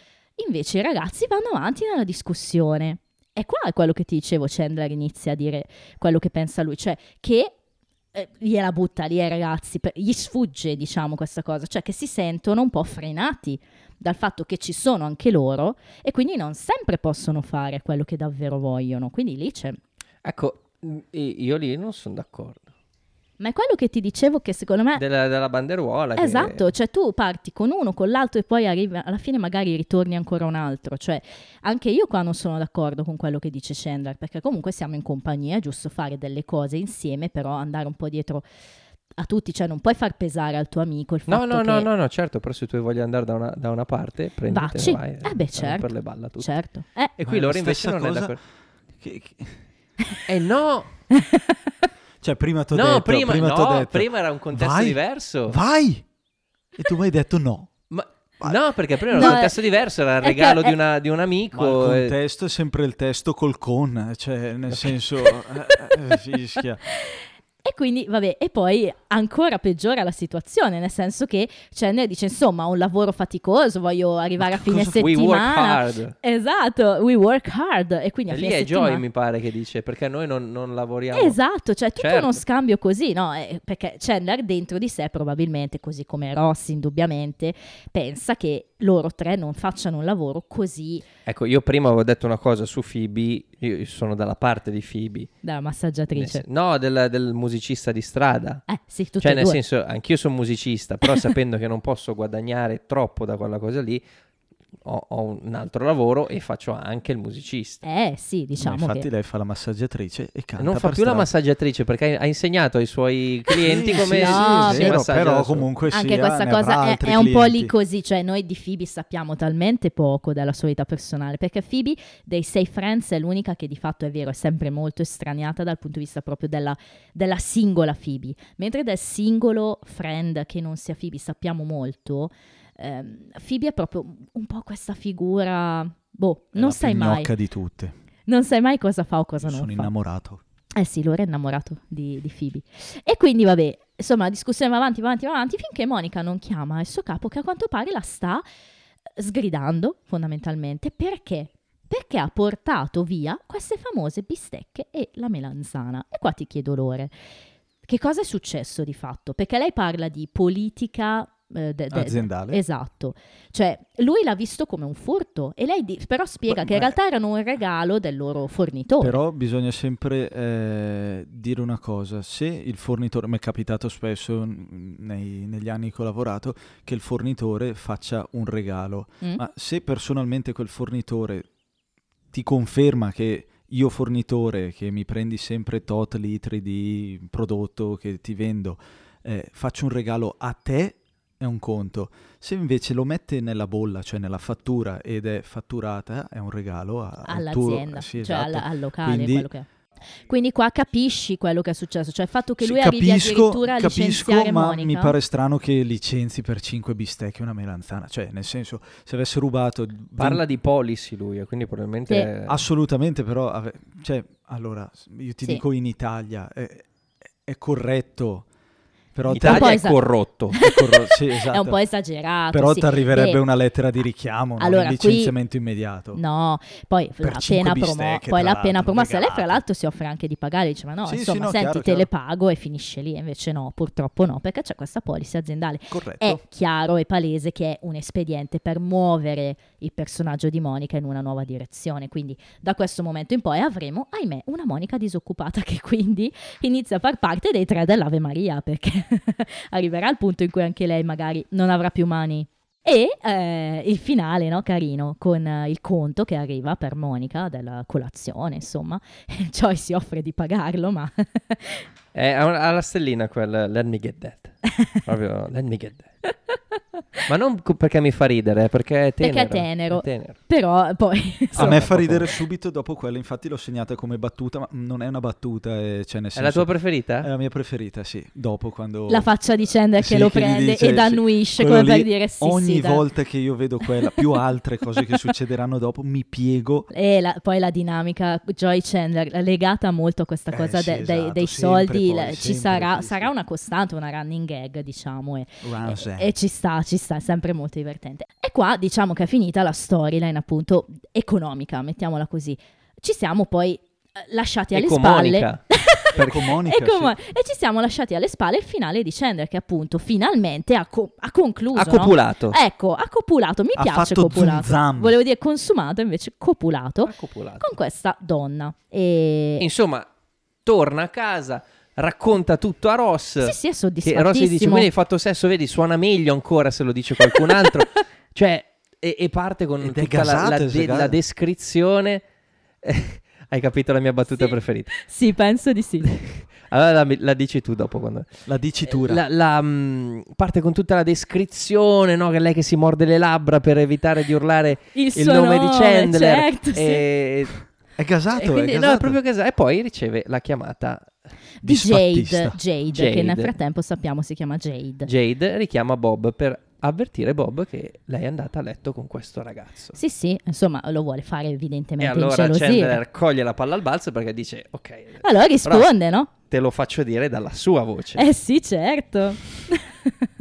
Speaker 3: invece i ragazzi vanno avanti nella discussione. E qua è quello che ti dicevo, Chandler inizia a dire quello che pensa lui, cioè che eh, gliela butta lì ai ragazzi, per- gli sfugge diciamo questa cosa, cioè che si sentono un po' frenati dal fatto che ci sono anche loro e quindi non sempre possono fare quello che davvero vogliono, quindi lì c'è
Speaker 2: Ecco, i- io lì non sono d'accordo.
Speaker 3: Ma è quello che ti dicevo che secondo me...
Speaker 2: Della, della banderuola. che-
Speaker 3: Eh. Esatto, cioè tu parti con uno, con l'altro e poi arrivi, alla fine magari ritorni ancora un altro. Cioè, anche io qua non sono d'accordo con quello che dice Chandler, perché comunque siamo in compagnia, è giusto fare delle cose insieme, però andare un po' dietro a tutti, cioè non puoi far pesare al tuo amico il
Speaker 2: No,
Speaker 3: fatto
Speaker 2: no,
Speaker 3: che...
Speaker 2: no, no, no, certo, però se tu vuoi andare da una, da una parte, prenditene,
Speaker 3: Vacci.
Speaker 2: vai.
Speaker 3: Eh beh,
Speaker 2: stai
Speaker 3: certo.
Speaker 2: Per le balla tutte.
Speaker 3: Certo. Eh,
Speaker 2: E qui
Speaker 4: Ma è la
Speaker 2: loro invece
Speaker 4: stessa
Speaker 2: non è
Speaker 4: cosa-
Speaker 2: d'accordo.
Speaker 4: Che- che-
Speaker 2: Eh no,
Speaker 4: Cioè, prima ti ho
Speaker 2: no,
Speaker 4: detto,
Speaker 2: prima,
Speaker 4: prima t'ho
Speaker 2: no,
Speaker 4: detto,
Speaker 2: prima era un contesto
Speaker 4: vai,
Speaker 2: diverso.
Speaker 4: Vai! E tu mi hai detto no.
Speaker 2: Ma- no, perché prima era
Speaker 3: No, eh,
Speaker 2: un contesto diverso, era il
Speaker 3: è che-
Speaker 2: regalo
Speaker 3: è-
Speaker 2: di, una- di un
Speaker 4: Ma il
Speaker 2: amico. eh,
Speaker 4: contesto è sempre il testo col con, cioè nel senso... eh, eh, fischia.
Speaker 3: E quindi, vabbè, e poi ancora peggiora la situazione, nel senso che Chandler dice, insomma, ho un lavoro faticoso, voglio arrivare a fine
Speaker 4: cosa-
Speaker 2: We work
Speaker 3: settimana.
Speaker 2: hard.
Speaker 3: Esatto, we work hard. E quindi a
Speaker 2: E lì
Speaker 3: fine
Speaker 2: è
Speaker 3: settimana...
Speaker 2: Joy, mi pare, che dice, perché noi non, non lavoriamo.
Speaker 3: Esatto, cioè tutto
Speaker 2: Certo.
Speaker 3: uno scambio così, no? Eh, Perché Chandler dentro di sé probabilmente, così come Ross indubbiamente, pensa che loro tre non facciano un lavoro così
Speaker 2: Ecco, io prima avevo detto una cosa su Phoebe, io sono dalla parte di Phoebe.
Speaker 3: da
Speaker 2: Nel
Speaker 3: massaggiatrice.
Speaker 2: sen- No, del, del musicista di strada.
Speaker 3: Eh sì, tutte
Speaker 2: Cioè,
Speaker 3: e
Speaker 2: nel
Speaker 3: due.
Speaker 2: senso, anch'io sono musicista,
Speaker 3: <laughs>
Speaker 2: però sapendo che non posso guadagnare troppo da quella cosa lì, ho, ho un altro lavoro e faccio anche il musicista.
Speaker 3: Eh sì,
Speaker 4: Ma
Speaker 3: diciamo
Speaker 4: infatti
Speaker 3: che...
Speaker 4: lei fa la massaggiatrice e canta
Speaker 2: non fa
Speaker 4: per
Speaker 2: più la
Speaker 4: strada.
Speaker 2: massaggiatrice perché ha ha insegnato ai
Speaker 3: <laughs>
Speaker 2: suoi clienti
Speaker 4: Sì,
Speaker 2: come
Speaker 4: sì,
Speaker 3: No,
Speaker 2: si-
Speaker 4: sì,
Speaker 2: si
Speaker 4: è vero,
Speaker 2: massaggia da solo.
Speaker 4: però comunque sia,
Speaker 3: Anche questa
Speaker 4: eh, ne avrà
Speaker 3: cosa è,
Speaker 4: altri
Speaker 3: è un po' lì
Speaker 4: clienti.
Speaker 3: così, cioè noi di Phoebe sappiamo talmente poco della sua vita personale, perché Phoebe dei sei Friends è l'unica che di fatto è vero, è sempre molto estraniata dal punto di vista proprio della, della singola Phoebe, mentre del singolo friend che non sia Phoebe sappiamo molto, ehm, Phoebe è proprio un po' questa figura, boh,
Speaker 4: È
Speaker 3: non
Speaker 4: la
Speaker 3: sai
Speaker 4: più
Speaker 3: mai,
Speaker 4: gnocca di tutte.
Speaker 3: non sai mai cosa fa o cosa non
Speaker 4: Sono
Speaker 3: fa.
Speaker 4: innamorato.
Speaker 3: Eh sì, Lore è innamorato di, di Phoebe. E quindi, vabbè, insomma, la discussione va avanti, va avanti, va avanti, finché Monica non chiama il suo capo che a quanto pare la sta sgridando, fondamentalmente. Perché? Perché ha portato via queste famose bistecche e la melanzana. E qua ti chiedo, Lore, che cosa è successo di fatto? Perché lei parla di politica... eh, de- de-
Speaker 4: Aziendale.
Speaker 3: Esatto, cioè lui l'ha visto come un furto e lei di- però spiega
Speaker 4: Beh,
Speaker 3: che in
Speaker 4: ma-
Speaker 3: realtà erano un regalo del loro fornitore.
Speaker 4: Però bisogna sempre eh, dire una cosa, se il fornitore, mi è capitato spesso mh, nei- negli anni che ho lavorato, che il fornitore faccia un regalo,
Speaker 3: Mm?
Speaker 4: ma se personalmente quel fornitore ti conferma che io fornitore che mi prendi sempre tot litri di prodotto che ti vendo, eh, faccio un regalo a te, è un conto. Se invece lo mette nella bolla, cioè nella fattura ed è fatturata, è un regalo a- al tuo-
Speaker 3: all'azienda,
Speaker 4: sì,
Speaker 3: cioè
Speaker 4: esatto.
Speaker 3: al, al locale,
Speaker 4: Quindi-
Speaker 3: quello che è. Quindi qua capisci quello che è successo, cioè il fatto che
Speaker 4: Sì,
Speaker 3: lui arrivi addirittura a licenziare
Speaker 4: capisco, ma
Speaker 3: Monica.
Speaker 4: mi pare strano che licenzi per 5 bistecche e una melanzana. Cioè, nel senso, se avesse rubato...
Speaker 2: Parla di policy lui, e quindi probabilmente...
Speaker 3: Sì.
Speaker 4: Ah,
Speaker 2: eh,
Speaker 4: Assolutamente, però... ave- Cioè, allora, io ti
Speaker 3: Sì.
Speaker 4: dico in Italia, è, è corretto, però...
Speaker 2: L'Italia
Speaker 3: Italia Un
Speaker 4: te-
Speaker 3: po' esatto.
Speaker 2: è
Speaker 3: esa-
Speaker 2: corrotto.
Speaker 3: <laughs>
Speaker 4: è corro- sì,
Speaker 3: È un
Speaker 4: esatto.
Speaker 3: po' esagerato.
Speaker 4: Però
Speaker 3: sì.
Speaker 4: ti arriverebbe
Speaker 3: Beh,
Speaker 4: una lettera di richiamo, non
Speaker 3: allora,
Speaker 4: un
Speaker 3: qui-
Speaker 4: licenziamento immediato.
Speaker 3: No, poi
Speaker 4: Per
Speaker 3: la
Speaker 4: cinque
Speaker 3: pena
Speaker 4: bistecche,
Speaker 3: promo-
Speaker 4: tra
Speaker 3: poi la
Speaker 4: l'altro,
Speaker 3: pena promossa, lei fra
Speaker 4: regalate.
Speaker 3: l'altro si offre anche di pagare, dice ma no,
Speaker 4: Sì, sì,
Speaker 3: insomma,
Speaker 4: no,
Speaker 3: senti,
Speaker 4: chiaro,
Speaker 3: te le
Speaker 4: chiaro.
Speaker 3: pago e finisce lì, E invece no, purtroppo no, perché c'è questa policy aziendale.
Speaker 4: Corretto.
Speaker 3: È chiaro e palese che è un espediente per muovere il personaggio di Monica in una nuova direzione. Quindi da questo momento in poi avremo, ahimè, una Monica disoccupata che quindi inizia a far parte dei tre dell'Ave Maria, perché <laughs> arriverà il punto in cui anche lei magari non avrà più mani. E eh, il finale, no, carino, con eh, il conto che arriva per Monica della colazione, insomma. <laughs> Joy si offre di pagarlo, ma
Speaker 2: <laughs>
Speaker 3: <laughs>
Speaker 2: È ha un- ha la stellina quella, let me get that. Proprio, let me get that. Ma non co- perché mi fa ridere, perché è tenero.
Speaker 3: Perché è tenero.
Speaker 2: È tenero.
Speaker 3: però poi...
Speaker 4: A
Speaker 3: insomma,
Speaker 4: me
Speaker 2: Sì,
Speaker 4: fa
Speaker 2: proprio.
Speaker 4: ridere subito dopo quella, infatti l'ho segnata come battuta, ma non è una battuta, eh, cioè nel
Speaker 2: È la
Speaker 4: senso...
Speaker 2: tua preferita?
Speaker 4: È la mia preferita, sì. Dopo quando...
Speaker 3: La faccia di Chandler
Speaker 4: Sì,
Speaker 3: che lo
Speaker 4: che gli
Speaker 3: prende
Speaker 4: dice,
Speaker 3: ed
Speaker 4: sì,
Speaker 3: annuisce
Speaker 4: quello
Speaker 3: come per
Speaker 4: lì,
Speaker 3: dire sì,
Speaker 4: Ogni
Speaker 3: sì, dai.
Speaker 4: volta che io vedo quella,
Speaker 3: <laughs>
Speaker 4: più altre cose che succederanno dopo, mi piego.
Speaker 3: E la- poi la dinamica Joy Chandler legata molto a questa
Speaker 4: Eh,
Speaker 3: cosa
Speaker 4: sì,
Speaker 3: de- dei-
Speaker 4: esatto,
Speaker 3: dei
Speaker 4: sempre
Speaker 3: soldi,
Speaker 4: poi,
Speaker 3: la- ci
Speaker 4: sempre,
Speaker 3: sarà,
Speaker 4: sì, sì.
Speaker 3: sarà una costante, una running gag diciamo e,
Speaker 4: Round
Speaker 3: e-
Speaker 4: set.
Speaker 3: e ci sta, ci sta, è sempre molto divertente. E qua diciamo che è finita la storyline appunto economica, mettiamola così. Ci siamo poi eh, lasciati alle
Speaker 2: Ecomonica.
Speaker 3: spalle
Speaker 2: Ecco,
Speaker 4: Perché Monica,
Speaker 3: E, come-
Speaker 4: sì.
Speaker 3: ecco, e ci siamo lasciati alle spalle il finale di Chandler che appunto finalmente ha, co- ha concluso.
Speaker 2: Ha
Speaker 3: no?
Speaker 2: copulato.
Speaker 3: Ecco, ha copulato, mi
Speaker 4: Ha
Speaker 3: piace
Speaker 4: fatto
Speaker 3: copulato.
Speaker 4: zunzam.
Speaker 3: Volevo dire consumato, invece copulato
Speaker 2: Ha copulato.
Speaker 3: Esatto. con questa donna. E...
Speaker 2: Insomma, torna a casa, racconta tutto a Ross.
Speaker 3: Sì, sì, è
Speaker 2: Che Ross gli dice,
Speaker 3: soddisfattissimo.
Speaker 2: quindi hai fatto sesso, vedi, suona meglio ancora se lo dice qualcun altro. cioè, e, e parte con
Speaker 4: Ed è
Speaker 2: tutta la- la,
Speaker 4: gasato,
Speaker 2: de-
Speaker 4: è gasato.
Speaker 2: la descrizione. <laughs> Eh, hai capito la mia battuta preferita?
Speaker 3: <laughs> Sì, penso di sì.
Speaker 2: Allora la, la dici tu dopo quando...
Speaker 4: la
Speaker 3: eh,
Speaker 4: dicitura.
Speaker 2: La, la, mh, parte con tutta la descrizione, no? Che lei che si morde le labbra per evitare di urlare
Speaker 3: Il,
Speaker 2: il
Speaker 3: suo
Speaker 2: nome di Chandler.
Speaker 3: certo, sì.
Speaker 2: e,
Speaker 4: È gasato,
Speaker 2: e
Speaker 3: eh,
Speaker 2: quindi-
Speaker 4: è
Speaker 2: no,
Speaker 4: Ah, gasato.
Speaker 2: è proprio gasato. E poi riceve la chiamata.
Speaker 3: Di Jade,
Speaker 4: disfattista.
Speaker 3: Jade, che
Speaker 2: Jade.
Speaker 3: nel frattempo sappiamo si chiama Jade.
Speaker 2: Jade richiama Bob per avvertire Bob che lei è andata a letto con questo ragazzo.
Speaker 3: Sì, sì, insomma, lo vuole fare evidentemente
Speaker 2: E allora
Speaker 3: ingelosire.
Speaker 2: Chandler coglie la palla al balzo perché dice: Ok,
Speaker 3: Allora risponde, no?
Speaker 2: te lo faccio dire dalla sua voce.
Speaker 3: Eh sì, certo.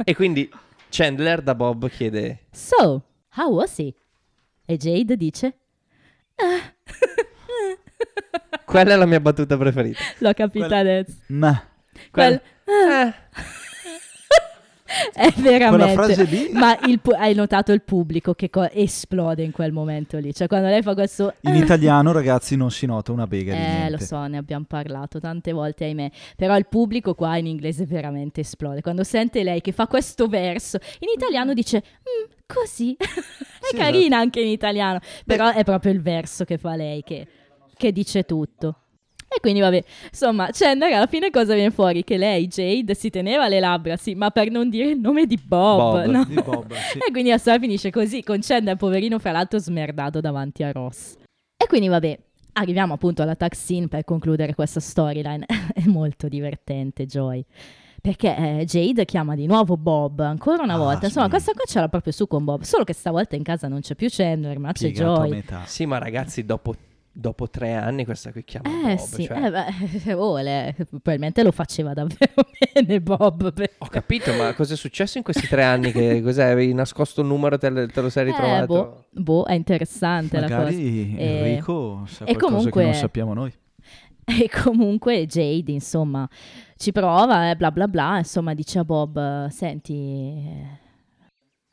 Speaker 2: E quindi Chandler da Bob chiede:
Speaker 3: <laughs> So, how was he? E Jade dice: "Ah." <laughs>
Speaker 2: Quella è la mia battuta
Speaker 3: <laughs>
Speaker 2: preferita.
Speaker 3: L'ho capita
Speaker 4: Quella-
Speaker 3: adesso.
Speaker 4: Ma
Speaker 3: Quel- Ah.
Speaker 2: Eh.
Speaker 3: È veramente.
Speaker 4: quella frase lì
Speaker 3: Ma il pu- hai notato il pubblico che co- esplode in quel momento lì. Cioè, quando lei fa questo.
Speaker 4: in italiano, ragazzi, non si nota una bega di
Speaker 3: Eh,
Speaker 4: niente.
Speaker 3: lo so, ne abbiamo parlato tante volte, ahimè. Però il pubblico qua in inglese veramente esplode. Quando sente lei che fa questo verso, in italiano dice "Mm, così. <laughs> è
Speaker 4: Sì, esatto.
Speaker 3: carina anche in italiano, però è proprio il verso che fa lei che, che dice tutto. E quindi vabbè, insomma, Chandler alla fine cosa viene fuori? Che lei, Jade, si teneva le labbra, sì, ma per non dire il nome di Bob,
Speaker 2: Bob,
Speaker 3: no?
Speaker 4: Di
Speaker 3: <laughs>
Speaker 4: Bob, sì.
Speaker 3: E quindi la storia finisce così, con Chandler, poverino, fra l'altro smerdato davanti a Ross. E quindi vabbè, arriviamo appunto alla tag scene per concludere questa storyline. <laughs> È molto divertente, Joy. Perché eh, Jade chiama di nuovo Bob, ancora una
Speaker 4: Ah,
Speaker 3: volta. Insomma,
Speaker 4: sì.
Speaker 3: questa qua ce l'ha proprio su con Bob. Solo che stavolta in casa non c'è più Chandler, ma c'è
Speaker 4: Piegato a
Speaker 3: Joy.
Speaker 4: metà.
Speaker 2: Eh, Sì, ma ragazzi, dopo, dopo tre anni questa qui chiama
Speaker 3: Eh
Speaker 2: Bob.
Speaker 3: sì,
Speaker 2: cioè,
Speaker 3: eh, beh, <laughs> oh, le- probabilmente lo faceva davvero <laughs> bene Bob. per-
Speaker 2: Ho capito, ma cosa è successo in questi tre anni?
Speaker 3: <laughs>
Speaker 2: Che cos'è? Avevi nascosto un numero e te, te lo sei ritrovato?
Speaker 3: Eh, boh, boh, è interessante la cosa.
Speaker 4: Magari
Speaker 3: Eh,
Speaker 4: Enrico sa
Speaker 3: e
Speaker 4: qualcosa
Speaker 3: comunque-
Speaker 4: che non sappiamo noi.
Speaker 3: <laughs> E comunque Jade, insomma, ci prova, eh, bla bla bla, insomma, dice a Bob, eh, senti, eh,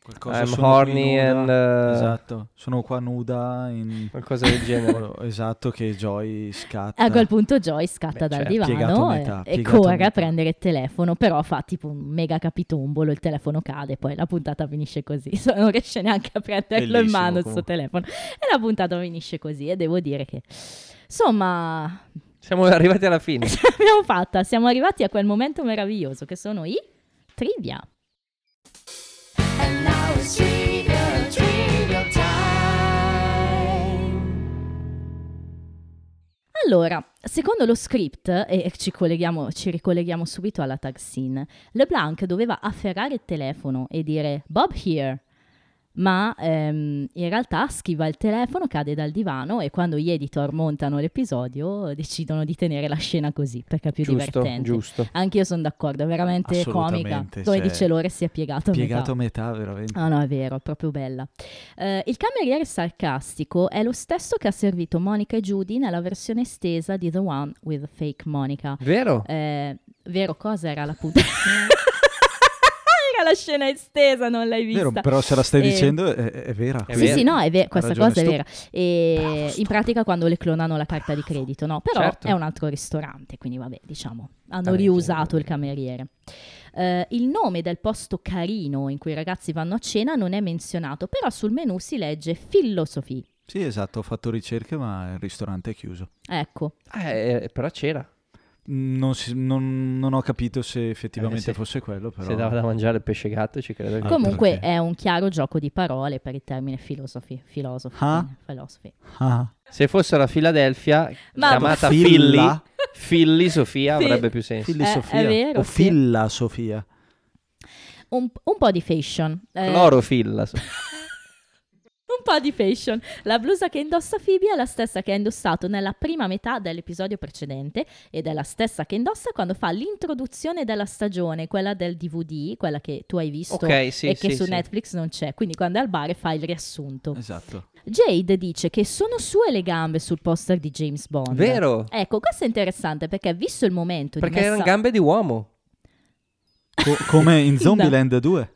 Speaker 4: Qualcosa
Speaker 2: I'm
Speaker 4: sono
Speaker 2: horny
Speaker 4: qui
Speaker 2: and...
Speaker 4: nuda.
Speaker 2: eh,
Speaker 4: Esatto, sono qua nuda in
Speaker 2: Qualcosa del
Speaker 4: <laughs>
Speaker 2: genere.
Speaker 4: esatto che Joy scatta.
Speaker 3: a quel punto Joy scatta
Speaker 2: Beh,
Speaker 3: dal
Speaker 2: certo,
Speaker 4: Eh. piegato
Speaker 3: divano
Speaker 4: a
Speaker 3: e-
Speaker 4: metà,
Speaker 3: e,
Speaker 4: piegato a
Speaker 3: corre a
Speaker 4: metà.
Speaker 3: prendere il telefono, però fa tipo un mega capitombolo, il telefono cade, poi la puntata finisce così, <laughs> So- non riesce neanche a prenderlo in
Speaker 4: Bellissimo,
Speaker 3: mano il suo
Speaker 4: comunque.
Speaker 3: telefono e la puntata finisce così e devo dire che, insomma, <laughs>
Speaker 2: Siamo arrivati alla fine.
Speaker 3: ce l'abbiamo fatta, siamo arrivati a quel momento meraviglioso che sono i trivia.
Speaker 6: And now it's trivial, trivial time.
Speaker 3: Allora, secondo lo script, e ci, colleghiamo- ci ricolleghiamo subito alla tag scene, LeBlanc doveva afferrare il telefono e dire Bob here, ma ehm, in realtà schiva il telefono, cade dal divano e quando gli editor montano l'episodio decidono di tenere la scena così perché è più
Speaker 2: giusto,
Speaker 3: divertente.
Speaker 2: giusto.
Speaker 3: Anche io sono d'accordo, è veramente comica.
Speaker 4: Assolutamente,
Speaker 3: Come
Speaker 4: cioè,
Speaker 3: dice Lore, si è piegato, a
Speaker 4: piegato
Speaker 3: metà.
Speaker 4: a metà veramente.
Speaker 3: Ah no, è vero, è proprio bella. Eh, il cameriere sarcastico è lo stesso che ha servito Monica e Judy nella versione estesa di The One with Fake Monica.
Speaker 2: Vero?
Speaker 3: Eh, vero cosa <laughs> era la
Speaker 4: <laughs>
Speaker 3: puntata? era la scena estesa, non l'hai vista.
Speaker 4: Vero, però se la stai
Speaker 3: Eh,
Speaker 4: dicendo è, è vera.
Speaker 2: È
Speaker 3: sì,
Speaker 2: vero.
Speaker 3: sì, no, è ver- questa
Speaker 4: ragione,
Speaker 3: cosa è
Speaker 4: stu-
Speaker 3: vera. E
Speaker 4: Bravo,
Speaker 3: in
Speaker 4: stupido.
Speaker 3: pratica quando le clonano la carta di credito, no, però
Speaker 2: Certo.
Speaker 3: è un altro ristorante, quindi vabbè, diciamo, hanno
Speaker 2: Vabbè,
Speaker 3: riusato
Speaker 2: certo.
Speaker 3: il cameriere. Eh, il nome del posto carino in cui i ragazzi vanno a cena non è menzionato, però sul menù si legge Philosophy.
Speaker 4: Sì, esatto, ho fatto ricerche ma il ristorante è chiuso.
Speaker 3: Ecco,
Speaker 2: Eh, però c'era.
Speaker 4: Non, si- non- non ho capito se effettivamente
Speaker 2: Eh, se-
Speaker 4: fosse quello, però
Speaker 2: Se dava da mangiare il pesce gatto, ci credo. che-
Speaker 4: Ah,
Speaker 3: comunque
Speaker 4: perché?
Speaker 3: è un chiaro gioco di parole per il termine philosophy, philosophy,
Speaker 4: Ah.
Speaker 3: philosophy.
Speaker 4: Ah,
Speaker 2: Se fosse la Filadelfia,
Speaker 3: Ma-
Speaker 2: chiamata Philly,
Speaker 4: Filla?
Speaker 2: Philly Sofia
Speaker 3: Sì.
Speaker 2: avrebbe più senso.
Speaker 4: Filli
Speaker 3: Eh, è
Speaker 4: Sofia
Speaker 3: vero,
Speaker 4: o
Speaker 3: sì.
Speaker 4: Filla Sofia.
Speaker 3: Un, un po' di fashion. eh,
Speaker 2: Clorofilla. so-
Speaker 3: Un un po' di fashion. La blusa che indossa Phoebe è la stessa che ha indossato nella prima metà dell'episodio precedente ed è la stessa che indossa quando fa l'introduzione della stagione, quella del DVD, quella che tu hai visto
Speaker 2: Ok, sì,
Speaker 3: e che
Speaker 2: sì,
Speaker 3: su
Speaker 2: sì.
Speaker 3: Netflix non c'è. Quindi quando è al bar e fa il riassunto.
Speaker 4: Esatto.
Speaker 3: Jade dice che sono sue le gambe sul poster di James Bond.
Speaker 2: Vero?
Speaker 3: Ecco, questo è interessante perché visto il momento
Speaker 2: Perché
Speaker 3: di
Speaker 2: erano
Speaker 3: messa...
Speaker 2: gambe di uomo.
Speaker 4: Co- come
Speaker 3: <laughs>
Speaker 4: in Zombieland 2.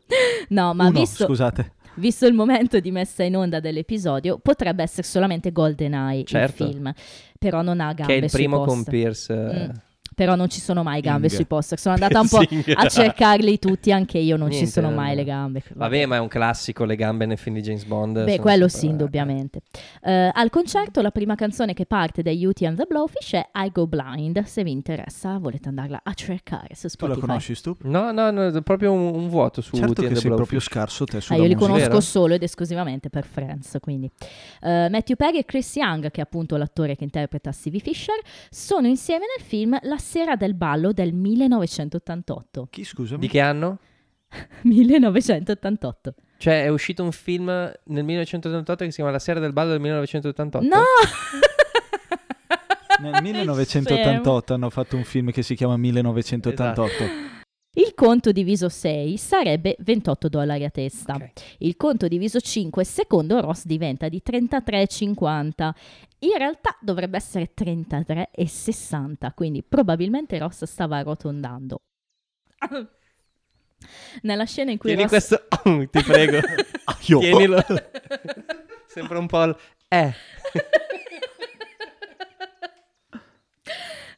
Speaker 3: No, ma
Speaker 4: Uno,
Speaker 3: visto,
Speaker 4: scusate.
Speaker 3: visto il momento di messa in onda dell'episodio, potrebbe essere solamente GoldenEye
Speaker 2: Certo.
Speaker 3: il film, però non ha gambe
Speaker 2: che è il
Speaker 3: sui
Speaker 2: primo
Speaker 3: poster.
Speaker 2: con Pierce. eh,
Speaker 3: Mm. Però non ci sono mai gambe
Speaker 4: Inga.
Speaker 3: sui poster. Sono
Speaker 2: <laughs>
Speaker 3: andata un po' a cercarli tutti, anche io non ci
Speaker 2: Niente,
Speaker 3: sono
Speaker 2: non-
Speaker 3: mai le gambe.
Speaker 2: Vabbè, ma è un classico le gambe nel film di James Bond.
Speaker 3: Beh,
Speaker 2: sono
Speaker 3: quello
Speaker 2: sempre-
Speaker 3: sì, indubbiamente. Eh, al concerto, la prima canzone che parte dagli UT and the Blowfish è I Go Blind. Se vi interessa, volete andarla a cercare su
Speaker 4: Tu la
Speaker 3: Spotify.
Speaker 4: conosci, Stu?
Speaker 2: No, no, no, è proprio un, un vuoto su T&D
Speaker 4: Certo che sei
Speaker 2: Blowfish.
Speaker 4: proprio scarso te
Speaker 3: Ah,
Speaker 4: sulla
Speaker 3: io li
Speaker 4: musica.
Speaker 3: conosco
Speaker 2: vero?
Speaker 3: solo ed esclusivamente per Friends, quindi. Eh, Matthew Perry e Chris Young, che è appunto l'attore che interpreta Stevie Fisher, sono insieme nel film La sera del ballo del <laughs> 1988.
Speaker 4: Chi, scusami?
Speaker 2: Di che anno?
Speaker 3: 1988.
Speaker 2: Cioè, è uscito un film nel 1988 che si chiama La sera del ballo del 1988.
Speaker 3: No! <laughs>
Speaker 4: Nel 1988 hanno fatto un film che si chiama 1988.
Speaker 3: Esatto. Il conto diviso 6 sarebbe 28 dollari a testa.
Speaker 2: Ok.
Speaker 3: Il conto diviso 5 secondo Ross diventa di 33,50. In realtà dovrebbe essere 33,60, quindi probabilmente Ross stava
Speaker 2: <coughs>
Speaker 3: arrotondando. Nella scena in cui
Speaker 2: Tieni
Speaker 3: Ross...
Speaker 2: questo, <laughs> ti prego.
Speaker 4: Ah, Io- <laughs>
Speaker 2: Tienilo. Sembra un po'... il- Eh,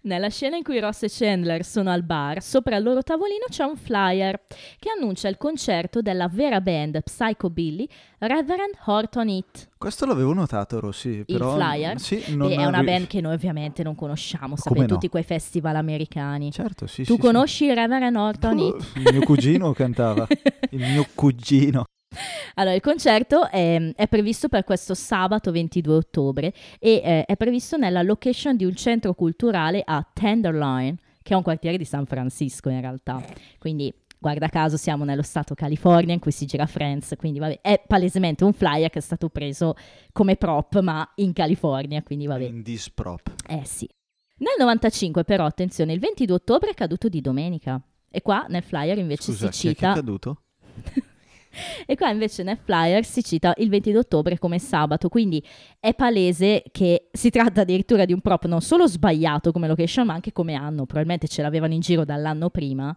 Speaker 3: Nella scena in cui Ross e Chandler sono al bar, sopra il loro tavolino c'è un flyer che annuncia il concerto della vera band Psycho Billy, Reverend Horton Heat.
Speaker 4: Questo l'avevo notato, Rossi. Però,
Speaker 3: Flyer?
Speaker 4: Sì, non
Speaker 3: Beh, è una
Speaker 4: avevi-
Speaker 3: band che noi ovviamente non conosciamo,
Speaker 4: Come
Speaker 3: sapete
Speaker 4: no?
Speaker 3: tutti quei festival americani.
Speaker 4: Certo, sì,
Speaker 3: tu
Speaker 4: sì,
Speaker 3: conosci il Reverend
Speaker 4: sì.
Speaker 3: Horton Heat?
Speaker 4: Il mio
Speaker 3: <laughs>
Speaker 4: cugino cantava. Il mio cugino.
Speaker 3: Allora, il concerto è, è previsto per questo sabato 22 ottobre e eh, è previsto nella location di un centro culturale a Tenderloin, che è un quartiere di San Francisco in realtà. Quindi, guarda caso, siamo nello stato California in cui si gira Friends, quindi vabbè, è palesemente un flyer che è stato preso come prop, ma in California, quindi <laughs> vabbè.
Speaker 4: In disprop.
Speaker 3: Eh sì. Nel 95 però, attenzione, il 22 ottobre è caduto di domenica. E qua nel flyer invece
Speaker 4: Scusa,
Speaker 3: si
Speaker 4: chi è, chi è
Speaker 3: cita
Speaker 4: caduto?
Speaker 3: e qua invece nel flyer si cita il 22 ottobre come sabato, quindi è palese che si tratta addirittura di un prop non solo sbagliato come location, ma anche come anno, probabilmente ce l'avevano in giro dall'anno prima.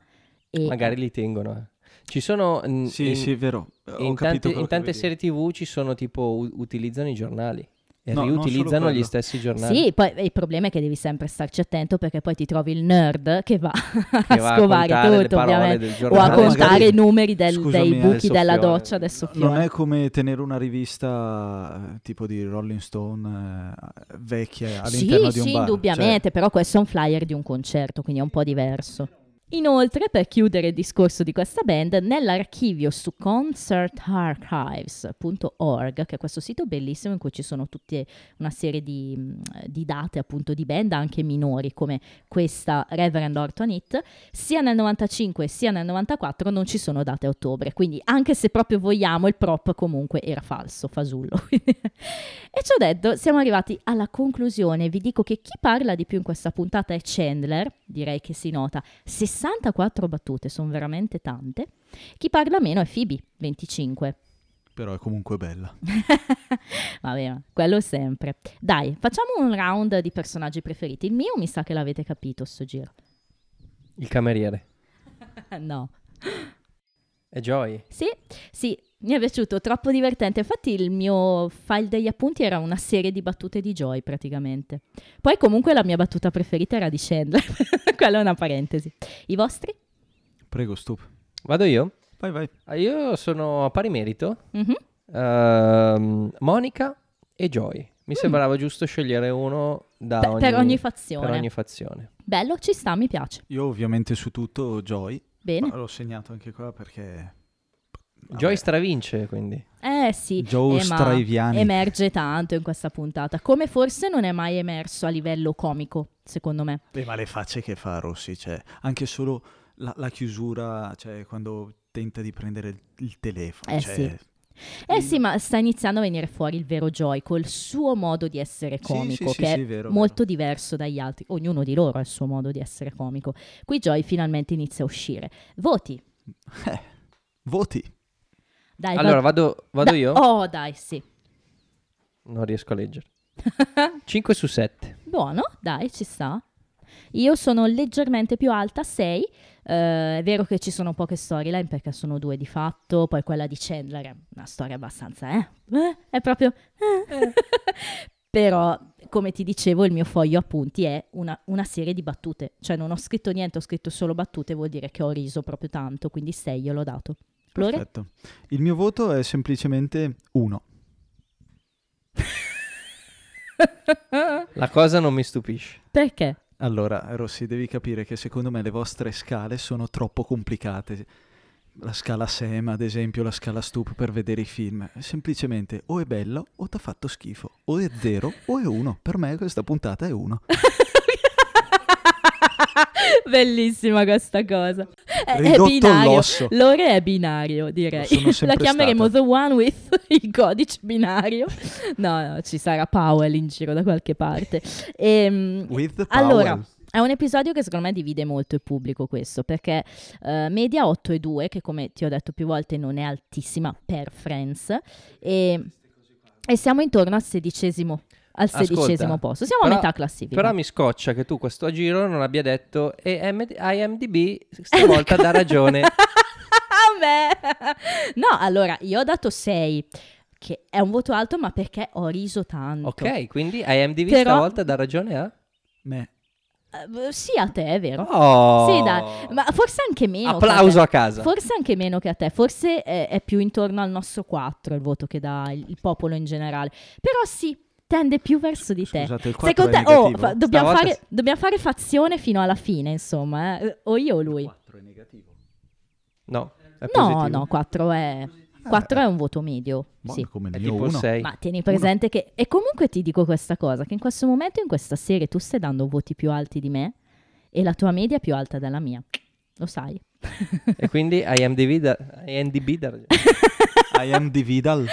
Speaker 3: E
Speaker 2: magari li tengono. eh. Ci sono... mm,
Speaker 4: Sì,
Speaker 2: in-
Speaker 4: sì, è vero. Ho
Speaker 2: in
Speaker 4: capito
Speaker 2: tante,
Speaker 4: quello
Speaker 2: in
Speaker 4: che
Speaker 2: tante
Speaker 4: vuoi dire.
Speaker 2: serie tv ci sono tipo u- utilizzano i giornali e
Speaker 4: No, non solo
Speaker 2: riutilizzano gli
Speaker 4: quello.
Speaker 2: stessi giornali
Speaker 3: Sì, poi il problema è che devi sempre starci attento perché poi ti trovi il nerd che va a
Speaker 2: che va a
Speaker 3: scovare
Speaker 2: contare le
Speaker 3: tutto,
Speaker 2: parole
Speaker 3: ovviamente.
Speaker 2: del
Speaker 3: O a
Speaker 2: giornale
Speaker 4: Però
Speaker 3: contare
Speaker 4: magari-
Speaker 3: i numeri del-
Speaker 4: Scusami,
Speaker 3: dei
Speaker 4: eh,
Speaker 3: buchi della
Speaker 2: soffione.
Speaker 3: doccia del
Speaker 4: Non
Speaker 3: soffione.
Speaker 4: è come tenere una rivista eh, tipo di Rolling Stone eh, vecchia all'interno
Speaker 3: sì,
Speaker 4: di un
Speaker 3: sì,
Speaker 4: bar. cioè.
Speaker 3: indubbiamente, però questo è un flyer di un concerto, quindi è un po' diverso. Inoltre, per chiudere il discorso di questa band, nell'archivio su concertarchives.org, che è questo sito bellissimo in cui ci sono tutte una serie di, mh, di date appunto di band, anche minori, come questa Reverend Orton It, sia nel 95 sia nel 94 non ci sono date a ottobre, quindi anche se proprio vogliamo il prop comunque era falso, fasullo. <laughs> e ci ho detto, siamo arrivati alla conclusione, vi dico che chi parla di più in questa puntata è Chandler, direi che si nota, 64 battute, sono veramente tante, chi parla meno è Phoebe, 25. <laughs>
Speaker 4: Cioè, però è comunque bella.
Speaker 3: Vabbè, ma quello sempre. Dai, facciamo un round di personaggi preferiti. Il mio mi sa che l'avete capito sto giro. <laughs>
Speaker 2: il cameriere
Speaker 3: no.
Speaker 2: è Joy
Speaker 3: Sì, sì, mi è piaciuto, troppo divertente. Infatti il mio file degli appunti era una serie di battute di Joy praticamente. Poi comunque la mia battuta preferita era di Chandler. <laughs> Quella è una parentesi. I vostri?
Speaker 4: Prego, stup.
Speaker 2: vado io
Speaker 4: Vai, vai.
Speaker 2: Ah, io sono a pari merito
Speaker 3: Mhm.
Speaker 2: Ehm, Monica e Joy mi sembrava giusto scegliere uno da
Speaker 3: Per-
Speaker 2: ogni,
Speaker 3: per
Speaker 2: per
Speaker 3: ogni fazione.
Speaker 2: ogni fazione.
Speaker 3: Bello, ci sta, mi piace.
Speaker 4: Io ovviamente su tutto Joy.
Speaker 3: Bene.
Speaker 4: Ma l'ho segnato anche qua perché...
Speaker 2: Joy stravince quindi
Speaker 3: Eh sì,
Speaker 4: Joe
Speaker 3: eh, ma
Speaker 4: Straiviani.
Speaker 3: emerge tanto in questa puntata, come forse non è mai emerso a livello comico, secondo me.
Speaker 4: Beh, ma le facce che fa Rossi, cioè, anche solo la, la chiusura, cioè, quando tenta di prendere il, il telefono,
Speaker 3: Eh,
Speaker 4: cioè,
Speaker 3: sì. Eh sì, ma sta iniziando a venire fuori il vero Joy col suo modo di essere
Speaker 4: Sì,
Speaker 3: comico,
Speaker 4: sì, sì,
Speaker 3: che
Speaker 4: sì,
Speaker 3: è
Speaker 4: vero,
Speaker 3: molto diverso dagli altri. Ognuno di loro ha il suo modo di essere comico. Qui Joy finalmente inizia a uscire. Voti.
Speaker 4: Voti.
Speaker 3: Dai, va-
Speaker 2: Allora, vado, vado
Speaker 3: da-
Speaker 2: io?
Speaker 3: Oh, dai, sì.
Speaker 2: Non riesco a
Speaker 3: <laughs>
Speaker 2: leggere. 5 su 7.
Speaker 3: Buono, dai, ci sta. Io sono leggermente più alta, 6. è vero che ci sono poche storyline perché sono due di fatto, poi quella di Chandler è una storia abbastanza, eh, eh, è proprio... eh. <laughs> Però, come ti dicevo, il mio foglio appunti è una, una serie di battute, cioè non ho scritto niente, ho scritto solo battute, vuol dire che ho riso proprio tanto, quindi 6 gliel'ho dato. Lore?
Speaker 4: Perfetto. Il mio voto è semplicemente uno.
Speaker 2: La cosa non mi stupisce.
Speaker 3: Perché? <laughs>
Speaker 4: Allora, Rossi, devi capire che secondo me le vostre scale sono troppo complicate. La scala SEMA, ad esempio, la scala Stup per vedere i film. Semplicemente o è bello o t'ha fatto schifo. O è zero o è uno. Per me questa puntata è uno.
Speaker 3: Bellissima questa cosa. Eh, È, è
Speaker 4: Ridotto
Speaker 3: binario.
Speaker 4: all'osso.
Speaker 3: L'ore è binario, direi.
Speaker 4: Lo Esatto. sono sempre
Speaker 3: <laughs> La chiameremo
Speaker 4: stata.
Speaker 3: The One with <laughs> il codice binario. No, no, ci sarà Powell in giro da qualche parte. Ehm,
Speaker 4: With
Speaker 3: allora,
Speaker 4: Powell.
Speaker 3: è un episodio che secondo me divide molto il pubblico questo, perché eh, media 8,2, che come ti ho detto più volte non è altissima per Friends, e, e siamo intorno al sedicesimo, al
Speaker 2: Ascolta,
Speaker 3: sedicesimo posto. Siamo a
Speaker 2: però-
Speaker 3: metà classifica.
Speaker 2: Però mi scoccia che tu questo giro non abbia detto e MD IMDB stavolta dà
Speaker 3: <laughs>
Speaker 2: ragione.
Speaker 3: A me. No, allora, io ho dato 6, che è un voto alto, ma perché ho riso tanto. Eh,
Speaker 2: Ok, quindi IMDB
Speaker 3: Però-
Speaker 2: stavolta dà ragione a...
Speaker 4: Me.
Speaker 3: Eh, sì, a te, è vero.
Speaker 2: Oh!
Speaker 3: Sì, dai, ma cioè, forse anche meno.
Speaker 2: Applauso
Speaker 3: che a
Speaker 2: a
Speaker 3: te.
Speaker 2: casa.
Speaker 3: Forse anche meno che a te, forse eh, è, più intorno al nostro 4 il voto che dà il, il popolo in generale. Però sì, tende più verso di te.
Speaker 4: Scusate, il quattro
Speaker 3: Secondo
Speaker 4: è
Speaker 3: te, oh,
Speaker 4: negativo?
Speaker 3: fa- dobbiamo,
Speaker 2: Stavolta
Speaker 3: fare, dobbiamo fare fazione fino alla fine, insomma, eh. o io o lui.
Speaker 2: No, è
Speaker 3: No,
Speaker 2: positivo. Ah, eh.
Speaker 3: no, 4 è, 4 è un voto medio.
Speaker 4: Buono,
Speaker 3: Sì.
Speaker 4: come il
Speaker 2: È
Speaker 4: mio
Speaker 2: tipo
Speaker 4: uno.
Speaker 2: 6.
Speaker 3: Ma tieni presente che... E comunque ti dico questa cosa, che in questo momento, in questa serie, tu stai dando voti più alti di me e la tua media è più alta della mia. Lo sai. <laughs>
Speaker 2: E quindi IMDB dà- IMDB dà ragione.
Speaker 4: I am Dividal.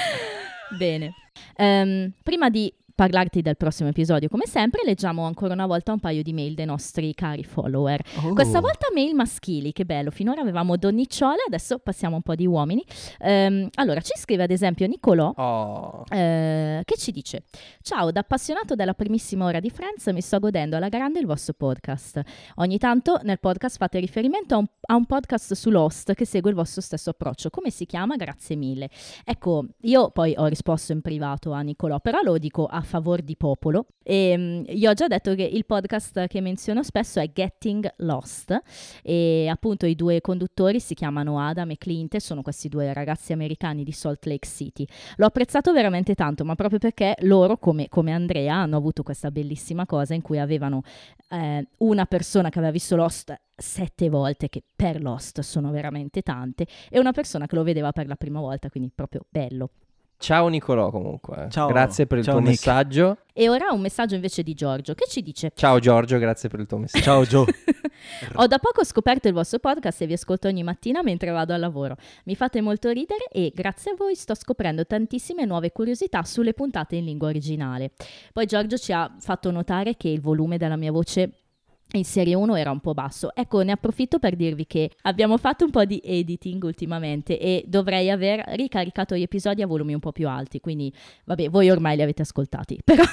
Speaker 3: Bene. Ehm, prima di parlarti del prossimo episodio, come sempre, leggiamo ancora una volta un paio di mail dei nostri cari follower.
Speaker 4: Oh.
Speaker 3: <laughs> Questa volta mail maschili, che bello, finora avevamo donnicciole, adesso passiamo un po' di uomini. Ehm, allora, ci scrive ad esempio Nicolò,
Speaker 2: Oh,
Speaker 3: Eh, che ci dice? Ciao, da appassionato della primissima ora di Friends mi sto godendo alla grande il vostro podcast. Ogni tanto nel podcast fate riferimento a un, a un podcast su Lost che segue il vostro stesso approccio. Come si chiama? Grazie mille. Ecco, io poi ho risposto in privato a Nicolò, però lo dico a favor di popolo. E, mm, gli ho già detto che il podcast che menziono spesso è Getting Lost e appunto i due conduttori si chiamano Adam e Clint e sono questi due ragazzi americani di Salt Lake City. L'ho apprezzato veramente tanto, ma proprio perché loro, come, come Andrea, hanno avuto questa bellissima cosa in cui avevano eh, una persona che aveva visto Lost sette volte, che per Lost sono veramente tante, e una persona che lo vedeva per la prima volta, quindi proprio bello.
Speaker 2: ciao Nicolò comunque. eh.
Speaker 4: Ciao.
Speaker 2: Grazie per il
Speaker 4: Ciao,
Speaker 2: tuo
Speaker 4: Nick.
Speaker 2: messaggio.
Speaker 3: E ora un messaggio invece di Giorgio che ci dice
Speaker 2: Ciao Giorgio, grazie per il tuo messaggio.
Speaker 4: <laughs> Ciao Joe.
Speaker 3: Esatto. <laughs> Ho da poco scoperto il vostro podcast e vi ascolto ogni mattina mentre vado al lavoro. Mi fate molto ridere e grazie a voi sto scoprendo tantissime nuove curiosità sulle puntate in lingua originale. Poi Giorgio ci ha fatto notare che il volume della mia voce in serie 1 era un po' basso. Ecco, ne approfitto per dirvi che abbiamo fatto un po' di editing ultimamente e dovrei aver ricaricato gli episodi a volumi un po' più alti, quindi vabbè, voi ormai li avete ascoltati, <laughs> però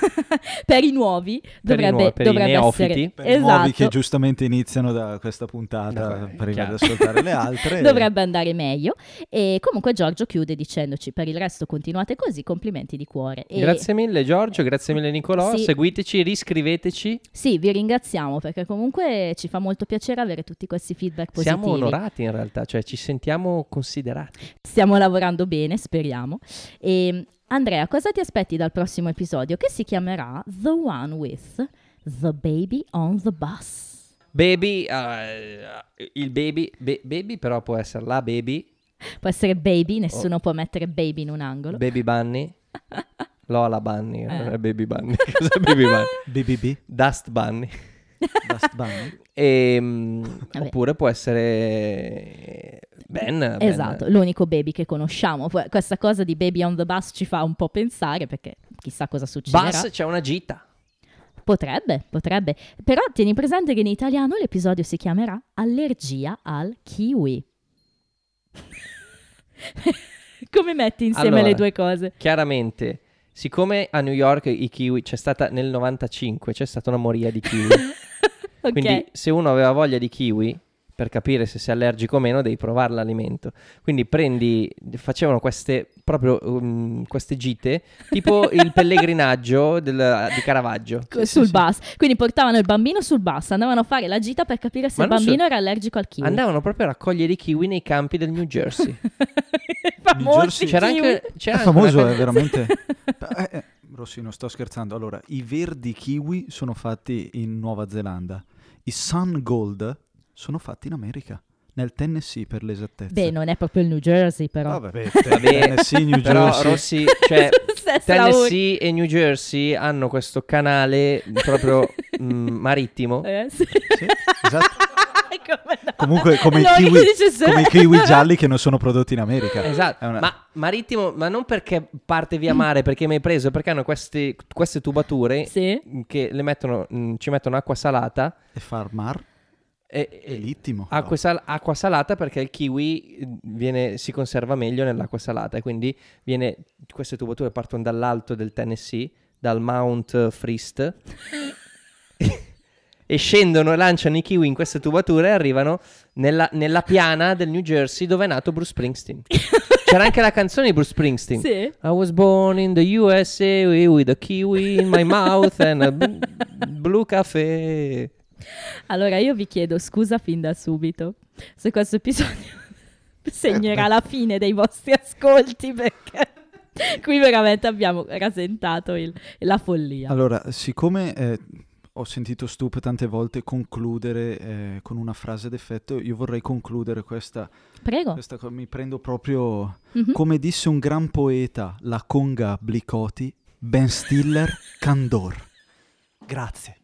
Speaker 3: per i nuovi dovrebbe,
Speaker 2: nuovi, per i
Speaker 3: dovrebbe
Speaker 2: neofiti.
Speaker 3: essere
Speaker 4: Per i nuovi che
Speaker 3: Esatto.
Speaker 4: giustamente iniziano da questa puntata
Speaker 2: Vabbè,
Speaker 4: per arrivare
Speaker 2: chiaro.
Speaker 4: ad ascoltare
Speaker 3: <laughs>
Speaker 4: le altre.
Speaker 3: Dovrebbe andare meglio. E comunque Giorgio chiude dicendoci: per il resto continuate così, complimenti di cuore. E
Speaker 2: Grazie mille Giorgio, grazie mille Nicolò.
Speaker 3: Sì.
Speaker 2: Seguiteci, riscriveteci.
Speaker 3: Sì, vi ringraziamo perché comunque ci fa molto piacere avere tutti questi feedback positivi.
Speaker 2: Siamo onorati in realtà, cioè ci sentiamo considerati.
Speaker 3: Stiamo lavorando bene, speriamo. E Andrea, cosa ti aspetti dal prossimo episodio che si chiamerà The One with The Baby on the Bus?
Speaker 2: Baby, eh, il baby, be- baby però può essere la baby,
Speaker 3: Può essere baby,
Speaker 2: Oh.
Speaker 3: nessuno può mettere baby in un angolo.
Speaker 2: baby
Speaker 3: <laughs>
Speaker 2: bunny, Lola bunny,
Speaker 3: Eh. <laughs>
Speaker 2: non è baby bunny, cos'è baby bunny?
Speaker 4: BBB.
Speaker 2: <laughs> Dust bunny.
Speaker 4: Dust Bunny.
Speaker 2: Ehm,
Speaker 3: Vabbè.
Speaker 2: oppure può essere Ben. Ben.
Speaker 3: Esatto, l'unico baby che conosciamo. Poi Questa cosa di Baby on the Bus ci fa un po' pensare perché chissà cosa succederà.
Speaker 2: Bus c'è una gita.
Speaker 3: Potrebbe, potrebbe. Però tieni presente che in italiano l'episodio si chiamerà Allergia al kiwi. <laughs> Come metti insieme
Speaker 2: Allora.
Speaker 3: le
Speaker 2: <laughs>
Speaker 3: due cose?
Speaker 2: Chiaramente, siccome a New York i kiwi c'è stata nel 95 c'è stata una moria di
Speaker 3: <laughs>
Speaker 2: kiwi.
Speaker 3: Ok.
Speaker 2: Quindi se uno aveva voglia di kiwi, per capire se sei allergico o meno, devi provare l'alimento. Quindi prendi, facevano queste, proprio um, queste gite, tipo
Speaker 3: <laughs>
Speaker 2: il pellegrinaggio del- di Caravaggio.
Speaker 3: Co- sul bus. Quindi portavano il bambino sul bus, andavano a fare la gita per capire se
Speaker 2: Ma
Speaker 3: il
Speaker 2: non so-
Speaker 3: bambino era allergico al kiwi. <laughs>
Speaker 2: Andavano proprio a raccogliere i kiwi nei campi del New Jersey.
Speaker 3: Famosi
Speaker 4: Jersey-
Speaker 2: C'era
Speaker 3: kiwi.
Speaker 2: anche...
Speaker 4: È
Speaker 2: C'era anche una
Speaker 4: famoso,
Speaker 2: cosa-
Speaker 4: è veramente... Eh, eh, Rossi, non sto scherzando. Allora, i verdi kiwi sono fatti in Nuova Zelanda. I Sun Gold sono fatti in America, nel Tennessee per
Speaker 3: <laughs>
Speaker 4: l'esattezza.
Speaker 3: Beh, non è proprio il New Jersey, però.
Speaker 4: Vabbè,
Speaker 2: Vabbè,
Speaker 4: Tennessee, New
Speaker 2: però
Speaker 4: Jersey.
Speaker 3: <laughs>
Speaker 2: Rossi, cioè,
Speaker 4: <laughs>
Speaker 3: Stessa
Speaker 2: Tennessee e New Jersey hanno questo canale
Speaker 3: <laughs>
Speaker 2: proprio mm, marittimo.
Speaker 3: Eh, sì.
Speaker 4: Sì, esatto.
Speaker 3: <laughs> Come no?
Speaker 4: Comunque, come i,
Speaker 3: L'unico
Speaker 4: kiwi,
Speaker 3: che dice se-
Speaker 4: come i kiwi gialli che non sono prodotti in America.
Speaker 2: Esatto,
Speaker 4: È una-
Speaker 2: ma marittimo, ma non perché parte via mare, perché mi hai preso, perché hanno queste, queste tubature
Speaker 3: <laughs> Sì.
Speaker 2: che le mettono, mm, ci mettono acqua salata.
Speaker 4: E Farmar
Speaker 2: E,
Speaker 4: è l'ittimo.
Speaker 2: acqua, sal- acqua salata perché il kiwi eh, viene- si conserva meglio nell'acqua salata e quindi viene- queste tubature partono dall'alto del Tennessee, dal Mount Frist e scendono e lanciano i kiwi in queste tubature e arrivano nella, nella piana del New Jersey dove è nato Bruce Springsteen.
Speaker 3: <laughs>
Speaker 2: C'era anche la canzone di Bruce Springsteen.
Speaker 3: Sì.
Speaker 2: I was born in the USA with a kiwi in my mouth and a b- blue cafe.
Speaker 3: Allora io vi chiedo scusa fin da subito se questo episodio <laughs>
Speaker 4: Eh,
Speaker 3: segnerà la fine dei vostri ascolti perché <laughs> qui veramente abbiamo rasentato il- la follia.
Speaker 4: Allora, siccome eh, ho sentito Stup tante volte concludere eh, con una frase d'effetto, io vorrei concludere questa.
Speaker 3: Prego.
Speaker 4: questa co- mi prendo proprio.
Speaker 3: Mhm.
Speaker 4: Come disse un gran poeta, la conga Blicoti, Ben Stiller, Candor. Grazie.